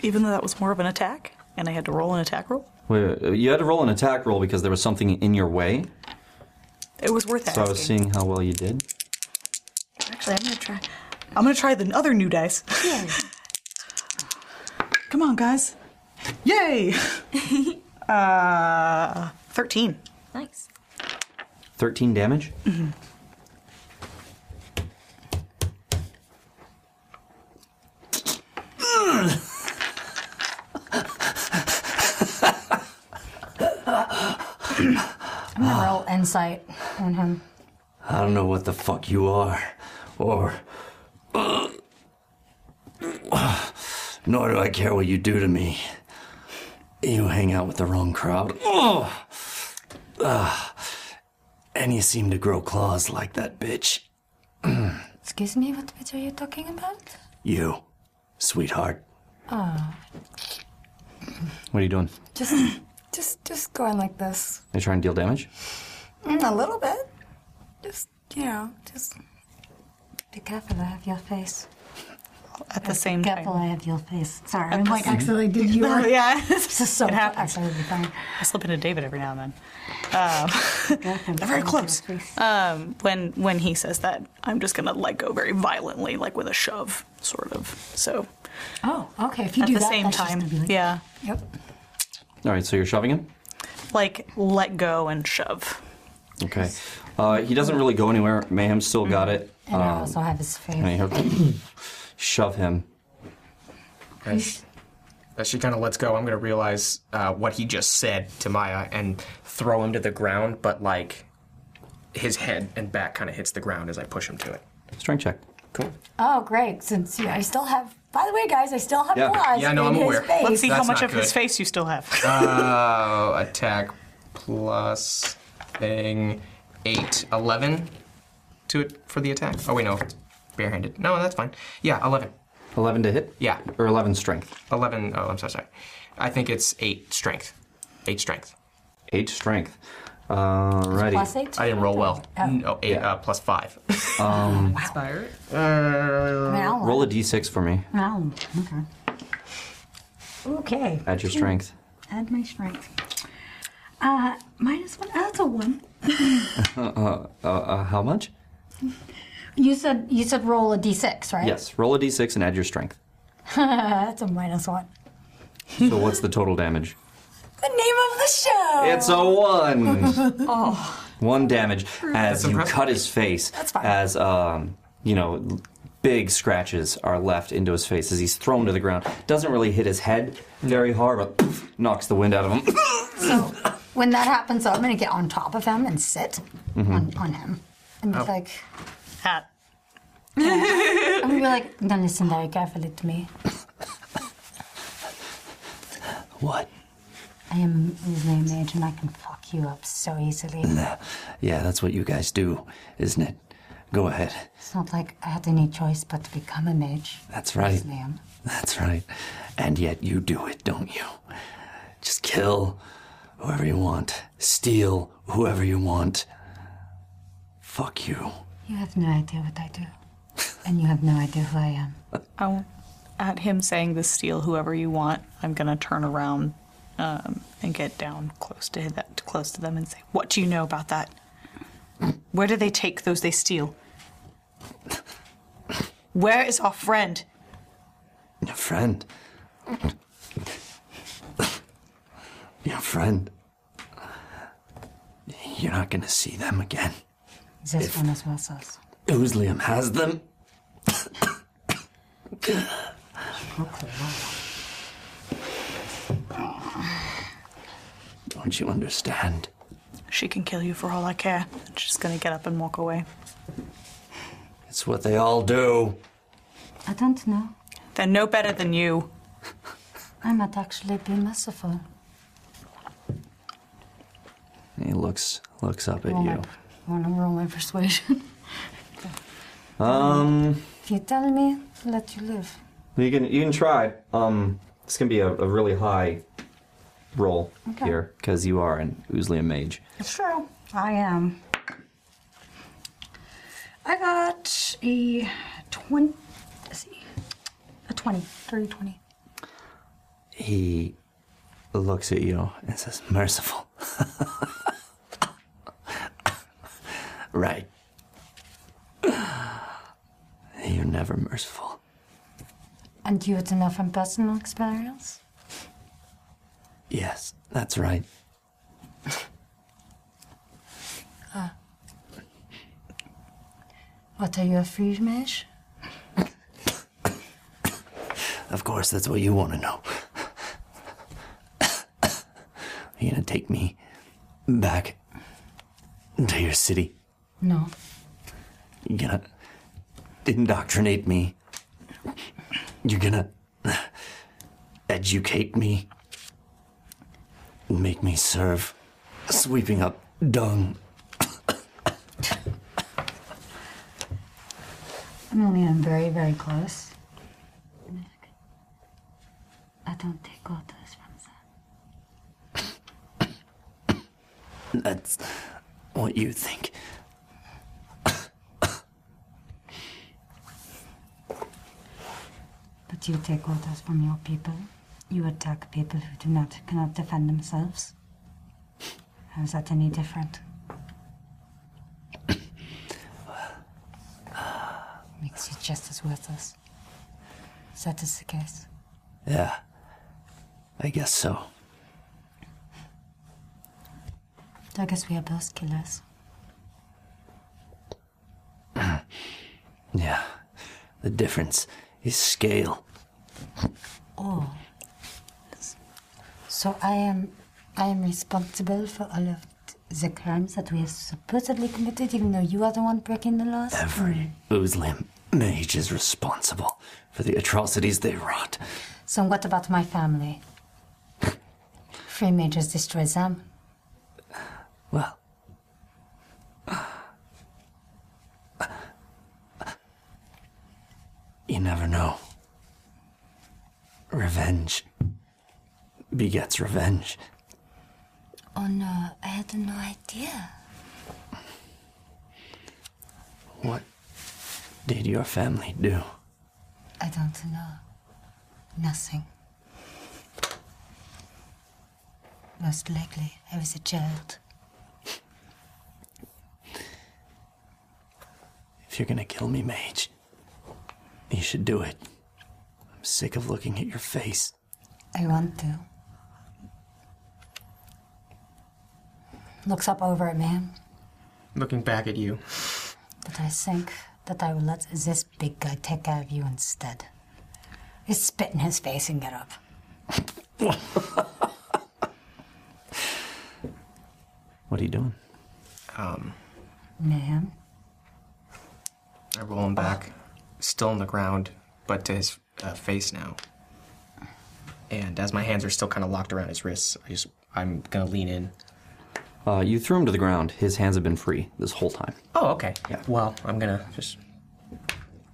D: Even though that was more of an attack, and I had to roll an attack roll,
B: Wait, uh, you had to roll an attack roll because there was something in your way.
D: it was worth
B: So I
D: asking.
B: was seeing how well you did.
D: Actually, I'm gonna try. I'm gonna try the other new dice. Come on, guys! Yay! uh, 13.
F: Nice.
B: 13 damage.
G: I'm gonna roll insight on him.
B: I don't know what the fuck you are, or. Nor do I care what you do to me. You hang out with the wrong crowd. Oh! Ah. and you seem to grow claws like that bitch.
G: Excuse me, what bit are you talking about?
B: You, sweetheart. Oh. What are you doing?
G: Just, just, just going like this.
B: Are you trying to deal damage?
G: Mm, a little bit. Just, you know, just. Be careful, I have your face.
D: At the same
G: Be
D: time.
G: careful, I have your face. Sorry, I'm like accidentally did you.
D: yeah.
G: This is so
D: It happens.
G: Actually, it'll be fine.
D: I slip into David every now and then.
G: Careful, I
D: Very
G: have your
D: close.
G: face.
D: Um, when when he says that, I'm just gonna let go very violently, like with a shove, sort of. So
G: Oh, okay. If you
D: at
G: do
D: the
G: that,
D: same
G: that's just
D: time,
G: gonna be like-
D: yeah.
G: Yep.
B: All right, so you're shoving him?
D: like let go and shove.
B: Okay. Uh, he doesn't really go anywhere. Mayhem's still got it.
G: And I
B: Um,
G: also have his face.
B: and he'll shove him.
E: As, as she kind of lets go, I'm going to realize uh, what he just said to Maya and throw him to the ground, but like his head and back kind of hits the ground as I push him to it.
B: Strength check.
E: Cool.
G: Oh, great. Since yeah, I still have. By the way, guys, I still have
E: Yeah.
G: claws.
E: Yeah, no,
G: in
E: I'm
G: his
E: aware.
G: Face.
D: Let's see how
E: That's
D: much
E: not
D: of his
E: good. Uh,
D: face you still have.
E: Oh, attack plus thing eight, 11 to it for the attack. Oh, wait, no, it's barehanded. No, that's fine. Yeah, 11.
B: 11 to hit?
E: Yeah.
B: Or 11 strength.
E: 11, oh, I'm so sorry. I think it's eight strength. Eight strength.
B: Eight strength. Alrighty.
E: Plus
G: eight?
E: I didn't roll well.
G: Oh,
E: No, eight uh, plus five.
B: Um,
F: Inspire.
G: Now.
B: roll a d6 for me.
G: Wow. Okay. Oh, Okay.
B: Add your strength.
G: Add my strength. Uh, minus one. That's a one.
B: Uh, uh, uh, how much?
G: You said you said roll a d6, right?
B: Yes. Roll a d6 and add your strength.
G: that's a minus one.
B: So what's the total damage?
G: The name of the show.
B: It's a one.
G: oh.
B: One damage as you cut his face.
G: That's fine.
B: As um, you know, l- big scratches are left into his face as he's thrown to the ground. Doesn't really hit his head very hard, but poof, knocks the wind out of him.
G: So when that happens, I'm gonna get on top of him and sit
B: Mhm.
G: on, on him and be
B: Oh.
G: like,
D: hat.
G: I'm gonna be like, now listen very carefully to me.
B: What?
G: I am easily a mage and I can fuck you up so easily.
B: yeah, that's what you guys do, isn't it? Go ahead.
G: It's not like I had any choice but to become a mage.
B: That's right.
G: Obviously, I'm-
B: That's right. And yet you do it, don't you? Just kill whoever you want, steal whoever you want. Fuck you.
G: You have no idea what I do, and you have no idea who I am.
D: Oh, at him saying this, steal whoever you want. I'm gonna turn around um, and get down close to that, close to them, and say, "What do you know about that? Where do they take those they steal? Where is our friend?
B: Your friend. Your friend. You're not gonna see them again.
G: This
B: If-
G: one is well sus.
B: Oozlium has them. Don't you understand?
D: She can kill you for all I care." She's gonna get up and walk away.
B: It's what they all do.
G: I don't know.
D: They're no better than you.
G: I might actually be merciful.
B: He looks looks up at
G: Roll my-
B: you.
G: wanna roll my persuasion?
B: Um,
G: if you tell me, I'll let you live.
B: you can you can try. Um, it's gonna be a, a really high roll
G: Okay.
B: here because you are an Oozlium mage.
G: It's true. I am. I got a 20. Let's see. A 20. 30, 20.
B: He looks at you and says, "Merciful." right. You're never merciful.
G: And you would know from personal experience?
B: Yes, that's right.
G: What are you, a free mage?
B: Of course, that's what you want to know. You're gonna take me back to your city.
G: No.
B: You're gonna indoctrinate me. You're gonna educate me. Make me serve sweeping up dung.
G: I'm only I'm very, very close. I don't take orders from
B: That's what you think.
G: But you take orders from your people. You attack people who do not cannot defend themselves. How is that any different? Makes you just as worthless. So That is the case.
B: Yeah, I guess so.
G: So I guess we are both killers.
H: Yeah. The difference is scale.
G: Oh. So I am, I am responsible for all of the crimes that we have supposedly committed, even though you are the one breaking the laws.
H: Every Oozlim mage is responsible for the atrocities they wrought.
G: So what about my family? Free mages destroy them.
H: Well. You never know. Revenge begets revenge.
G: Oh no, I had no idea.
H: What did your family do?
G: I don't know. Nothing. Most likely, I was a child.
H: If you're gonna kill me, mage, you should do it. I'm sick of looking at your face.
G: I want to. Looks up over at me,
E: Looking back at you.
G: but I think that I will let this big guy take care of you instead. I spit in his face and get up.
H: What are you doing?
E: Um,
G: Ma'am,
E: I roll him back, still on the ground, but to his uh, face now. And as my hands are still kind of locked around his wrists, I just I'm gonna lean in.
B: Uh, you threw him to the ground. His hands have been free this whole time.
E: Oh, okay. Well, I'm gonna just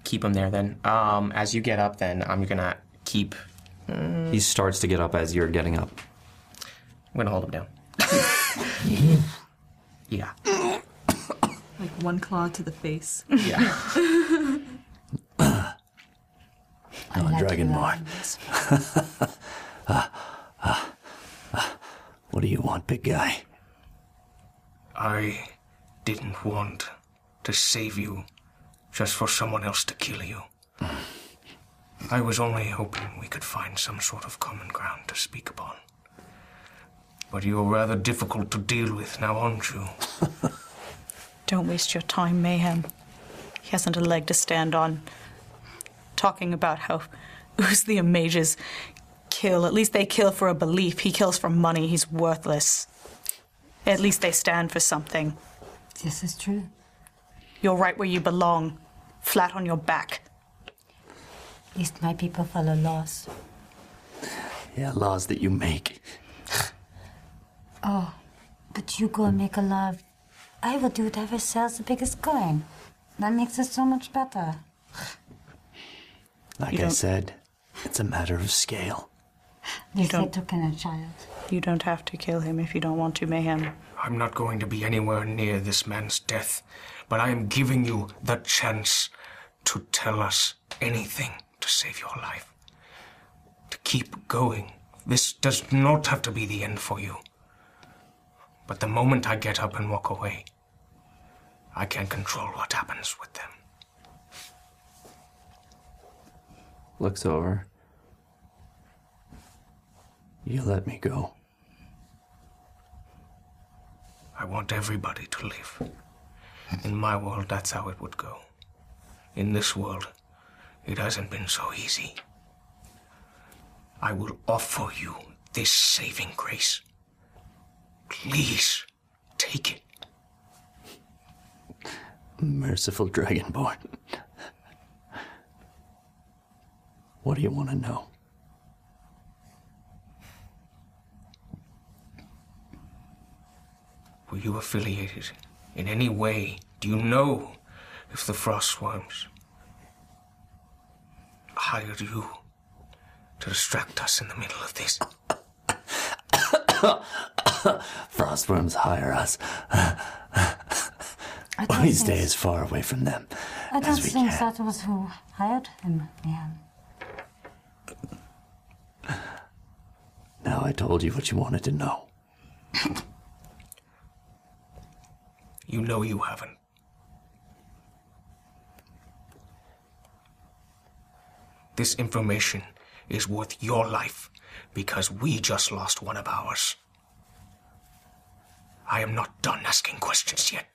E: keep him there then. Um, as you get up, then I'm gonna keep. Mm,
B: He starts to get up as you're getting up.
E: I'm gonna hold him down. yeah.
F: Like one claw to the face.
E: Yeah.
H: Oh, Dragonborn. Ah, ah, ah. what do you want, big guy?
J: I didn't want to save you just for someone else to kill you. I was only hoping we could find some sort of common ground to speak upon. But you're rather difficult to deal with now, aren't you?
D: Don't waste your time, Mayhem. He hasn't a leg to stand on. Talking about how the mages kill, at least they kill for a belief. He kills for money. He's worthless. At least they stand for something.
G: This is true.
D: You're right where you belong, flat on your back.
G: at least my people follow laws.
H: Yeah, laws that you make.
G: Oh, but you go and make a law. of- I will do whatever sells the biggest coin. That makes it so much better.
H: Like
D: You
H: I
D: don't-
H: said, it's a matter of scale.
G: Yes, I
D: don't-
G: took in a child.
D: You don't have to kill him if you don't want to, Mayhem.
J: I'm not going to be anywhere near this man's death, but I am giving you the chance to tell us anything to save your life. To keep going. This does not have to be the end for you. But the moment I get up and walk away, I can't control what happens with them.
B: Looks over.
H: You let me go.
J: I want everybody to live. In my world, that's how it would go. In this world, it hasn't been so easy. I will offer you this saving grace. Please take it.
H: Merciful Dragonborn. What do you want to know?
J: Were you affiliated in any way? Do you know if the Frostworms hired you to distract us in the middle of this?
H: Frostworms hire us.
G: I don't
H: We
G: think-
H: stay as far away from them.
G: I don't
H: as we
G: think
H: can.
G: that was who hired him, man.
H: Now I told you what you wanted to know.
J: You know you haven't. This information is worth your life because we just lost one of ours. I am not done asking questions yet.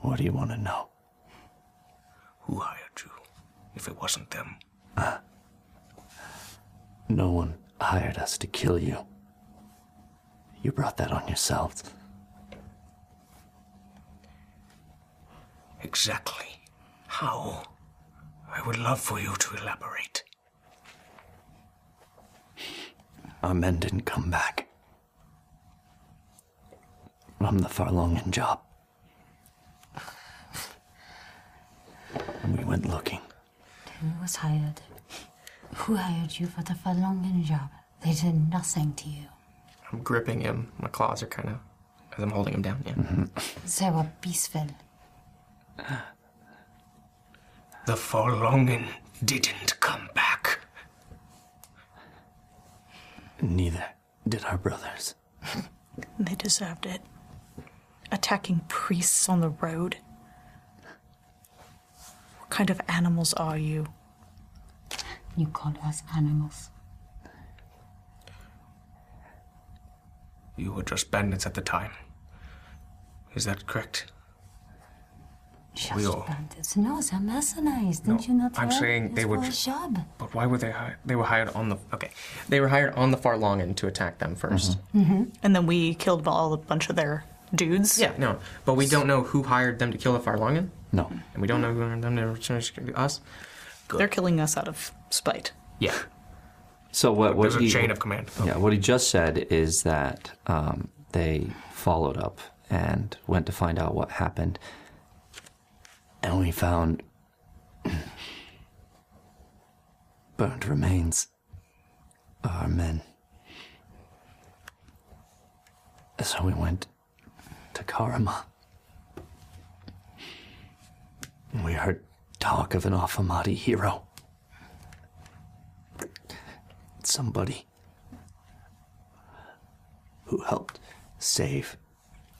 H: What do you want to know?
J: Who hired you? If it wasn't them,
H: No one hired us to kill you. You brought that on yourselves.
J: exactly how? I would love for you to elaborate.
H: Our men didn't come back. From the Farlongan job. And we went looking.
G: Who was hired? Who hired you for the Falungan job? They did nothing to you.
E: I'm gripping him. My claws are kind of, as I'm holding him down. Yeah.
G: They were peaceful.
J: The Forlongen didn't come back.
H: Neither did our brothers.
D: They deserved it. Attacking priests on the road? What kind of animals are you?
G: You call us animals.
J: You were just bandits at the time. Is that correct?
G: Just
J: We all-
G: bandits. No, they're mercenaries. Didn't you not
E: I'm
G: hear?
E: saying
G: It's
E: they would
G: for a
E: ju-
G: job.
E: But why were they hired? They were hired on the okay. They were hired on the Farlongan to attack them 1st
B: Mm-hmm.
D: And then we killed all a bunch of their
F: Mm-hmm.
D: dudes.
E: Yeah, no, but we don't know who hired them to kill the Farlongan,
H: No.
E: and we don't know who hired them to return to us.
D: They're killing us out of spite.
E: Yeah,
B: So what? what
J: There's a
B: he-
J: chain of command.
B: Yeah, what he just said is that um, they followed up and went to find out what happened,
H: And we found burnt remains of our men. So we went to Karama. And we heard talk of an Afamadi hero. Somebody who helped save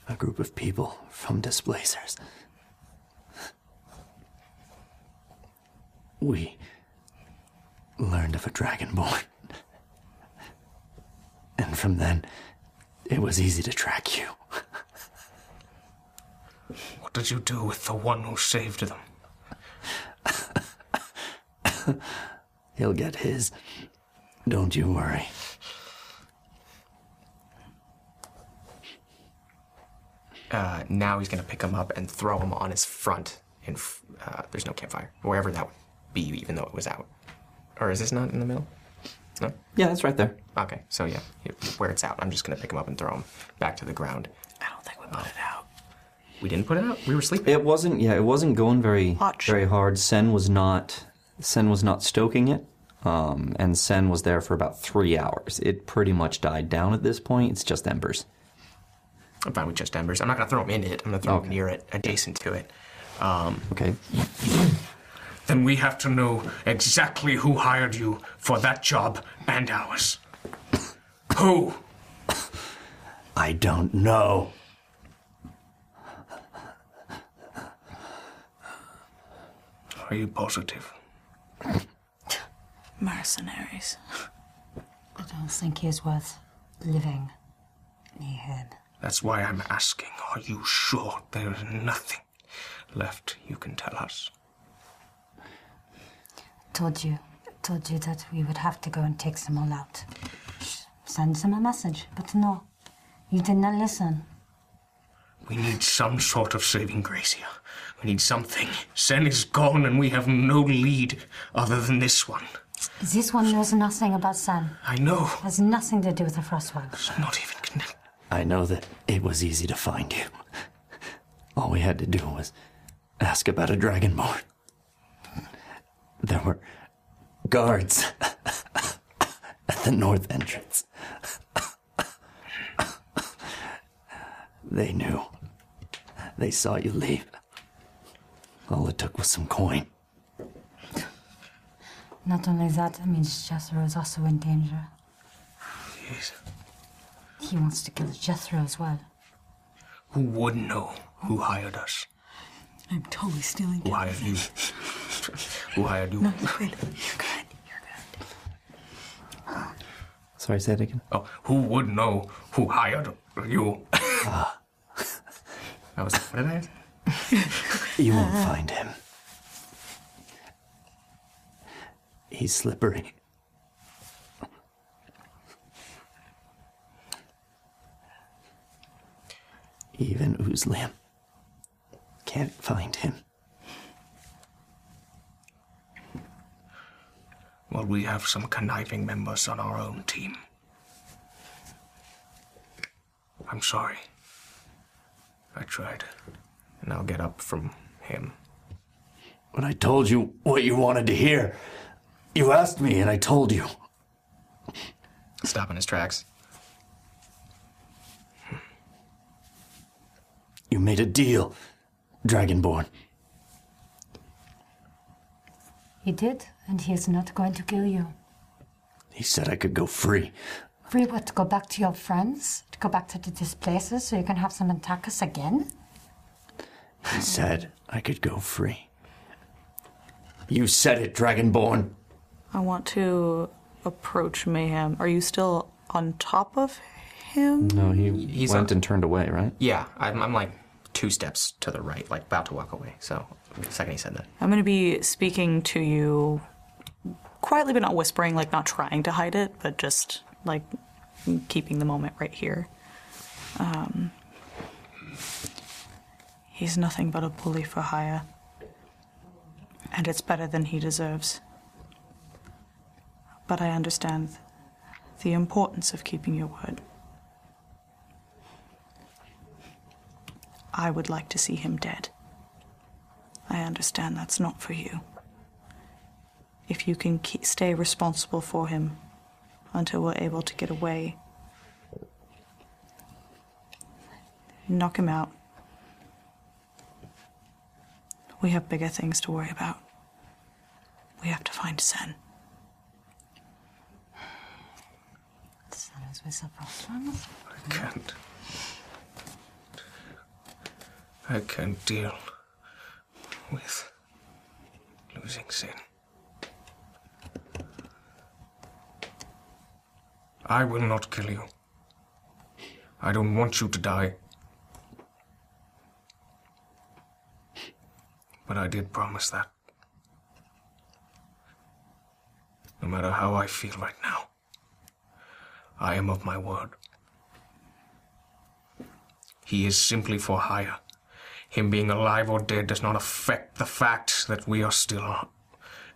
H: a group of people from displacers. we learned of a dragonborn. And from then, it was easy to track you.
J: What did you do with the one who saved them?
H: He'll get his. Don't you worry.
E: uh, now he's gonna pick him up and throw him on his front. In f- uh, there's no campfire wherever that would be, even though it was out. Or is this not in the middle? No.
B: Yeah, it's right there.
E: Okay, so yeah, yeah, where it's out, I'm just gonna pick him up and throw him back to the ground.
D: I don't think we put it out.
E: We didn't put it out. We were sleeping.
B: It wasn't. Yeah, it wasn't going very
D: Hotch.
B: very hard. Sen was not. Sen was not stoking it. Um, and Sen was there for about three hours. It pretty much died down at this point. It's just embers.
E: I'm fine with just embers. I'm not gonna throw him in it. I'm gonna throw him near it, adjacent to it. Um,
B: Okay.
J: Then we have to know exactly who hired you for that job and ours. Who?
H: I don't know.
J: Are you positive?
D: Mercenaries.
G: I don't think he's worth living near him.
J: That's why I'm asking. Are you sure there is nothing left you can tell us?
G: Told you. Told you that we would have to go and take them all out. Send them a message, but no. You did not listen.
J: We need some sort of saving grace here. We need something. Sen is gone and we have no lead other than this one.
G: This one knows nothing about Sam.
J: I know.
G: Has nothing to do with the Frostwalk.
J: Not even connected.
H: I know that it was easy to find you. All we had to do was ask about a dragonborn. There were guards at the north entrance. they knew. They saw you leave. All it took was some coin.
G: Not only that, I mean, Jethro is also in danger.
J: Yes.
G: He wants to kill Jethro as well.
J: Who would know who hired us?
F: I'm totally stealing.
J: Who hired you? Who hired you?
F: You're good. You're good.
B: Sorry, say that again.
J: Oh, who would know who hired you? Ah.
E: I was what did I?
B: You won't
E: Uh-huh.
B: find him. He's slippery. Even Uzlam can't find him.
J: Well, we have some conniving members on our own team. I'm sorry. I tried.
E: And I'll get up from him.
H: When I told you what you wanted to hear, you asked me and I told you.
E: Stop in his tracks.
H: You made a deal, Dragonborn.
G: He did, and he is not going to kill you.
H: He said I could go free.
G: Free what? To go back to your friends? To go back to the displaces so you can have some attackers again?
H: He said I could go free. You said it, Dragonborn.
D: I want to approach Mayhem. Are you still on top of him?
B: No, he
E: He's
B: went
E: on-
B: and turned away, right?
E: Yeah, I'm, I'm like two steps to the right, like about to walk away. So the second he said that,
D: I'm going to be speaking to you quietly, but not whispering, like not trying to hide it, but just like keeping the moment right here. Um, he's nothing but a bully for hire, and it's better than he deserves. But I understand the importance of keeping your word. I would like to see him dead. I understand that's not for you. If you can ke stay responsible for him until we're able to get away, knock him out. We have bigger things to worry about. We have to find Sen.
G: Son is with a problem.
J: I can't. I can't deal with losing sin. I will not kill you. I don't want you to die. But I did promise that. No matter how I feel right now, I am of my word. He is simply for hire. Him being alive or dead does not affect the fact that we are still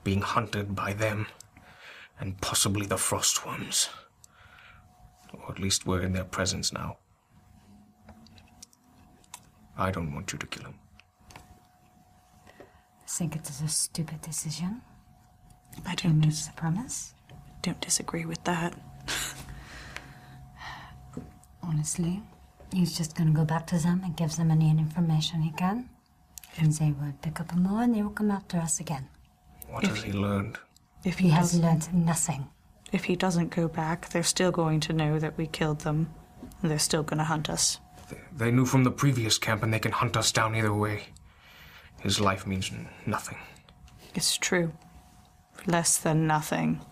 J: being hunted by them and possibly the frost worms. Or at least we're in their presence now. I don't want you to kill him.
G: I think it is a stupid decision.
D: I don't
G: miss the promise.
D: Don't disagree with that.
G: Honestly, he's just gonna go back to them and give them any information he can. And they will pick up more and they will come after us again.
J: What has he learned?
D: If
G: he,
D: he
G: has
D: doesn't-
G: learned nothing.
D: If he doesn't go back, they're still going to know that we killed them, and they're still going to hunt us.
J: They knew from the previous camp and they can hunt us down either way. His life means n- nothing.
D: It's true. Less than nothing.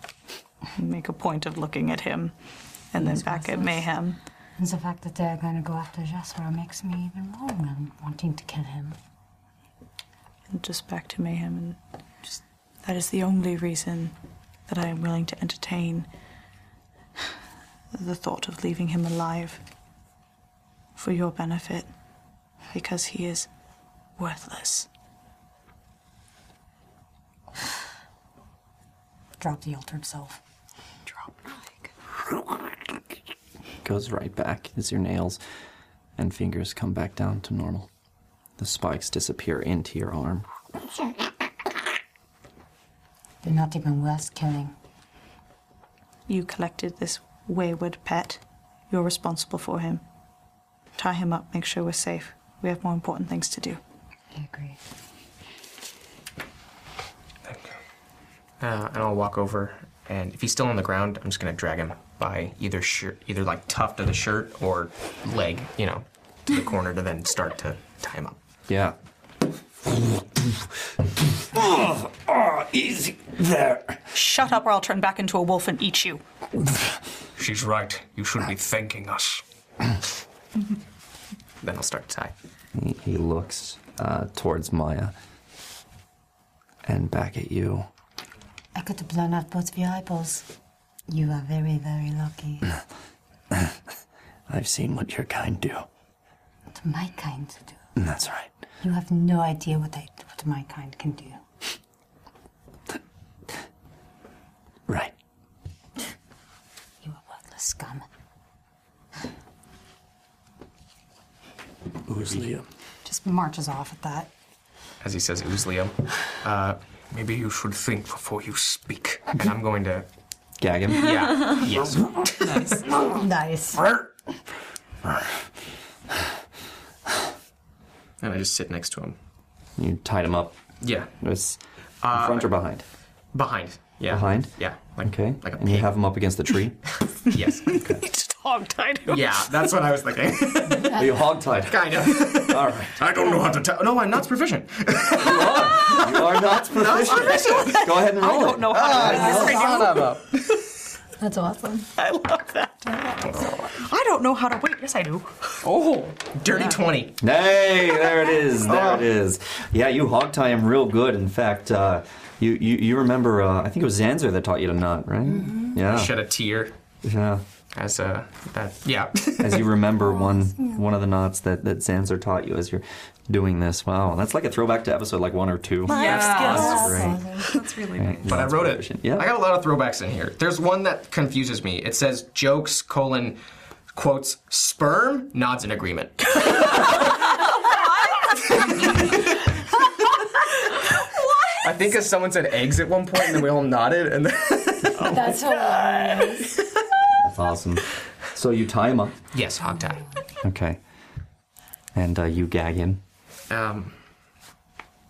D: Make a point of looking at him, and then
G: Yes,
D: back at
G: yes.
D: Mayhem.
G: And the fact that they're gonna go after Jasper makes me even more than wanting to kill him.
D: and just back to mayhem and just that is the only reason that I am willing to entertain the thought of leaving him alive for your benefit because he is worthless.
G: Drop the altered self.
B: Goes right back as your nails and fingers come back down to normal. The spikes disappear into your arm.
G: They're not even worth killing.
D: You collected this wayward pet. You're responsible for him. Tie him up, make sure we're safe. We have more important things to do.
G: I agree.
E: uh, and I'll walk over. And if he's still on the ground, I'm just gonna drag him by either shirt, either like tuft of the shirt or leg, you know, to the corner to then start to tie him up.
B: Yeah.
H: Oh, easy there.
D: Shut up or I'll turn back into a wolf and eat you.
J: She's right. You should be thanking us.
E: Then I'll start to tie.
B: He, he looks uh, towards Maya and back at you.
G: I could have blown out both of your eyeballs. You are very, very lucky.
B: I've seen what your kind do. Mm,
G: What my kind do.
B: That's right.
G: You have no idea what I, what my kind can do.
B: Right.
G: You are worthless scum.
B: Who's Liam?
G: Just marches off at that.
E: As he says, ooze Liam. Uh, maybe you should think before you speak. And I'm going to.
B: Gag him?
E: Yeah. yes.
G: Nice. nice.
E: And I just sit next to him.
B: You tied him up.
E: Yeah.
B: It's
E: Uh,
B: front or behind?
E: Behind. Yeah.
B: Behind?
E: Yeah.
B: okay. and you have him up against the tree?
E: Yes.
D: Hog tied him.
E: Yeah, that's what I was thinking.
B: Are you hogtied?
E: kind of.
B: All right.
E: I don't know how to tie. No, I'm not proficient.
B: You are Oh, not proficient. Go ahead and roll I don't
D: know how to
G: That's awesome.
D: I love that. I don't know how to wait. Yes, I do.
E: Oh, dirty 20.
B: Hey, there it is. There it is. Yeah, you hog tie him real good. In fact, uh, you, you you remember? Uh, I think it was Zanzer that taught you to knot, right? Yeah.
E: Shed a tear
B: Yeah.
E: as a. That, yeah.
B: As you remember one one of the knots that that Zanzer taught you as you're doing this. Wow, that's like a throwback to episode like one or two.
D: Yes.
B: That's great.
F: That's really nice.
E: but I wrote it.
B: Yeah.
E: I got a lot of throwbacks in here. There's one that confuses me. It says jokes colon quotes sperm nods in agreement. I think as someone said eggs at one point, and then we all nodded, and then
G: That's so
B: That's awesome. So you tie him up.
E: yes, hog tie.
B: Okay. And uh, you gag him.
E: Um,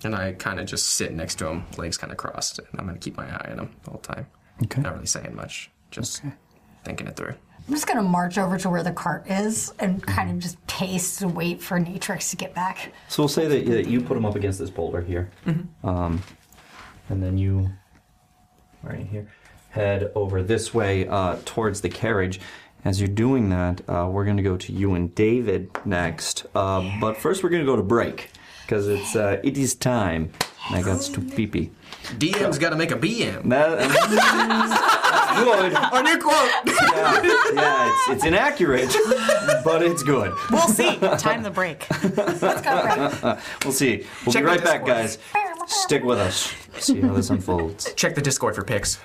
E: and I kind of just sit next to him, legs kind of crossed, and I'm gonna keep my eye on him the whole time.
B: Okay.
E: Not really saying much, just thinking it through.
G: I'm just gonna march over to where the cart is and kind of just pace and wait for Natrix to get back.
B: So we'll say that, that you put him up against this boulder here, um, and then you, right here, head over this way uh, towards the carriage. As you're doing that, uh, we're going to go to you and David next. Uh, But first, we're going to go to break because it's uh, it is time. And I got to pee pee.
E: DM's got to make a BM.
B: good.
E: Our new quote.
B: Yeah, yeah it's, it's inaccurate, but it's good.
D: We'll see. Time the break.
B: We'll see. We'll
E: Check
B: be
E: the
B: right back,
E: Discord.
B: guys. Stick with us. See how this unfolds.
E: Check the Discord for pics.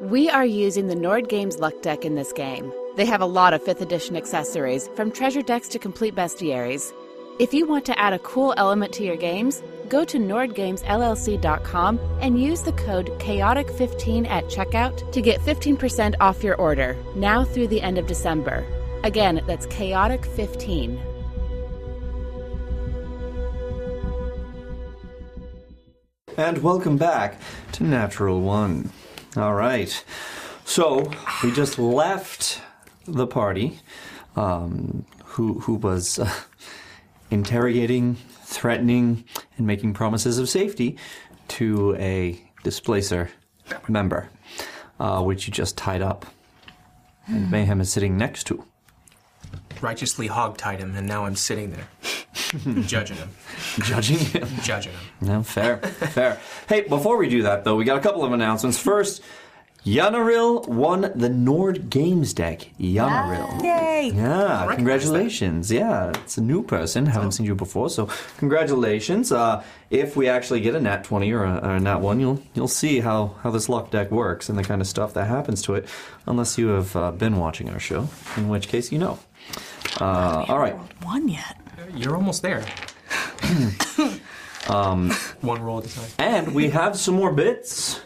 K: We are using the Nord Games luck deck in this game. They have a lot of 5th edition accessories, from treasure decks to complete bestiaries. If you want to add a cool element to your games, go to nordgamesllc.com and use the code chaotic15 at checkout to get 15% off your order, now through the end of December. Again, that's chaotic15.
B: And welcome back to Natural One. All right. So we just left the party, um, who who was uh, interrogating, threatening, and making promises of safety to a displacer member, uh, which you just tied up. And Mayhem is sitting next to.
E: Righteously hogtied him, and now I'm sitting there, judging him,
B: Judging him.
E: judging him.
B: No, fair, fair. Hey, before we do that, though, we got a couple of announcements. First, Yanaril won the Nord Games deck. Yanaril.
D: Yay.
B: Yeah, congratulations. Yeah, it's a new person. Haven't seen you before, so congratulations. Uh, if we actually get a nat 20 or a, or a nat 1, you'll you'll see how, how this luck deck works and the kind of stuff that happens to it, unless you have uh, been watching our show, in which case you know. Uh, all right.
D: One yet.
E: You're almost there. um, one roll at a time.
B: And we have some more bits.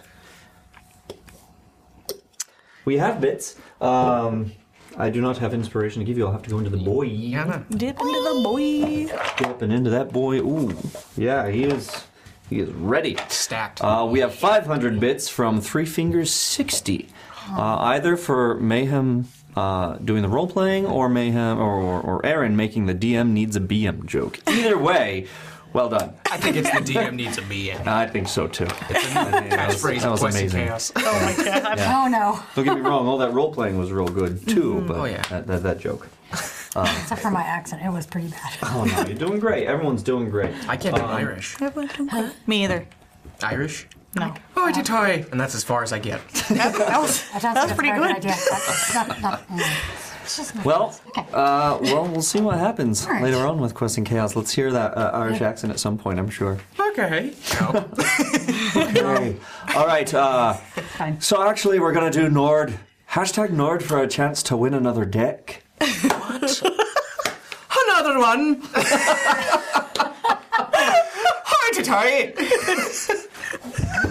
B: We have bits. Um, I do not have inspiration to give you. I'll have to go into the boy.
E: Yeah, no.
D: Dip into the boy.
B: Dropping into that boy. Ooh, yeah, he is. He is ready.
E: stacked.
B: Uh, we have 500 bits from Three Fingers 60, uh, either for Mayhem uh, doing the role playing or Mayhem or, or, or Aaron making the DM needs a BM joke. Either way, Well done.
E: I think it's the DM needs a meeting.
B: I think so too. that was,
E: Catchphrase
B: that was
E: Quest and
B: amazing.
E: Chaos.
D: Oh my god.
B: Yeah.
G: Oh no.
B: Don't get me wrong, all that role playing was real good too, but that, that, that joke. Um,
G: Except for my accent, it was pretty bad.
B: oh no, you're doing great. Everyone's doing great.
E: I can't do Irish.
D: Me either.
E: Irish?
D: No.
E: Oh, I did toy. And that's as far as I get.
D: That, that was,
G: That
D: that was pretty
G: like a
D: good.
G: very idea. That's not- not- mm. It's just my-
B: Well, uh, well, we'll see what happens
G: All right.
B: later on with Quest and Chaos. Let's hear that uh, Irish accent at some point, I'm sure.
E: Okay.
B: Okay. All right. Uh, so actually, we're gonna do Nord hashtag Nord for a chance to win another deck.
E: Another one. Hi, Tatai.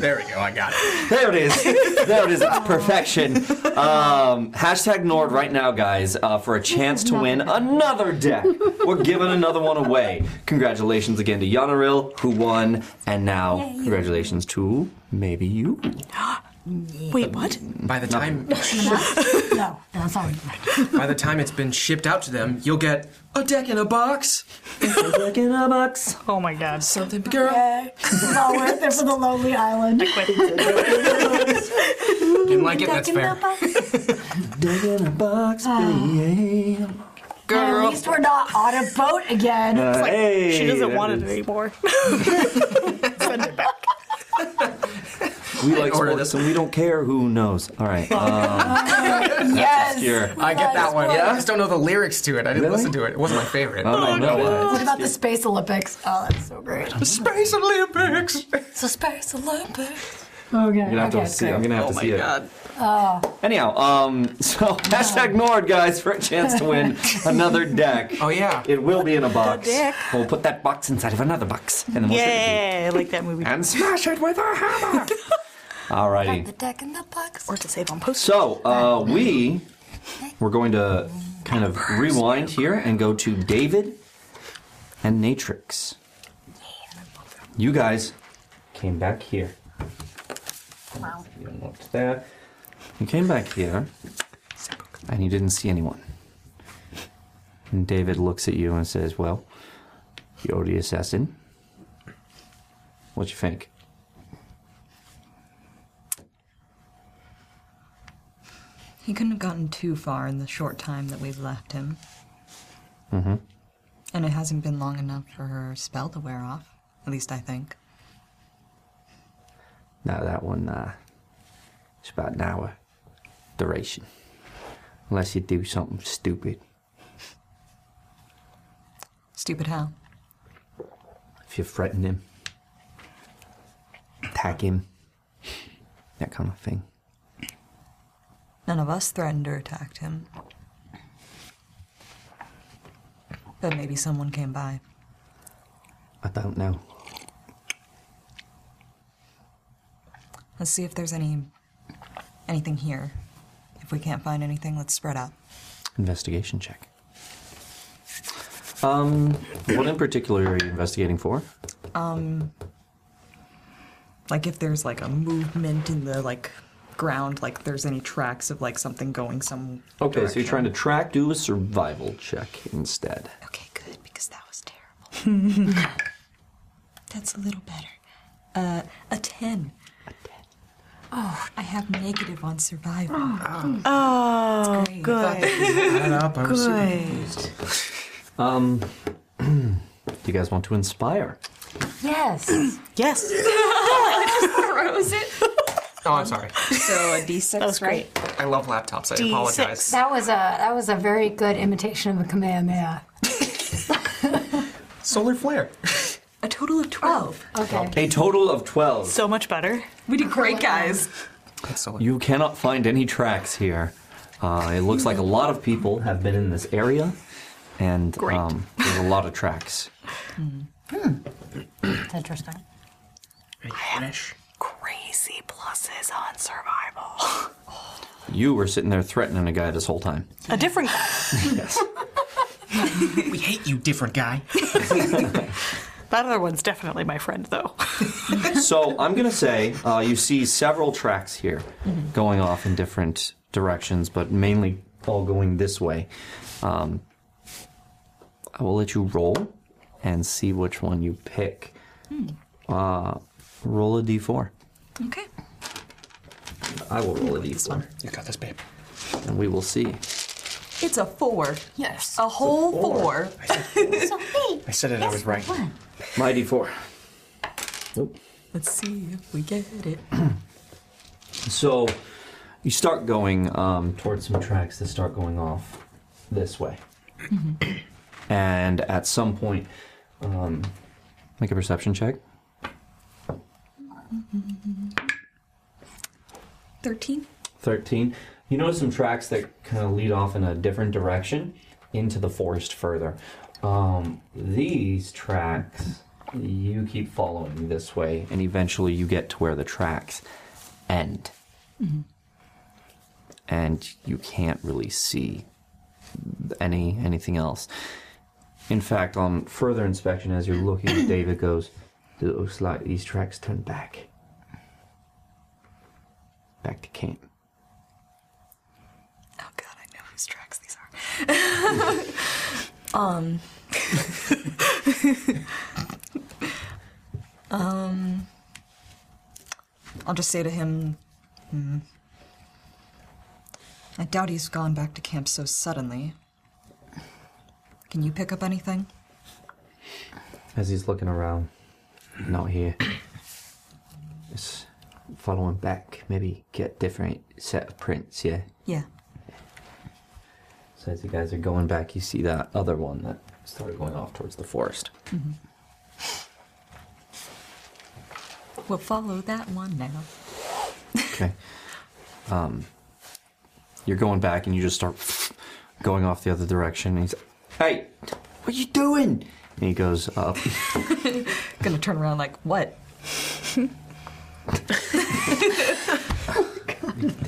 E: there we go. I got it.
B: There it is. There it is. It's perfection. Um, hashtag Nord right now, guys, uh, for a chance to win another deck. We're giving another one away. Congratulations again to Yanaril, who won, and now congratulations to maybe you.
D: Wait, what?
E: By the time
G: no, that's all.
E: by the time it's been shipped out to them, you'll get a deck in a box.
B: a deck in a box.
D: Oh my god.
E: Something, girl.
G: Uh, This is all worth it for the lonely island.
E: Didn't like it. That's fair.
B: Deck in a box,
D: Ah.
B: baby.
G: At least we're not on a boat again.
B: Uh, hey,
D: she doesn't
B: there
D: want it
B: is.
D: anymore.
B: We like
E: Order
B: sports, and we don't care who knows. All right. Um,
G: yes.
B: here.
E: I get that one.
B: Yeah?
E: I just don't know the lyrics to it. I didn't
B: Really?
E: listen to it. It wasn't my favorite.
B: Oh, I know
G: What
B: it.
G: about the Space Olympics? Oh, that's so great.
E: Space Olympics.
G: The Space Olympics.
B: I'm gonna have to
G: Okay,
B: see. I'm gonna have to see it.
G: Oh,
B: Anyhow, um, so hashtag Nord guys for a chance to win another deck.
E: Oh yeah.
B: It will be in a box.
D: deck.
B: We'll put that box inside of another box, and then we'll stick it
D: Yay, I like that movie.
B: to you. and smash it with a hammer. Alrighty.
G: the deck in the box.
D: Or to save on post.
B: So uh, we we're going to kind of rewind here and go to David and Natrix. You guys came back here.
G: Wow.
B: You looked there. You came back here, and you didn't see anyone. And David looks at you and says, "Well, you're the assassin. What do you think?"
F: He couldn't have gotten too far in the short time that we've left him.
B: Mm-hmm.
F: And it hasn't been long enough for her spell to wear off. At least I think.
B: Now that one, uh, it's about an hour duration, unless you do something stupid.
F: Stupid how?
B: If you threaten him, tag him, that kind of thing.
F: None of us threatened or attacked him. But maybe someone came by.
B: I don't know.
F: Let's see if there's any anything here. If we can't find anything, let's spread out.
B: Investigation check. Um, what in particular are you investigating for?
F: Um like if there's like a movement in the like ground, like if there's any tracks of like something going some
B: Okay, so you're
F: direction.
B: trying to track. Do a survival check instead.
F: Okay, good, because that was terrible. That's a little better. Uh, a 10. A 10. Oh, I have negative on survival.
D: Oh, good. Good.
B: Um, do you guys want to inspire?
G: Yes.
D: Yes.
E: Oh, I'm sorry.
F: So a d6,
D: That was great.
E: I love laptops. I
D: D6.
E: apologize.
G: That was a that was a very good imitation of a Kamehameha.
E: Solar flare.
F: A total of 12.
G: Okay.
B: A total of 12.
D: So much better.
F: We did great, guys.
B: You cannot find any tracks here. Uh, it looks like a lot of people have been in this area, and
D: Great.
B: um, there's a lot of tracks.
G: That's interesting.
D: Crazy pluses on survival.
B: You were sitting there threatening a guy this whole time.
D: A different guy.
E: we hate you, different guy.
D: That other one's definitely my friend, though.
B: so I'm gonna say uh, you see several tracks here
E: Mm-hmm.
B: going off in different directions, but mainly all going this way. Um, I will let you roll and see which one you pick.
E: Hmm.
B: Uh, roll a d4.
F: Okay.
B: I will roll a d4.
E: You got this, babe.
B: And we will see.
F: It's a four. Yes. A whole four.
E: I said it, I was right.
B: My d4.
F: Let's see if we get it.
B: So you start going um, towards some tracks that start going off this way. And at some point, um, make a perception check.
F: 13?
B: 13. You notice some tracks that kind of lead off in a different direction into the forest further. Um, these tracks, you keep following this way, and eventually you get to where the tracks end.
F: Mhm.
B: And you can't really see any anything else. In fact, on further inspection, as you're looking, David goes, "It looks like these tracks turn back, back to camp."
F: I know whose tracks these are. um. um. I'll just say to him, hmm, I doubt he's gone back to camp so suddenly. Can you pick up anything?
B: As he's looking around, not here. Just following back, maybe get different set of prints, yeah?
F: Yeah.
B: So as you guys are going back, you see that other one that started going off towards the forest.
F: Mhm. We'll follow that one now.
B: Okay. Um, you're going back and you just start going off the other direction. And he's, hey, what are you doing? And he goes "Uh, up.
F: Gonna turn around like, what?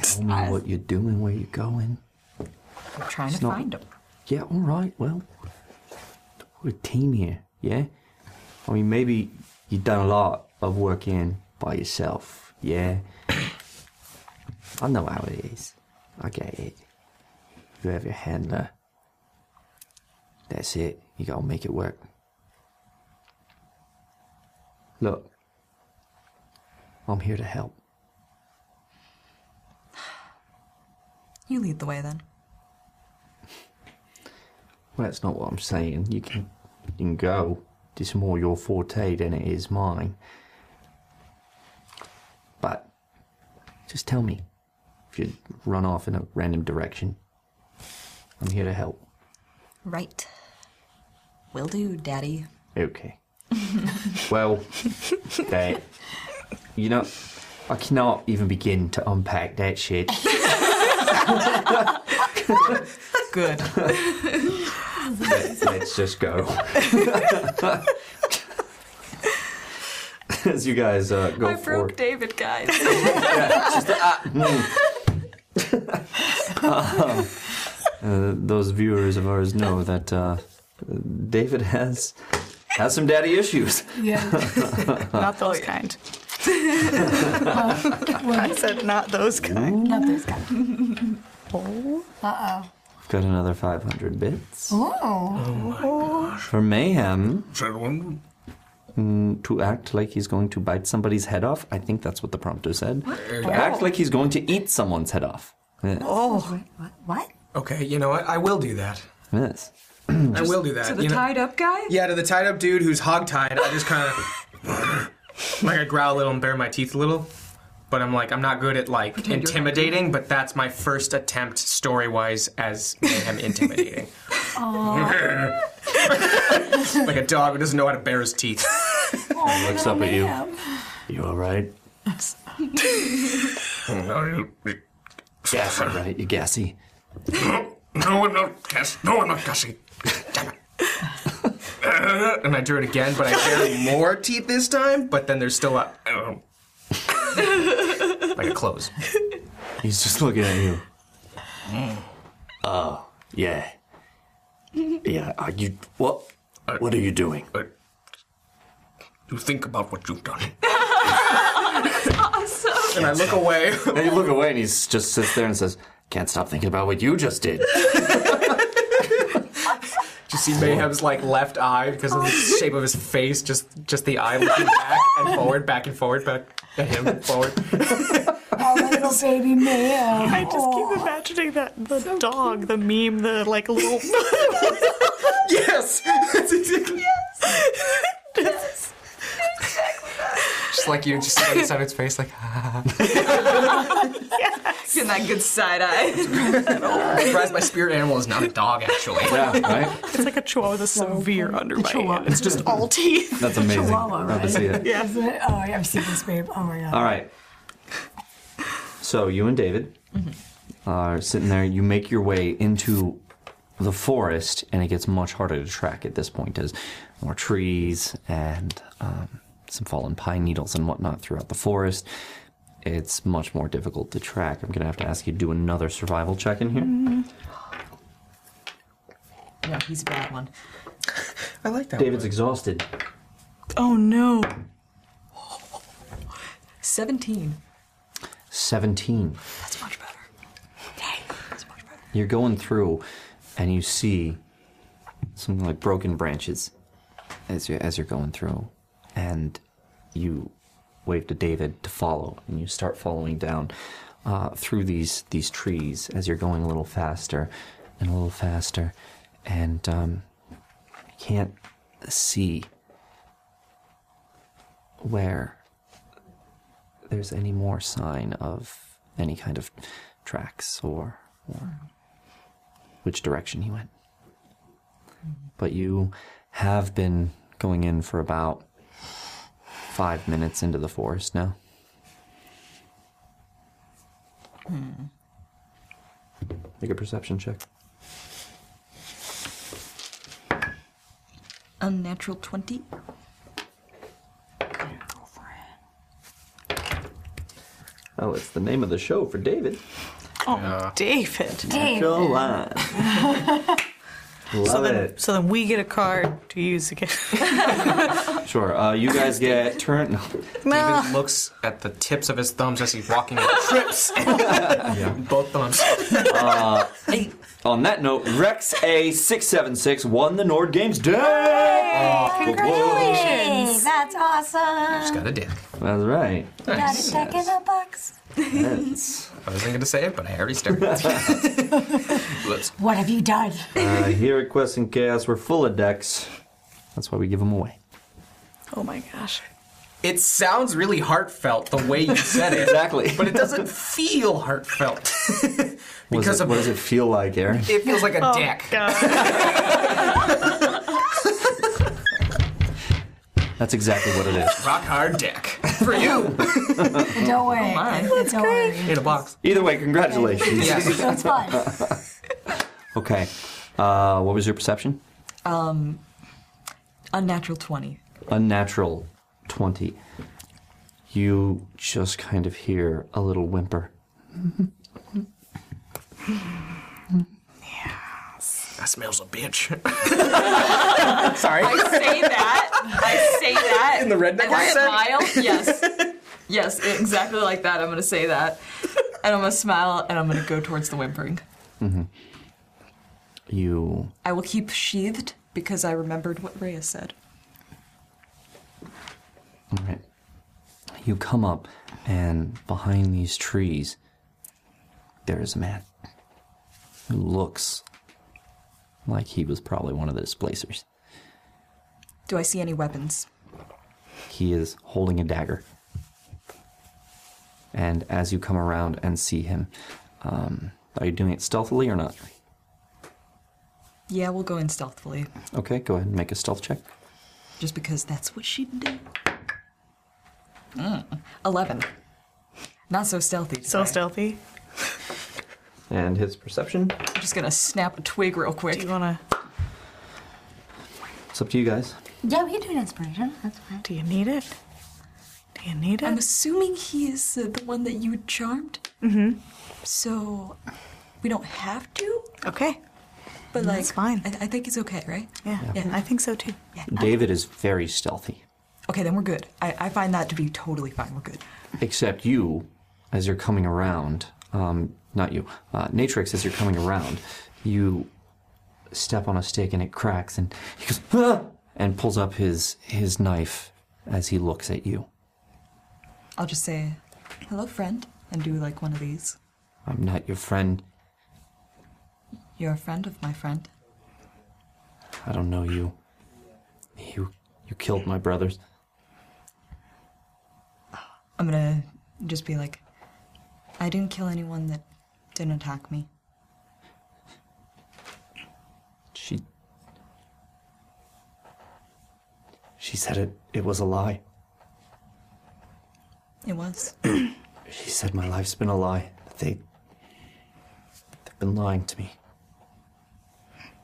B: Tell me what you're doing, where you're going.
F: I'm trying
B: It's
F: to
B: not-
F: find him.
B: Yeah, all right. Well, we're a team here, yeah? I mean, maybe you've done a lot of work in by yourself, yeah? I know how it is. I get it. You have your handler. That's it. You gotta make it work. Look, I'm here to help.
F: You lead the way then.
B: Well, that's not what I'm saying. You can, you can go. It's more your forte than it is mine. But just tell me if you run off in a random direction. I'm here to help.
F: Right. Will do, Daddy.
B: Okay. well, that, you know, I cannot even begin to unpack that shit.
F: Good.
B: Let, let's just go. As you guys uh, go
F: I
B: forward.
F: broke David, guys.
B: uh, Um, mm. uh, those viewers of ours know that uh, David has has some daddy issues.
D: Oh, Yeah. Not those kind. I said not those kind.
G: Not those kind. oh. Uh
B: I've got another 500 bits
G: oh. Oh.
B: for mayhem.
J: Gentlemen.
B: Mm, to act like he's going to bite somebody's head off. I think that's what the prompter said. To
E: Oh.
B: act like he's going to eat someone's head off. Yeah.
E: Oh.
G: What?
E: Okay, you know what? I will do that.
B: Yes.
E: I will do that.
F: To the
E: you know-
F: tied up guy?
E: Yeah, to the tied up dude who's hog tied, I just kind of like I growl a little and bare my teeth a little. But I'm like, I'm not good at like
J: Pretend you're not
E: intimidating, but that's my first attempt story wise as mayhem intimidating. like a dog who doesn't know how to bare his teeth.
H: He looks up at you. You all right?
B: Gassy, right? You're gassy.
J: No, I'm not Cass. No, I'm not Cassie.
E: and I drew it again, but I barely more teeth this time, but then there's still a oh. like a close.
H: He's just looking at you. Oh, yeah. Yeah, are you. What? What are you doing?
J: You think about what you've done.
E: awesome. And I look away.
H: and you look away, and he just sits there and says, Can't stop thinking about what you just did.
E: You see Mayhem's like left eye because of the
J: Oh.
E: shape of his face, just just the eye looking back and forward, back and forward, back at him, forward.
G: Oh, my little baby man.
F: I just keep imagining that the dog, the meme, the like little.
E: yes.
F: yes.
E: Just like you, just on the side of its face, like
J: Getting that good side eye.
E: I'm surprised my spirit animal is not a dog, actually.
B: Yeah, right?
F: It's like a chihuahua with a severe underbite. It's just all teeth.
B: That's amazing.
G: Chihuahua,
B: Love
G: right?
B: to see it.
G: Yes. Oh, yeah, I've seen this babe. Oh my god.
B: All right. So you and David
E: Mm-hmm.
B: are sitting there. You make your way into the forest, and it gets much harder to track at this point as more trees and um, some fallen pine needles and whatnot throughout the forest. It's much more difficult to track. I'm going to have to ask you to do another survival check in here.
E: Mm-hmm.
J: no, he's a bad one.
E: I like
B: David's exhausted.
F: Oh no.
J: 17.
B: 17.
J: That's much better.
B: You're going through, and you see something like broken branches as you're as you're going through, and you wave to David to follow, and you start following down uh, through these these trees as you're going a little faster and a little faster, and um, you can't see where there's any more sign of any kind of tracks or, or which direction he went. But you have been going in for about five minutes into the forest now.
J: Hmm.
B: Make a perception check.
J: Unnatural 20.
B: Oh, it's the name of the show for David.
F: Oh, David.
B: Natural line. Love
F: So then,
B: it.
F: so then we get a card to use again.
B: Sure. Uh, you guys get turn. No.
E: David looks at the tips of his thumbs as he's walking and trips. Both thumbs.
B: Uh, on that note, Rex A676 won the Nord Games Day!
C: Congratulations! that's awesome.
E: Got a dick.
B: That's right.
C: Got a check in the box.
E: I wasn't going to say it, but I already started. Let's
C: What have you done?
B: Uh, here at Quest and Chaos, we're full of decks. That's why we give them away.
F: Oh my gosh.
E: It sounds really heartfelt the way you said it.
B: Exactly.
E: But it doesn't feel heartfelt.
B: What does
E: Because
B: it-
E: of-
B: what does it feel like, Aaron?
E: It feels like a
F: Oh,
E: dick.
B: That's exactly what it is.
E: Rock hard dick. For you.
B: Uh,
C: Don't worry. That's Don't great.
E: In a box.
B: Either way, congratulations.
E: Yes.
C: That's fun.
B: Okay. Uh, what was your perception?
J: Um, unnatural 20.
B: Unnatural 20. You just kind of hear a little whimper.
E: That smells a bitch.
J: I
E: Sorry.
J: say that. I say that.
E: In the redneck
J: and I
E: accent?
J: smile. Yes. Yes, exactly like that. I'm going to say that. And I'm going to smile and I'm going to go towards the whimpering.
B: You.
J: I will keep sheathed because I remembered what Rhea said.
B: All right. You come up, and behind these trees, there is a man who looks like he was probably one of the displacers.
J: Do I see any weapons?
B: He is holding a dagger. And as you come around and see him, um, are you doing it stealthily or not?
J: Yeah, we'll go in stealthily
B: Okay, go ahead and make a stealth check.
J: just because that's what she did. Mm, 11. Not so stealthy.
F: So stealthy.
B: And his perception?
J: I'm just going to snap a twig real
F: Do
J: quick.
F: you wanna?
B: It's up to you guys.
C: Yeah, we can do an inspiration. That's fine.
F: Do you need it? Do you need
J: I'm
F: it?
J: assuming he is uh, the one that you charmed. Mm-hmm. So we don't have to,
F: Okay.
J: but like,
F: That's fine.
J: I, I think it's okay, right?
F: Yeah. yeah. I think so too.
B: David is very stealthy.
J: Okay, then we're good. I, I find that to be totally fine. We're good.
B: Except you, as you're coming around, um, not you, uh, Natrix, as you're coming around, you step on a stick and it cracks, and he goes, "Ah!" and pulls up his his knife as he looks at you.
J: I'll just say, hello, friend, and do like one of these.
B: I'm not your friend.
J: You're a friend of my friend.
B: I don't know you. You you killed my brothers.
J: I'm gonna just be like, I didn't kill anyone that didn't attack me.
B: She She said it it was a lie.
J: It was.
B: She said my life's been a lie. that They they've been lying to me.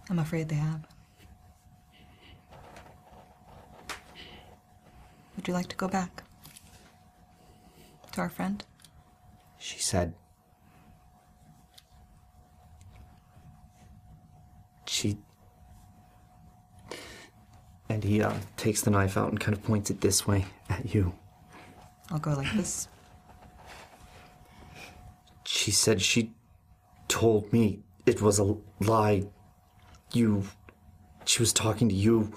J: I'm afraid they have. Would you like to go back? To our friend?
B: She said She and he uh, takes the knife out and kind of points it this way at you.
J: I'll go like this.
B: She said she told me it was a lie. You. She was talking to you.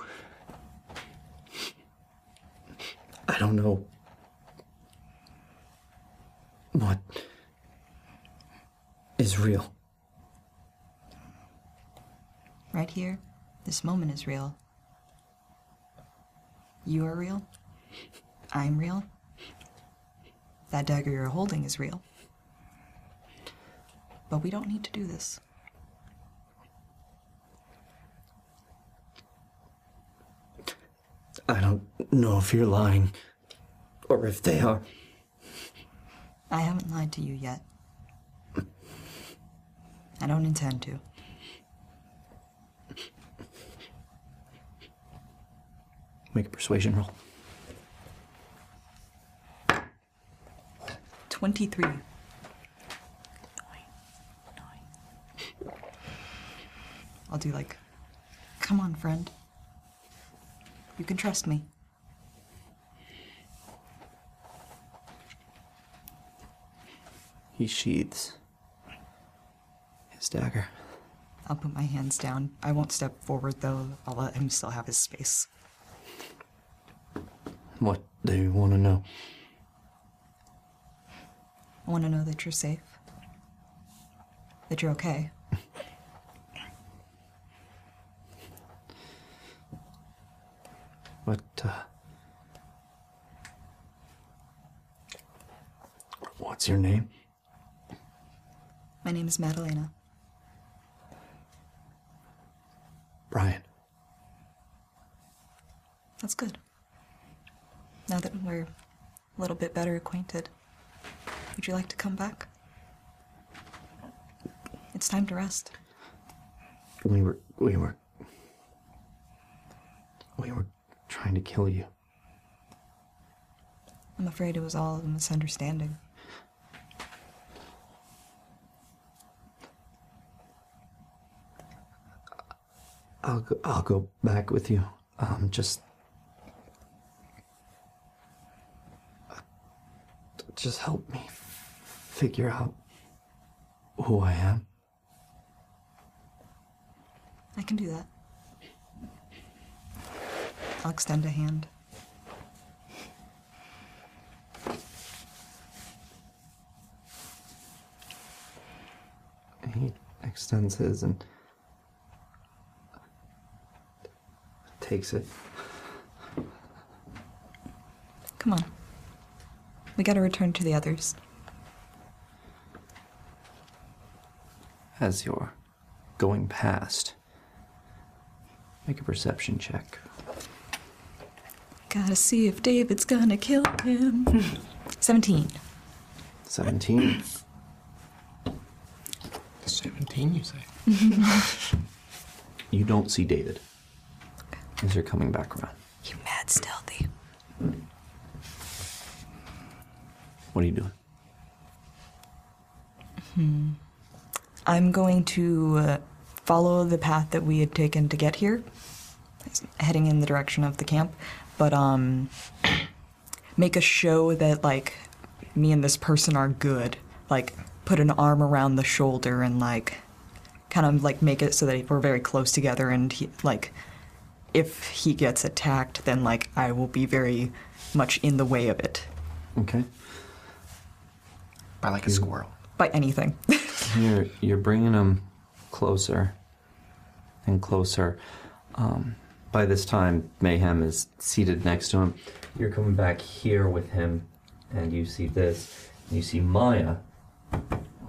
B: I don't know. What is real?
J: Right here, this moment is real. You are real. I'm real. That dagger you're holding is real. But we don't need to do this.
B: I don't know if you're lying or if they are.
J: I haven't lied to you yet. I don't intend to.
B: Make a persuasion roll.
J: 23. I'll do like, come on, friend. You can trust me.
B: He sheathes his dagger.
J: I'll put my hands down. I won't step forward though. I'll let him still have his space.
B: What do you want to know?
J: I want to know that you're safe, that you're okay.
B: What, uh. What's your name?
J: My name is Madalena.
B: Brian.
J: That's good. Now that we're a little bit better acquainted, would you like to come back? It's time to rest.
B: We were. We were. We were trying to kill you.
J: I'm afraid it was all a misunderstanding.
B: I'll go, I'll go back with you. Um, just. Just help me figure out who I am.
J: I can do that. I'll extend a hand.
B: And he extends his and takes it.
J: Come on. We gotta return to the others.
B: As you're going past, make a perception check.
J: Gotta see if David's gonna kill him. 17.
B: 17.
E: 17, you say?
B: You don't see David as you're coming back around.
J: You mad stealthy.
B: What are you doing?
J: Hmm. I'm going to uh, follow the path that we had taken to get here, heading in the direction of the camp, but um, make a show that like me and this person are good. Like put an arm around the shoulder and like
F: kind of like make it so that we're very close together and he, like if he gets attacked then like I will be very much in the way of it.
B: Okay.
E: By like a squirrel.
F: By anything.
B: You're you're bringing them closer and closer. Um, by this time, Mayhem is seated next to him. You're coming back here with him, and you see this. And you see Maya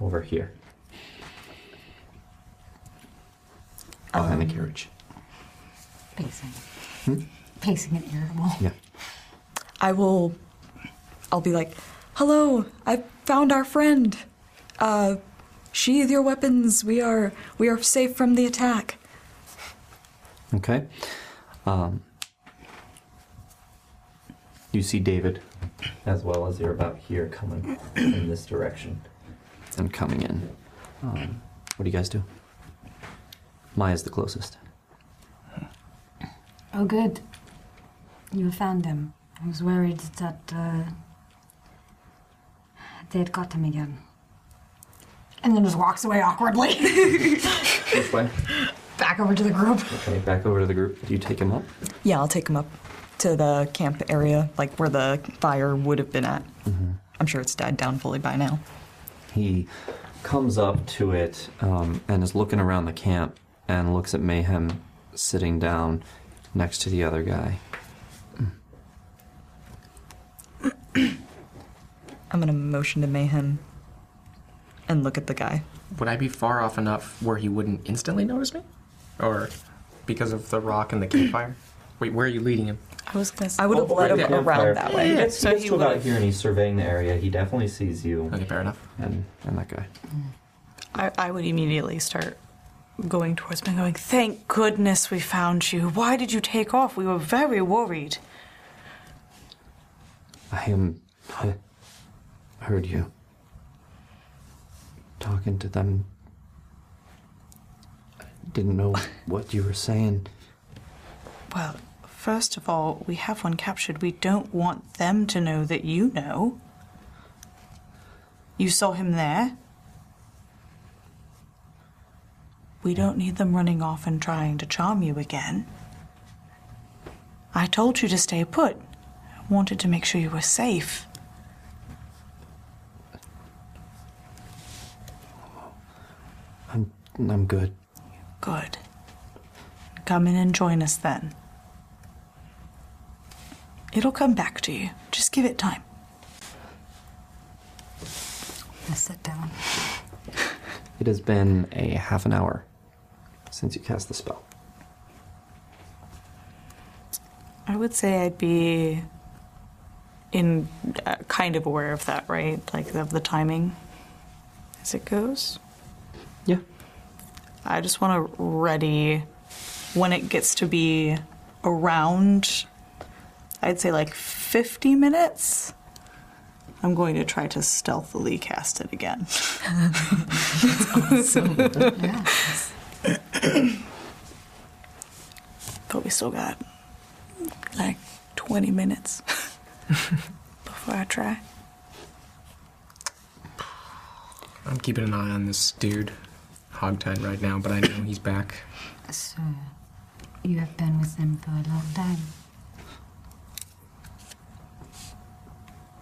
B: over here behind the carriage.
G: Pacing.
B: Hmm?
G: Pacing and irritable.
B: Yeah.
F: I will I'll be like, "Hello, I found our friend. Uh sheathe your weapons. We are we are safe from the attack."
B: Okay. Um, you see David as well as you're about here coming in this direction and coming in. Um, what do you guys do? Maya's the closest.
G: Oh, good. You found them. I was worried that uh, they had got him again.
C: And then just walks away awkwardly.
B: Which way?
C: Back over to the group.
B: Okay, back over to the group. Do you take him up?
F: Yeah, I'll take him up to the camp area, like where the fire would have been at.
E: Mm-hmm.
F: I'm sure it's died down fully by now.
B: He comes up to it um, and is looking around the camp and looks at Mayhem sitting down next to the other guy.
F: I'm gonna motion to Mayhem and look at the guy.
E: Would I be far off enough where he wouldn't instantly notice me? Or because of the rock and the campfire? Wait, where are you leading him?
D: I was gonna. Say,
F: I would have led him
E: Oh, right there.
F: around that way.
B: He gets,
D: So
B: he gets
D: he
B: to about
D: would've-
B: here and he's surveying the area. He definitely sees you. Okay,
E: fair enough.
B: And, and that guy.
D: I, I would immediately start going towards him, and going, "Thank goodness we found you. Why did you take off? We were very worried."
B: I am. I heard you talking to them. I didn't know what you were saying.
D: Well, first of all, we have one captured. We don't want them to know that you know. You saw him there. We don't need them running off and trying to charm you again. I told you to stay put. I wanted to make sure you were safe.
B: I'm, I'm good.
D: Good. Come in and join us then. It'll come back to you. Just give it time.
G: I sit down.
B: It has been a half an hour since you cast the spell.
D: I would say I'd be in uh, kind of aware of that, right? Like of the timing as it goes.
B: Yeah.
D: I just want to ready when it gets to be around I'd say like 50 minutes. I'm going to try to stealthily cast it again. but we still got like 20 minutes before I try.
E: I'm keeping an eye on this dude, hogtied right now, but I know he's back.
G: So, you have been with them for a long time.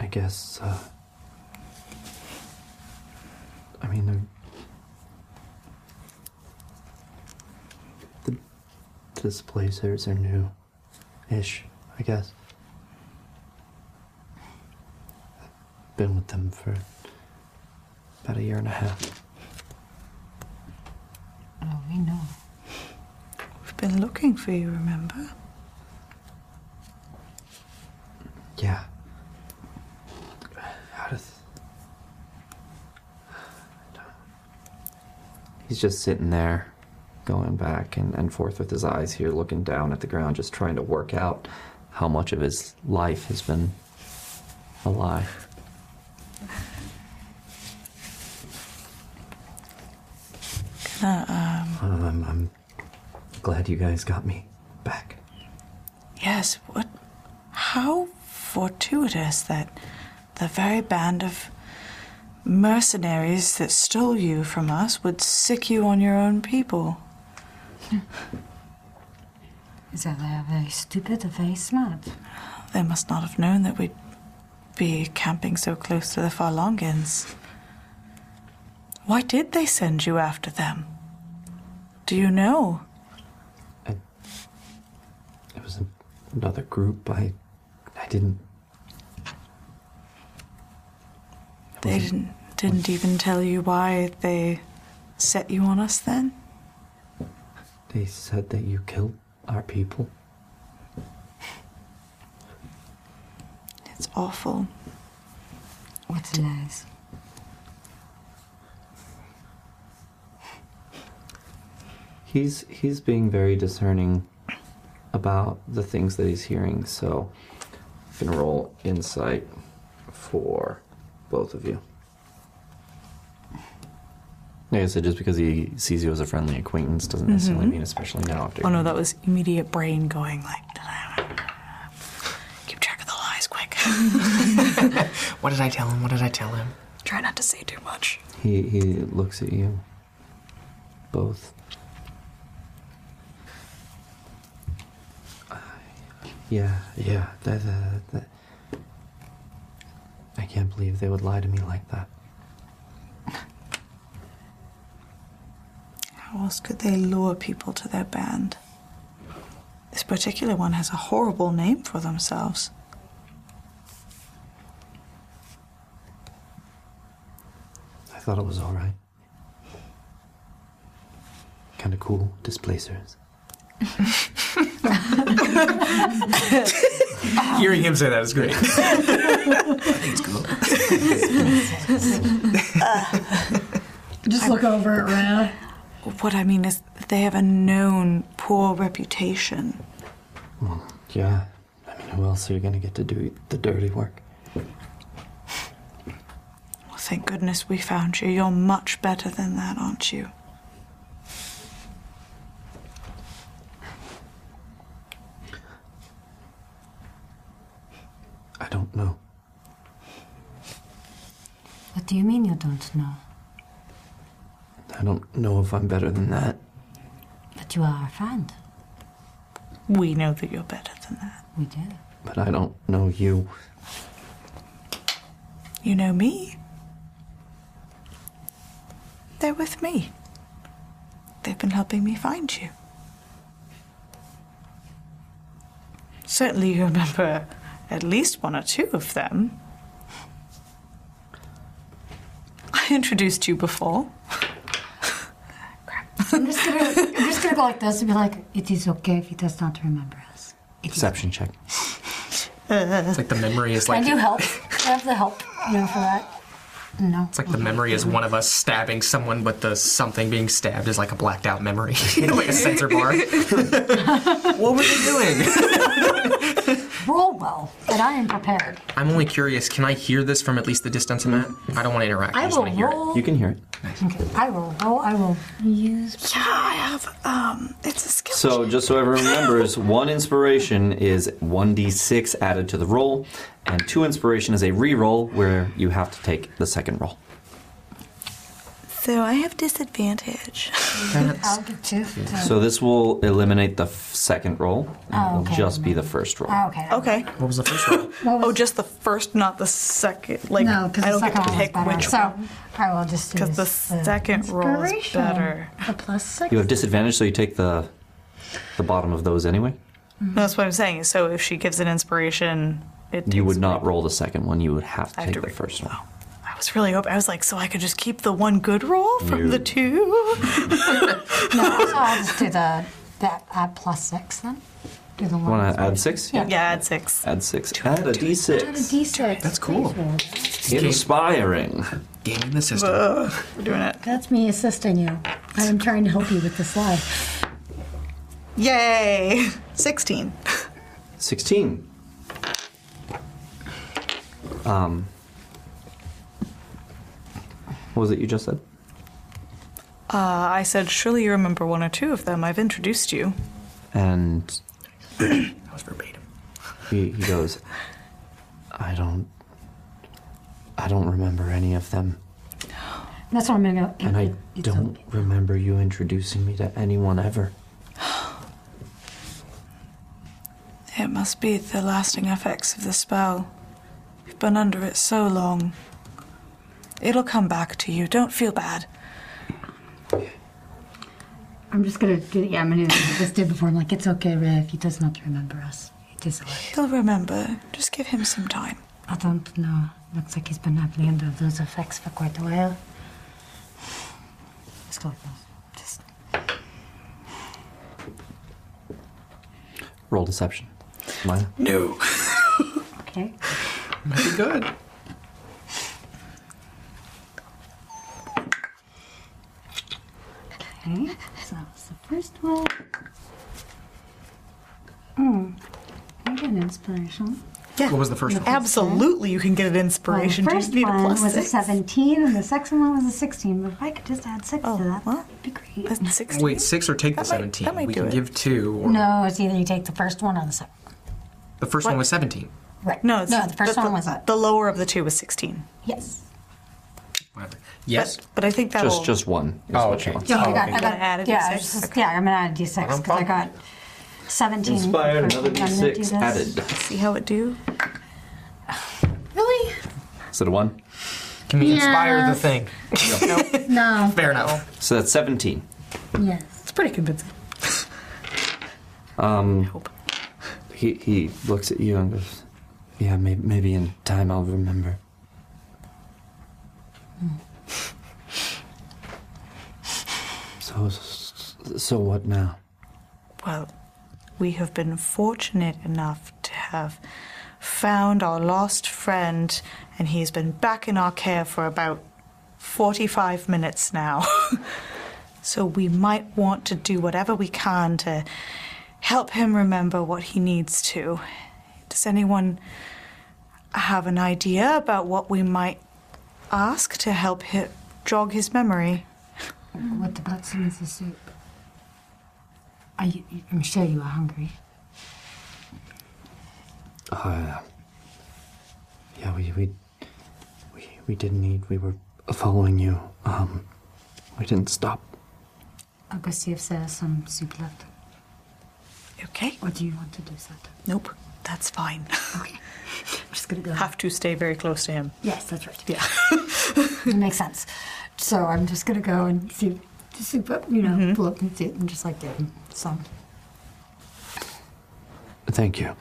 B: I guess. Uh, I mean, the, the displacers are new ish, I guess. I've been with them for about a year and a half.
G: Oh, we know.
D: We've been looking for you, remember?
B: Yeah. How does. He's just sitting there, going back and, and forth with his eyes here, looking down at the ground, just trying to work out how much of his life has been a lie.
D: Can I, um,
B: Um, I'm glad you guys got me.
D: Yes, what? How fortuitous that the very band of mercenaries that stole you from us would sick you on your own people.
G: Is that they are very stupid or very smart?
D: They must not have known that we'd be camping so close to the Farlongans. Why did they send you after them? Do you know?
B: It was a, another group. I, I didn't.
D: They didn't didn't even tell you why they set you on us then?
B: They said that you killed our people.
D: It's awful.
G: What lies.
B: He's he's being very discerning about the things that he's hearing. So, you can roll insight for both of you. Like I said, just because he sees you as a friendly acquaintance doesn't necessarily
D: Mhm.
B: mean, especially now after.
D: Oh no, that was immediate brain going like keep track of the lies quick.
E: What did I tell him? What did I tell him?
D: Try not to say too much.
B: He he looks at you. Both. Uh, Yeah, yeah. That, that, that. I can't believe they would lie to me like that.
D: How else could they lure people to their band? This particular one has a horrible name for themselves.
B: I thought it was all right. Kind of cool, displacers.
E: Hearing him say that is great.
D: Just look over it, Rana. What I mean is, they have a known poor reputation.
B: Well, yeah. I mean, who else are you gonna get to do the dirty work?
D: Well, thank goodness we found you. You're much better than that, aren't you?
B: I don't know.
G: What do you mean you don't know?
B: I don't know if I'm better than that.
G: But you are our friend.
D: We know that you're better than that.
G: We do.
B: But I don't know you.
D: You know me. They're with me. They've been helping me find you. Certainly, you remember at least one or two of them. I introduced you before.
G: I'm just gonna, I'm just gonna go like this and be like, it is okay if he does not remember us.
B: Perception check.
E: it's like the memory is
G: Can
E: like
G: I do help? Do I have the help, you know, for that? No.
E: it's like the memory is one of us stabbing someone, but the something being stabbed is like a blacked out memory, like a sensor bar. what were you doing?
G: Roll well, but I am prepared.
E: I'm only curious. Can I hear this from at least the distance I'm at? I don't want to interact. I,
G: I
E: just
G: will
E: want to hear
G: roll.
E: it.
G: You
B: can hear it.
G: Okay, I will roll, I will use.
D: Yeah, I have. Um, it's a skill.
B: So, just so everyone remembers, one inspiration is 1d6 added to the roll, and two inspiration is a re-roll where you have to take the second roll.
D: So I have disadvantage.
G: I'll get two.
B: So, this will eliminate the f- second roll. and
D: Oh,
B: it'll
D: okay. Oh.
B: just be the first roll.
G: Ah, okay.
D: Okay.
E: What was the first roll?
D: oh, just the first, not the second. Like
G: no, because
D: I
G: the
D: don't
G: second
D: get to
G: one was
D: pick
G: better.
D: which
G: so
D: one.
G: I will just
D: 'Cause
G: use
D: the second roll is
G: inspiration.
D: better.
G: The plus six.
B: You have disadvantage, so you take the the bottom of those anyway.
D: No, that's what I'm saying. So if she gives an inspiration, it.
B: You would not roll the second one. You would have to
D: I have
B: take
D: to Oh.
B: the first one.
D: I was really hoping. I was like, so I could just keep the one good roll from
B: You-
D: the two.
G: no, so I'll just do the that add plus six then. Do the one.
B: Want to add six?
G: Yeah.
D: Yeah, add six.
B: Add six. Add a
G: Add a
B: d6.
G: d6. That's
E: cool.
B: Inspiring.
E: Gaming the system.
D: we're doing it.
G: That's me assisting you. I am trying to help you with this life.
D: Yay! Sixteen.
B: 16. Um, what was it you just said?
D: Uh, I said, surely you remember one or two of them. I've introduced you.
B: And
E: That was verbatim.
B: he, he goes, I don't, I don't remember any of them.
G: That's what I'm gonna go.
B: And I don't remember you introducing me to anyone ever.
D: It must be the lasting effects of the spell. You've been under it so long. It'll come back to you. Don't feel bad.
G: I'm just gonna do. Yeah, I'm gonna do what I just did before. I'm like, it's okay, Riff. He does not remember us. He does not.
D: He'll remember. Just give him some time.
G: I don't know. Looks like he's been happening under those effects for quite a while. Let's go. Just
B: Roll deception. Mine.
E: No.
G: okay.
E: Might be good.
G: Okay, so that was the first one. Hmm. I get an inspiration.
L: Yeah.
E: What was the first
G: one?
L: Absolutely, you can get an inspiration.
G: Well, the
L: You
G: first
L: need a
G: one
L: plus
G: was a
L: six.
G: 17, and the second one was a 16. But if I could just add six
L: Oh,
G: to that, that'd be great.
E: Wait, six or take the
G: That might-
E: seventeen.
G: that might
E: we
G: do
E: can
G: it.
E: give two. Or
G: No, it's either you take the first one or the second.
E: the first one was seventeen.
G: Right.
L: No, it's,
G: No, the first
L: but
G: one was a-
L: the lower of the two was sixteen.
G: Yes.
E: Yes.
L: But I think that'll
B: Just just one. Is
E: Oh,
B: what she
E: okay.
B: wants.
G: Yeah, I got,
L: okay.
G: I got,
L: Gotta add a
G: yeah,
L: D6.
G: I was just- yeah, I'm gonna add a d6 because I got 17.
B: Inspired,
G: First
B: another
G: one, I'm gonna do
B: d6
G: this.
B: added.
L: see how it do.
G: Really?
B: Is it a one?
E: Can
G: we inspire the
E: thing?
G: No.
E: Fair enough.
B: So that's 17.
G: Yes.
L: It's pretty convincing.
B: Um, he, he looks at you and goes, Yeah, may, maybe in time I'll remember. Hmm. So, so what now?
D: Well, we have been fortunate enough to have found our lost friend, and he's been back in our care for about 45 minutes now. so we might want to do whatever we can to help him remember what he needs to. Does anyone have an idea about what we might ask to help hi jog his memory?
G: What about some of the soup? Are you, you- I'm sure you are hungry.
B: Uh, yeah, we, we we we didn't eat. We were following you. Um, we didn't stop.
G: I'll go see if there's some soup left.
D: Okay.
G: Or do you want to do that?
D: Nope, that's fine.
G: Okay. I'm just gonna go.
L: Have to stay very close to him.
G: Yes, that's right.
L: Yeah.
G: it makes sense. So I'm just gonna go and see the soup up, you know, pull up and see it and just like give him some.
B: Thank you.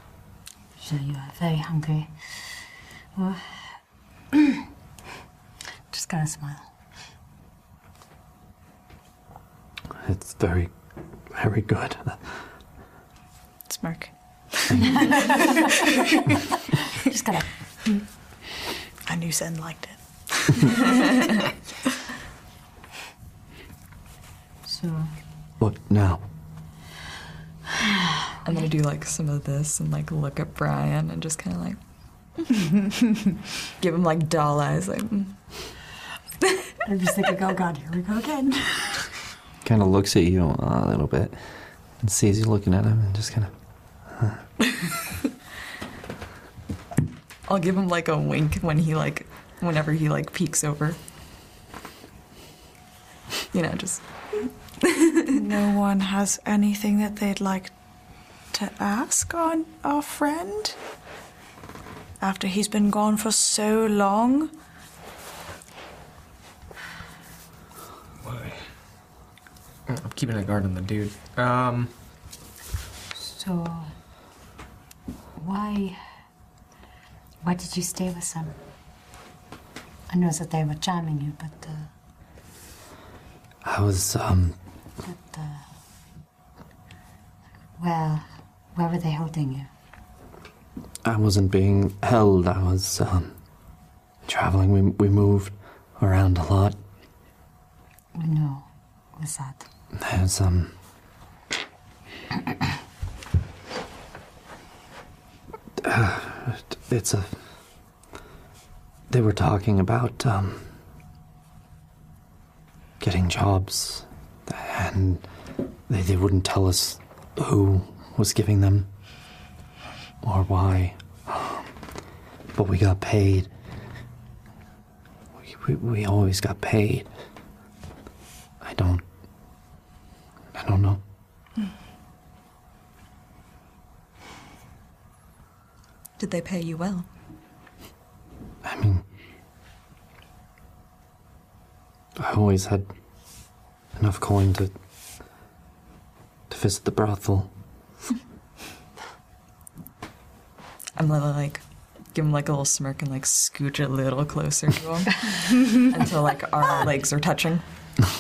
G: So you are very hungry. Well, just gonna smile.
B: It's very, very good.
D: Smirk.
G: Just gotta.
D: I knew Sen liked
L: it.
G: So
B: What now?
F: I'm gonna do like some of this and like look at Brian and just kind of like give him like doll eyes, like mm.
G: I'm just thinking, oh god, here we go again.
B: Kind of looks at you a little bit and sees you looking at him and just kind of.
F: I'll give him like a wink when he like whenever he like peeks over. You know, just
D: no one has anything that they'd like to ask on our friend after he's been gone for so long.
E: Why? Oh, I'm keeping a guard on the dude. Um,
G: So why why did you stay with them? I know that they were charming you, but uh,
B: I was um.
G: but uh, where where were they holding you?
B: I wasn't being held. I was um. Traveling. We we moved around a lot.
G: No, was that?
B: There's um. Uh, it's a. They were talking about um. Getting jobs, and they they wouldn't tell us who was giving them or why. But we got paid. We,
M: We, we always got paid. I don't. I don't know.
N: Did they pay you well?
M: I mean, I always had enough coin to to visit the brothel.
N: I'm li- like, give him like a little smirk and like scooch a little closer to him until like our legs are touching.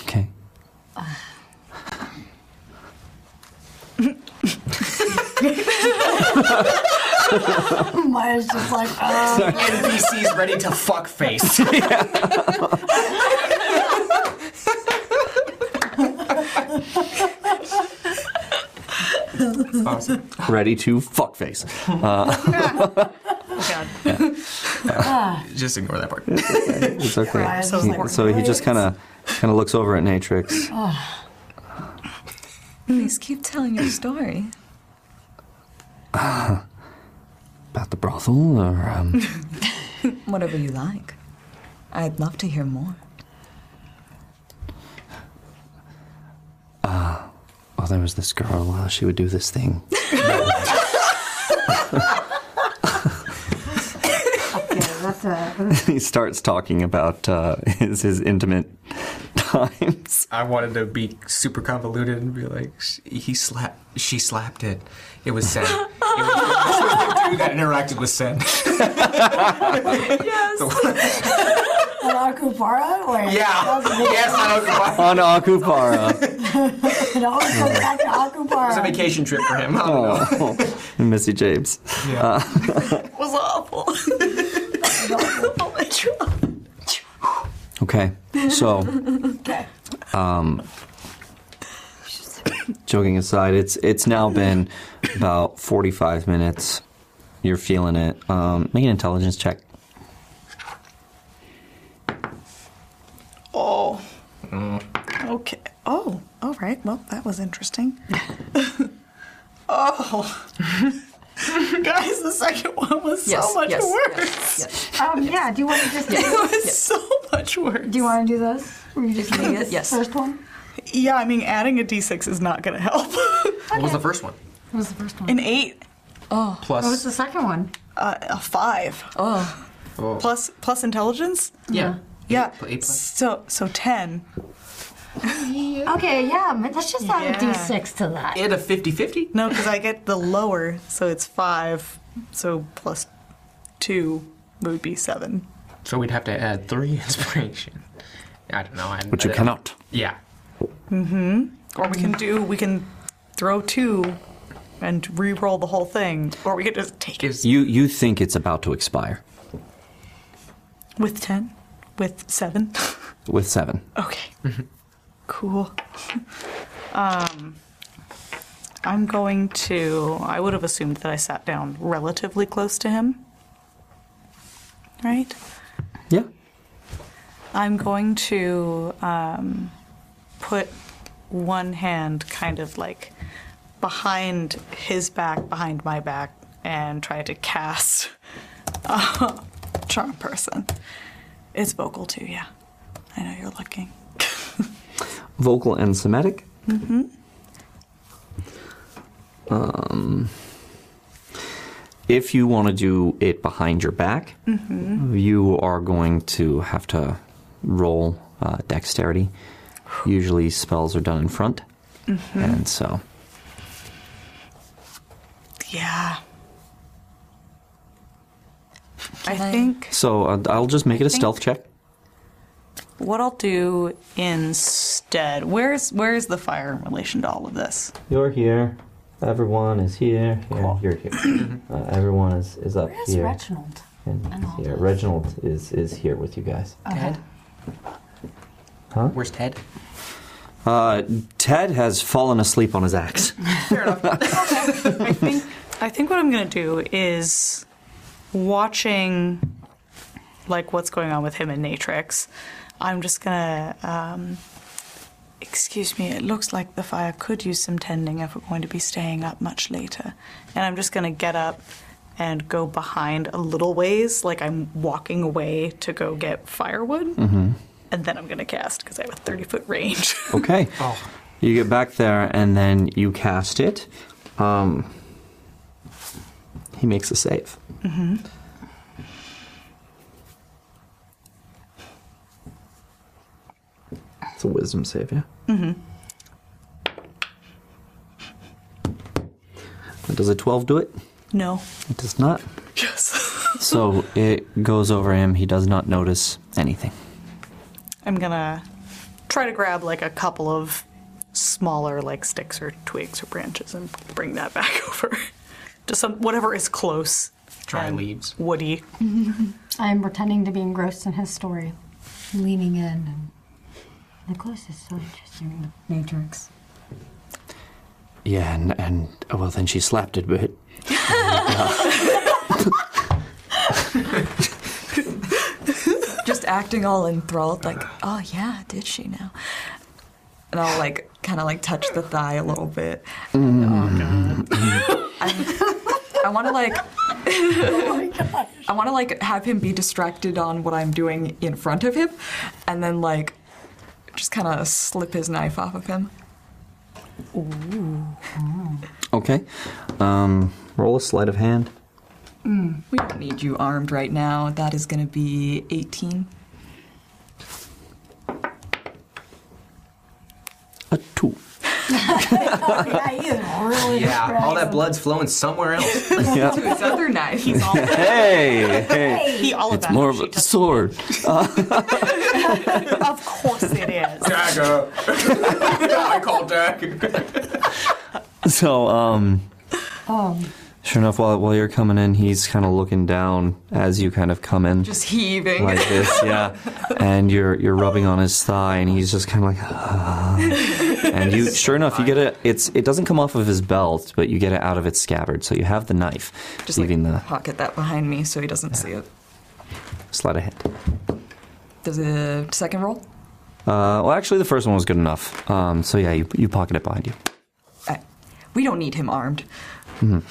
M: Okay.
G: Maya's just like, um,
E: NPC's ready to fuck face.
B: Ready to fuckface. Uh,
E: Just ignore that part.
B: it's okay.
E: Right, so it's like-
B: so he just kind of kind of looks over at Natrix.
N: Please keep telling your story.
B: Uh, about the brothel, or um,
N: Whatever you like. I'd love to hear more.
B: uh, well, there was this girl. Uh, she would do this thing.
G: okay, that's a.
B: he starts talking about uh, his his intimate times.
E: I wanted to be super convoluted and be like, "Sh- he slapped, she slapped it. It was Sen. it was the dude that interacted with Sen.
G: yes. An Akupara? Or
E: Yeah. Yes, an Akupara.
B: On Akupara.
G: it always comes back to
E: It was a
G: Akupara.
E: vacation trip for him.
B: Oh, Missy Japes. Uh,
F: It was awful. oh my god.
B: okay, so
G: Okay.
B: um, joking aside, it's it's now been about forty five minutes. You're feeling it. Um, make an intelligence check.
D: Oh. Okay. Oh, all right. Well, that was interesting. oh. Guys, the second one was so
G: Yes,
D: much
G: yes,
D: worse.
G: Um, yeah, do you want to just do
D: It was
G: so much worse. Do you want to do those? Or you just do this first one?
F: Yeah, I mean, adding a d6 is not going to help.
E: What was the first one?
G: What was the first one?
F: An eight.
D: Oh.
E: Plus-
G: What was the second one?
D: Uh, a five. Oh.
E: Oh.
D: Plus plus intelligence.
E: Yeah.
D: Yeah.
E: Eight plus.
D: So so ten.
G: Okay, yeah, ma- let's just add
D: Yeah.
G: a d6 to that.
E: It a 50-50?
D: No, because I get the lower, so it's five. So plus two would be seven.
E: So we'd have to add three inspiration. I don't know. I,
B: Which you
E: I-
B: cannot.
E: Yeah.
D: Mm-hmm. Or we can do we can throw two and re-roll the whole thing, or we could just take it
B: You you think it's about to expire
D: with ten, with seven.
B: with seven?
D: Okay. Cool. Um,
F: I'm going to. I would have assumed that I sat down relatively close to him. Right?
B: Yeah.
F: I'm going to um, put one hand kind of like behind his back, behind my back, and try to cast uh, Charm Person.
D: it's vocal too, yeah. I know you're looking.
B: Vocal and somatic.
D: Mm-hmm.
B: Um, if you want to do it behind your back,
D: Mhm.
B: you are going to have to roll uh, dexterity. Usually, spells are done in front,
D: Mhm.
B: and so
D: Yeah. I think
B: so uh, I'll just make it a stealth check.
F: What I'll do instead, where's where's the fire in relation to all of this?
B: You're here. Everyone is here. here You're here. uh, everyone is, is up
G: Where's Reginald?
B: And here. Reginald is, is here with you guys.
G: Okay.
B: Huh?
E: Where's Ted?
B: Uh, Ted has fallen asleep on his axe.
F: I think what I'm gonna do is watching like what's going on with him and Natrix. I'm just gonna um,
D: excuse me, it looks like the fire could use some tending if we're going to be staying up much later.
F: and I'm just gonna get up
D: and go behind a little ways, like I'm walking away to go get firewood.
B: Mm-hmm.
D: And then I'm going to cast because I have a 30 foot range.
B: Okay. You get back there and then you cast it. Um, he makes a save.
O: Mm-hmm.
B: It's a wisdom save, yeah?
O: Mm-hmm.
B: Does a 12 do it?
O: No.
B: It does not.
O: Yes.
B: so it goes over him. He does not notice anything.
D: I'm going to try to grab like a couple of smaller like sticks or twigs or branches and bring that back over to some whatever is close.
E: Dry leaves.
D: Woody.
G: I'm pretending to be engrossed in his story, leaning in. And the close is so interesting in the Matrix.
B: Yeah, and, and oh, well, then she slapped it, but.
F: Just acting all enthralled, like, oh yeah, did she now? And I'll like kind of like touch the thigh a little bit. Oh, I want to like. I want to like have him be distracted on what I'm doing in front of him, and then like just kind of slip his knife off of him.
G: Ooh.
B: Okay. Um, roll a sleight of hand.
F: We don't need you armed right now. That is going to be 18.
E: yeah, all that blood's flowing somewhere else.
B: Yeah.
F: Oh, To his other knife.
B: hey, hey.
D: He all
B: it's
D: about
B: more of a sword.
D: of course it is.
E: Dagger. I call dagger.
B: so, um,
G: Um,
B: sure enough, while, while you're coming in, he's kind of looking down as you kind of come in.
F: Just heaving.
B: Like this, yeah. and you're you're rubbing on his thigh, and he's just kind of like, ah. and you, sure enough, you get it. It's it doesn't come off of his belt, but you get it out of its scabbard. So you have the knife,
F: Just
B: leaving
F: like pocket that behind me so he doesn't see it.
B: the sleight of hand.
F: Does the second roll?
B: Uh, well, actually, the first one was good enough. Um, so yeah, you you pocket it behind you.
F: Uh, we don't need him armed.
B: Mhm.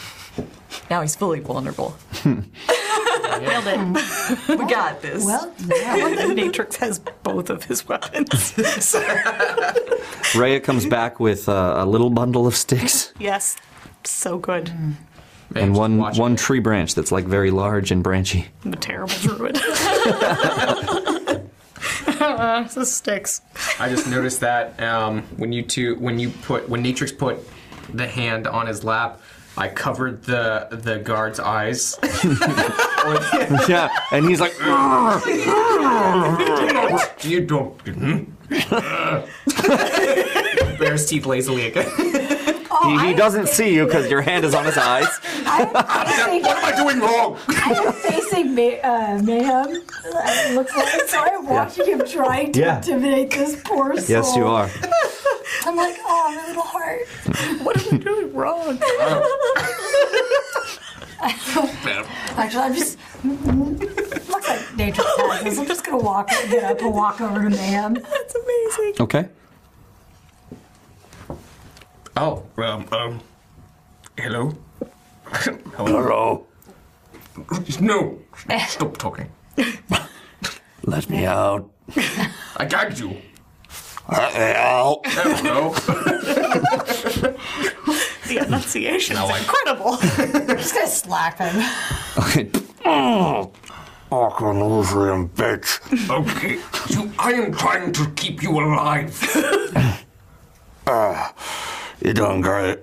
F: Now he's fully vulnerable.
D: Nailed it.
F: we got this.
D: Well, the Matrix has both of his weapons.
B: Rhea comes back with uh, a little bundle of sticks
D: yes, so good.
B: and one one tree branch that's like very large and branchy.
D: I'm a terrible druid. this sticks.
E: I just noticed that um, when you two, when you put, when Natrix put the hand on his lap, I covered the the guard's eyes.
B: yeah, and he's like,
E: you don't. Bears teeth lazily again.
B: he, he doesn't see you because your hand is on his eyes.
E: what am I doing wrong?
G: I am facing ma- uh, mayhem. It looks like so. I'm watching him trying to
B: Yeah.
G: intimidate this poor soul.
B: Yes, you are.
G: I'm like, oh, my little heart.
D: What am I doing wrong?
G: Actually, I'm just. Looks like nature has this. I'm just gonna walk, get up, and walk over to Mayhem. That's amazing.
B: Okay.
J: Oh, um, um, hello?
H: Hello.
J: No,
E: Eh.
J: stop talking.
H: Let me out.
J: I gagged you.
H: Let me out.
J: Hello.
D: The enunciation
J: Now
D: is
J: I-
D: incredible.
C: I'm just gonna slap him.
J: Oh,
H: Fucking Lutheran bitch.
J: okay. So I am trying to keep you alive.
H: Ah, you're doing great.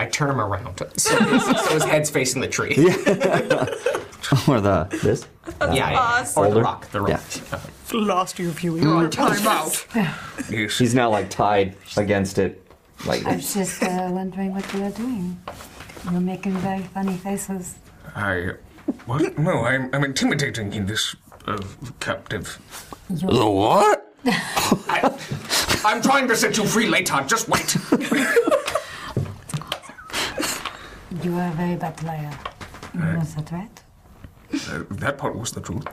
E: I turn him around so his, so his head's facing the tree.
B: or the this.
E: Yeah, yeah, yeah.
D: Awesome.
E: Or the
B: Boulder?
E: rock. The rock.
D: Lost your viewing.
E: You're
B: Hmm.
D: on
E: on timeout.
B: He's now like tied against it, like
G: I was just uh, wondering what you are doing. You're making very funny faces.
J: I. What? No, I'm, I'm intimidating in this uh, captive.
H: The what?
J: I'm trying to set you free later. Just wait.
G: You are a very bad liar. You know that, right?
J: Uh, that part was the truth.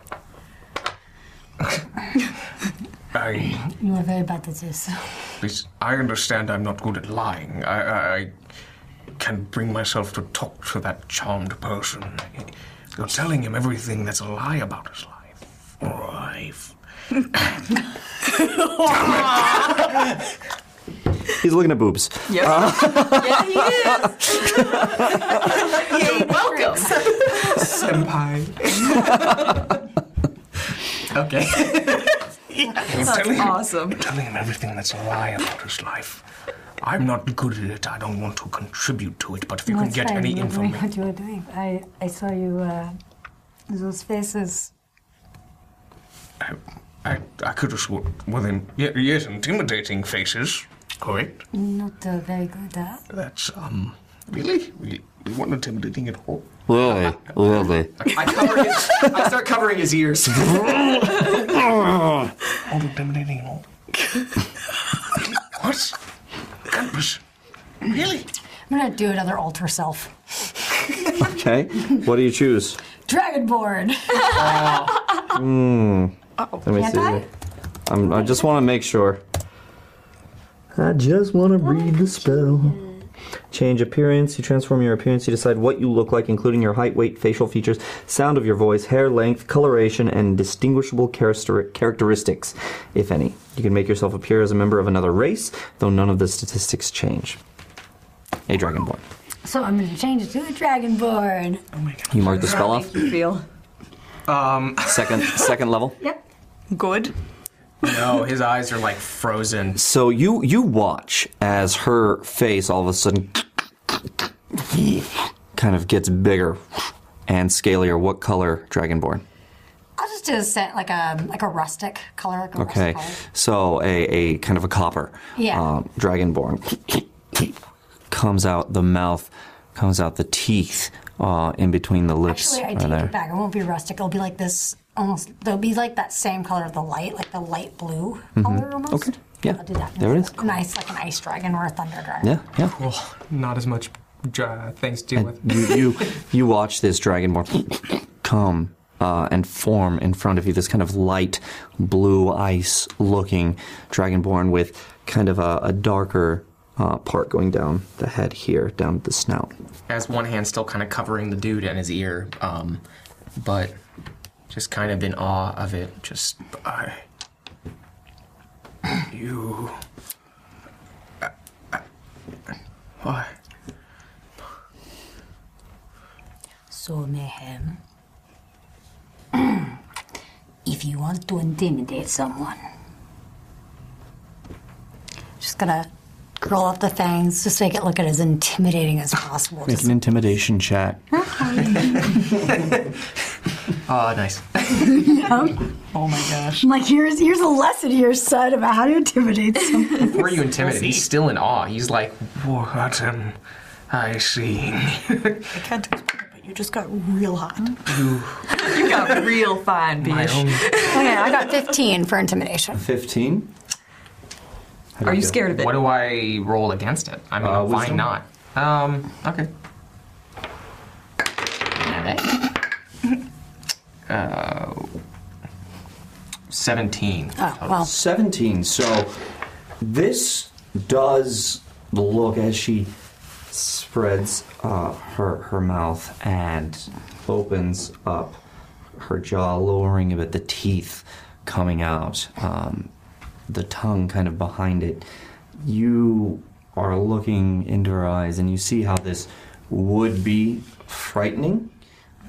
J: I.
G: You are very bad at this.
J: This, I understand I'm not good at lying. I, I, I can't bring myself to talk to that charmed person. You're telling him everything that's a lie about his life. Life.
B: He's looking at boobs.
J: Yep.
P: yeah, he is.
E: You're welcome, senpai. okay.
J: You're telling him-
P: awesome.
J: You're telling him everything that's a lie about his life. I'm not good at it. I don't want to contribute to it, but if you
G: No,
J: can
G: it's
J: get
G: fine.
J: any
G: You're doing
J: information.
G: What you were doing. I, I saw you, uh, those faces.
J: I, I could have sworn. Well, then, ye- yes, intimidating faces. Correct.
G: Not uh, very good, huh?
J: That's, um, really? We, we weren't intimidating at all.
B: Really? Really?
E: I cover his. I start covering his ears.
J: Not intimidating at all. what? Campus. Really?
G: I'm gonna do another alter self.
B: Okay. What do you choose?
G: Dragonborn!
B: Hmm. Let me
G: Can't
B: see.
G: I?
B: I'm, I just want to make sure. I just want to read the spell. Change appearance. You transform your appearance. You decide what you look like, including your height, weight, facial features, sound of your voice, hair length, coloration, and distinguishable character- characteristics, if any. You can make yourself appear as a member of another race, though none of the statistics change. A dragonborn.
G: so I'm gonna change it to a dragonborn. Oh my god.
B: You mark the spell off.
G: you feel?
E: Um.
B: Second. Second level.
G: Yep.
E: Good. No, his eyes are like frozen.
B: So you you watch as her face all of a sudden kind of gets bigger and scalier. What color, Dragonborn?
G: I'll just do a set, like a, like a rustic color. Like a
B: Okay,
G: Rustic
B: so a, a kind of a copper.
G: Yeah.
B: um, Dragonborn comes out the mouth, comes out the teeth uh, in between the lips.
G: Actually, I
B: right
G: take
B: there.
G: it back. It won't be rustic. It'll be like this, almost, it'll be like that same color of the light, like the light blue
B: Mhm.
G: color almost.
B: Okay. Yeah.
G: I'll do that.
B: There it is.
G: Nice, like an ice dragon or a thunder dragon.
B: Yeah, yeah.
E: Cool. Not as much uh, things to deal with.
B: you, you you watch this dragonborn come uh, and form in front of you this kind of light blue ice looking dragonborn with kind of a, a darker uh, part going down the head here down the snout
E: As one hand still kind of covering the dude and his ear, um, but just kind of in awe of it. Just
J: I. You. Why?
G: So, Mayhem, if you want to intimidate someone, just gonna curl up the fangs, just make it look as intimidating as possible.
B: make an intimidation check
E: oh nice
G: oh
E: my gosh!
G: I'm like, here's here's a lesson here, son, about how to intimidate someone.
E: before you intimidate, he's still in awe. He's like,
J: What am I seeing?
O: I can't explain it, but you just got real hot.
J: You.
O: You got real fine,
J: My own
G: oh yeah, I got 15 for intimidation.
B: 15 do
E: Are
B: you
E: you
B: do?
E: scared of it? What do I roll against it? I mean,
B: Uh,
E: why
B: wisdom.
E: not? Um, okay. Uh, 17.
G: Oh, wow.
B: 17. So this does look as she spreads uh, her, her mouth and opens up her jaw, lowering a bit, the teeth coming out, um, the tongue kind of behind it. You are looking into her eyes and you see how this would be frightening.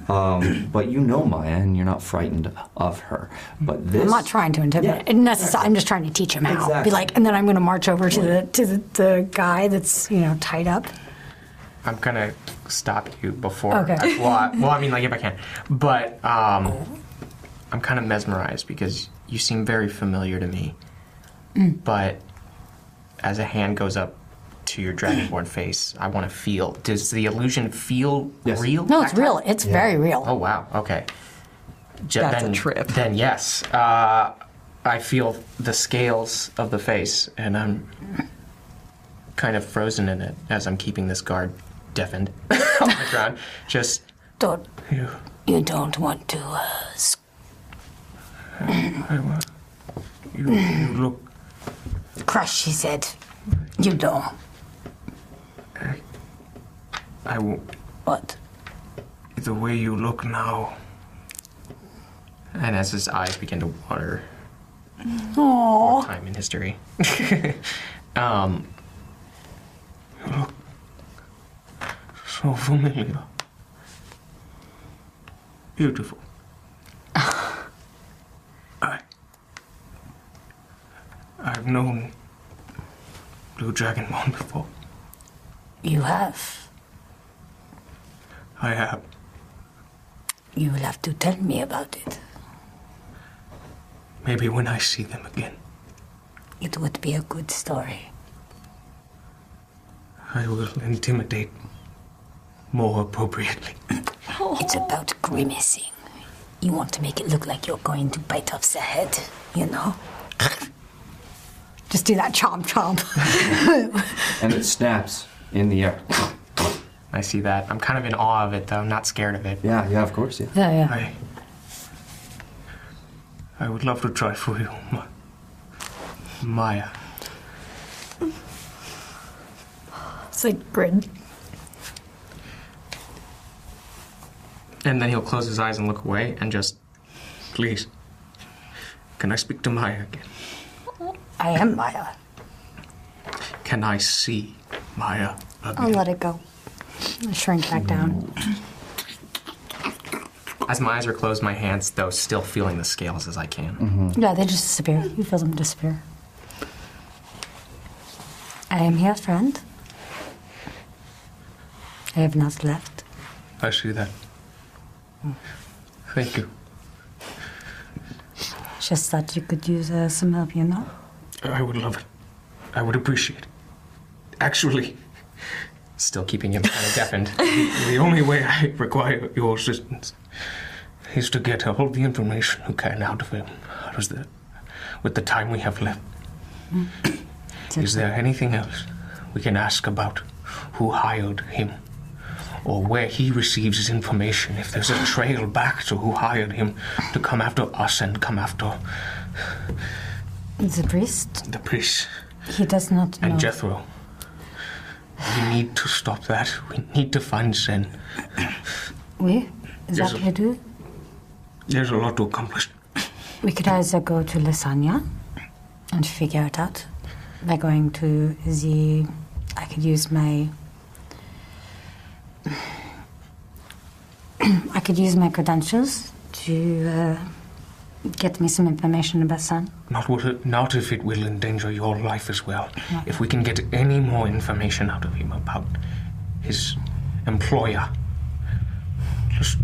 B: Um, but you know Maya, and you're not frightened of her. But this
G: I'm not trying to intimidate. necessarily, I'm just trying to teach him how. Be like, and then I'm going to march over to the to the, the guy that's you know tied up.
E: I'm gonna stop you before.
G: Okay.
E: I, well, I, well, I mean, like if I can, but um, I'm kind of mesmerized because you seem very familiar to me.
O: Mm.
E: But as a hand goes up to your dragonborn face, I want to feel. Does the illusion feel real?
G: No, it's real. It's very real.
E: Oh wow. Okay. Ju-
G: That's a
E: then,
G: trip.
E: Then yes, uh, I feel the scales of the face, and I'm kind of frozen in it as I'm keeping this guard deafened on the ground. Just
G: Don't
E: you,
G: you don't want to uh, s-
J: I wa- You, you look.
G: crush? She said, "You don't."
J: I won't.
G: What?
J: The way you look now.
E: And as his eyes begin to water,
G: Aww.
E: time in history. um,
J: So familiar. Beautiful. I. I've known Blue Dragonborn before.
G: You have.
J: I have.
G: You will have to tell me about it.
J: Maybe when I see them again,
G: It would be a good story.
J: I will intimidate more appropriately.
G: It's about grimacing. You want to make it look like you're going to bite off the head, you know? Just do that chomp chomp.
B: And it snaps in the air.
E: I see that. I'm kind of in awe of it, though. I'm not scared of it.
B: Yeah, yeah, of course, yeah.
G: Yeah, yeah.
J: I, I would love to try for you, Ma- Maya.
G: it's like grin.
E: And then he'll close his eyes and look away and just, please, can I speak to Maya again?
G: I uh, am Maya.
E: Can I see Maya
G: I'll let it go. I shrink back down.
E: As my eyes are closed, my hands, though, still feeling the scales as I can.
G: Yeah, they just disappear. You feel them disappear. I am here, friend. I have not left.
J: I see that. Thank you.
G: Just thought you could use uh, some help, you know?
J: I would love it. I would appreciate it. Actually,
E: Still keeping him kind of deafened.
J: the only way I require your assistance is to get all the information you can out of him. How does that? With the time we have left,
E: Mm.
J: is there anything else we can ask about who hired him? Or where he receives his information, if there's a trail back to who hired him to come after us and come after
G: The priest,
J: the priests.
G: he does not know.
J: and Jethro. We need to stop that. We need to find Zen.
G: We? Is
J: Yes,
G: that
J: sir.
G: you do?
J: There's a lot to accomplish.
G: We could either go to Lasagna and figure it out by going to the. I could use my. I could use my credentials to uh, get me some information about Sun.
J: Not, what it, not if it will endanger your life as well. If we can get any more information out of him about his employer, just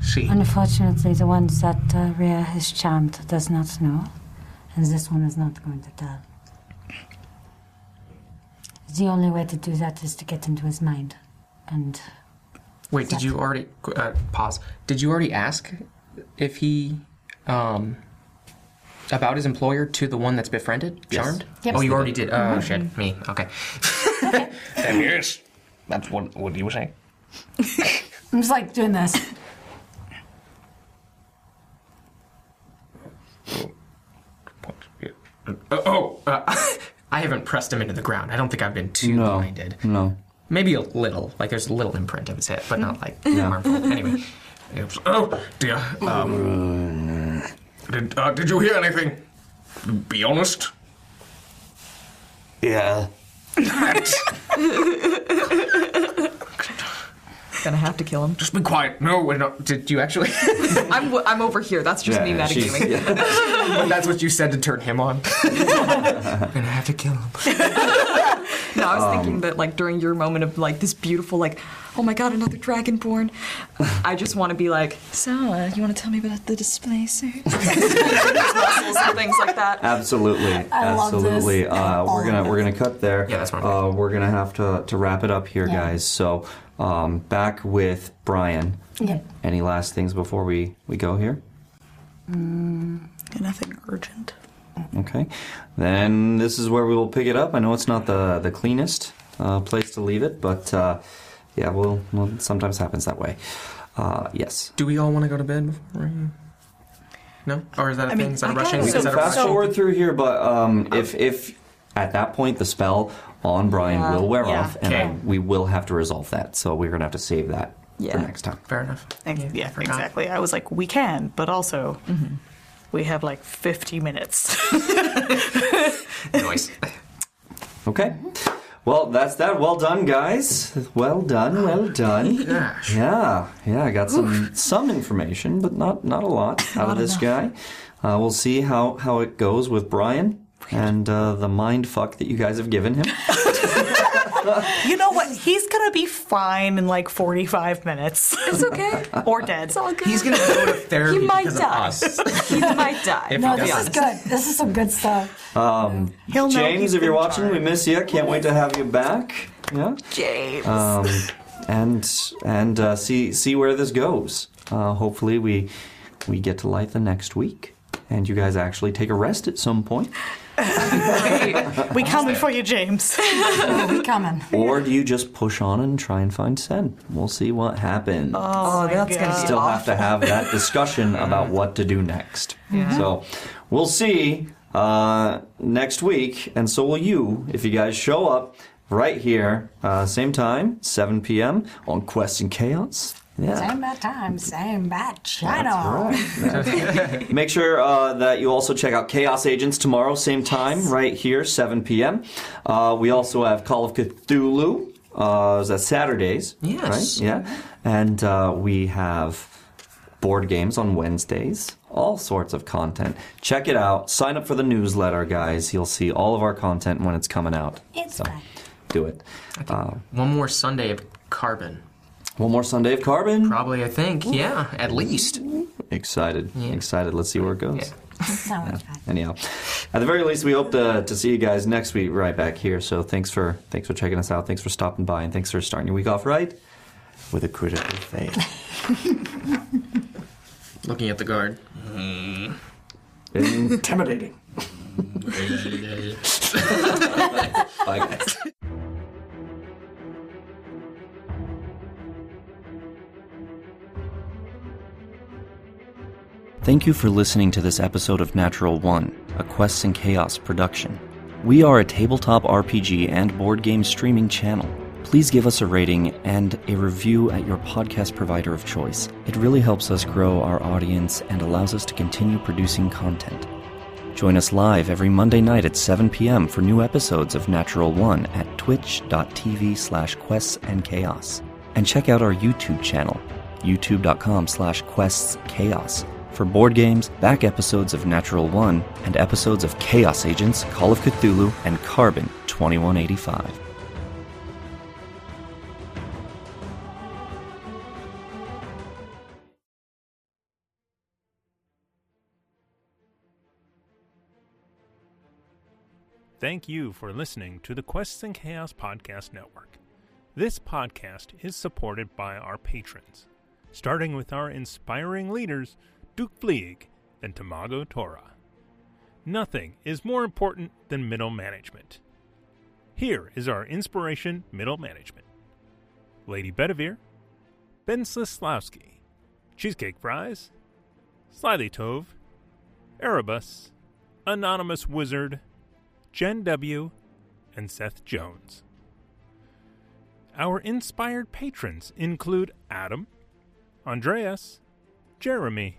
J: see.
G: Unfortunately, the ones that uh, Rhea has charmed does not know, and this one is not going to tell. The only way to do that is to get into his mind, and
E: Wait, did you already uh, pause? Did you already ask if he um about his employer to the one that's befriended,
J: Yes.
E: charmed?
J: Yes,
E: Oh,
J: we
E: you
J: did.
E: already did. Oh
B: Mm-hmm.
J: Mhm.
E: shit, me. Okay.
J: Then yes, that's what, what you were saying.
C: I'm just like doing this.
E: Uh, oh, uh, I haven't pressed him into the ground. I don't think I've been too blinded.
B: No.
E: Maybe a little. Like there's a little imprint of his head, but not like
J: Yeah.
E: harmful. Anyway. It was- oh dear. Um, did, uh, did you hear anything? Be honest.
H: Yeah.
E: Gonna have to kill him. Just be quiet. No, we're not. Did you actually?
P: I'm, w- I'm over here. That's just
E: Yeah,
P: me
E: she's-
P: metagaming.
E: but that's what you said to turn him on. and I have to kill him.
P: No, I was
E: Um,
P: thinking that like during your moment of like this beautiful like, oh my god, another dragonborn. I just want to be like, so uh, you want to tell me about the display suit? muscles and things like that.
B: Absolutely,
P: I love this.
B: absolutely. Uh,
P: All
B: we're
P: of
B: gonna
P: it.
B: we're gonna cut there. Yeah, that's uh, We're gonna have to to wrap it up here,
C: Yeah.
B: guys. So um, back with Brian.
C: Yeah.
B: Any last things before we we go here?
Q: Nothing urgent.
B: Okay, then this is where we will pick it up. I know it's not the the cleanest uh, place to leave it, but uh, yeah, well, well, it sometimes happens that way. Uh, yes.
E: Do we all want to go to bed before? we- No, or is that a
B: I mean,
E: thing? Is that a
B: I
E: rushing?
B: We
E: Is
B: can
E: that a
B: fast
E: rushing?
B: forward through here, but um, if if at that point the spell on Brian
E: Yeah.
B: will wear
E: Yeah.
B: off, and
E: Okay.
B: we will have to resolve that. So we're gonna have to save that for
O: Yeah.
B: next time.
E: Fair enough.
O: Ex- yeah, exactly. I was like, we can, but also
P: Mm-hmm.
O: we have like 50 minutes.
E: Noise.
B: Okay. Well, that's that. Well done, guys. Well done. Well done.
E: Gosh.
B: Yeah, yeah. I got some some information, but not not a lot out of this guy. Uh, we'll see how how it goes with Brian and uh, the mind fuck that you guys have given him.
O: you know what? He's gonna be fine in like 45 minutes. It's okay. or dead. It's all good.
E: He's gonna go to therapy
O: He might
E: because
O: die.
E: of us.
O: He might die.
B: If
G: no,
B: he
G: this is
B: doesn't.
G: good. This is some good stuff.
B: Um,
G: He'll know
B: James,
G: he's
B: if you're
G: in
B: watching, we miss you. Can't wait to have you back. Yeah,
G: James.
B: Um, and and uh, see see where this goes. Uh, hopefully, we we get to light the next week, and you guys actually take a rest at some point.
O: we
P: Uh-huh.
O: coming for you, James. we coming.
B: Or do you just push on and try and find Sen? We'll see what happens.
O: Oh, my that's gonna be
B: still have to have that discussion about what to do next.
O: Yeah.
B: So we'll see uh, next week, and so will you if you guys show up right here, uh, same time, 7 p.m. on Quest and Chaos. Yeah.
G: Same bad time, same bad channel.
B: That's right. Make sure uh, that you also check out Chaos Agents tomorrow, same time, right here, 7 p.m. Uh, we also have Call of Cthulhu. Uh, is that Saturdays?
E: Yes.
B: Right? Yeah. And uh, we have board games on Wednesdays, all sorts of content. Check it out. Sign up for the newsletter, guys. You'll see all of our content when it's coming out.
G: It's
B: so, do it. Uh,
E: One more Sunday of carbon.
B: one more Sunday of carbon.
E: Probably, I think. Yeah, at least.
B: Excited. Excited. Let's see where it goes.
G: So much fun.
B: Anyhow, at the very least, we hope to, to see you guys next week right back here. So thanks for thanks for checking us out. Thanks for stopping by, and thanks for starting your week off right with a critical fail.
E: Looking at the guard.
B: Intimidating. Bye, guys. Thank you for listening to this episode of Natural One, a Quests and Chaos production. We are a tabletop RPG and board game streaming channel. Please give us a rating and a review at your podcast provider of choice. It really helps us grow our audience and allows us to continue producing content. Join us live every Monday night at 7 p.m. for new episodes of Natural One at twitch.tv slash quests and chaos. And check out our YouTube channel, youtube.com slash quests chaos, for board games, back episodes of Natural One, and episodes of Chaos Agents, Call of Cthulhu, and Carbon 2185.
A: Thank you for listening to the Quests and Chaos Podcast Network. This podcast is supported by our patrons, starting with our inspiring leaders, Duke Fleeg and Tamago Tora. Nothing is more important than middle management. Here is our inspiration middle management Lady Bedivere, Ben Slislawski, Cheesecake Fries, Slyly Tove, Erebus, Anonymous Wizard, Jen W., and Seth Jones. Our inspired patrons include Adam, Andreas, Jeremy,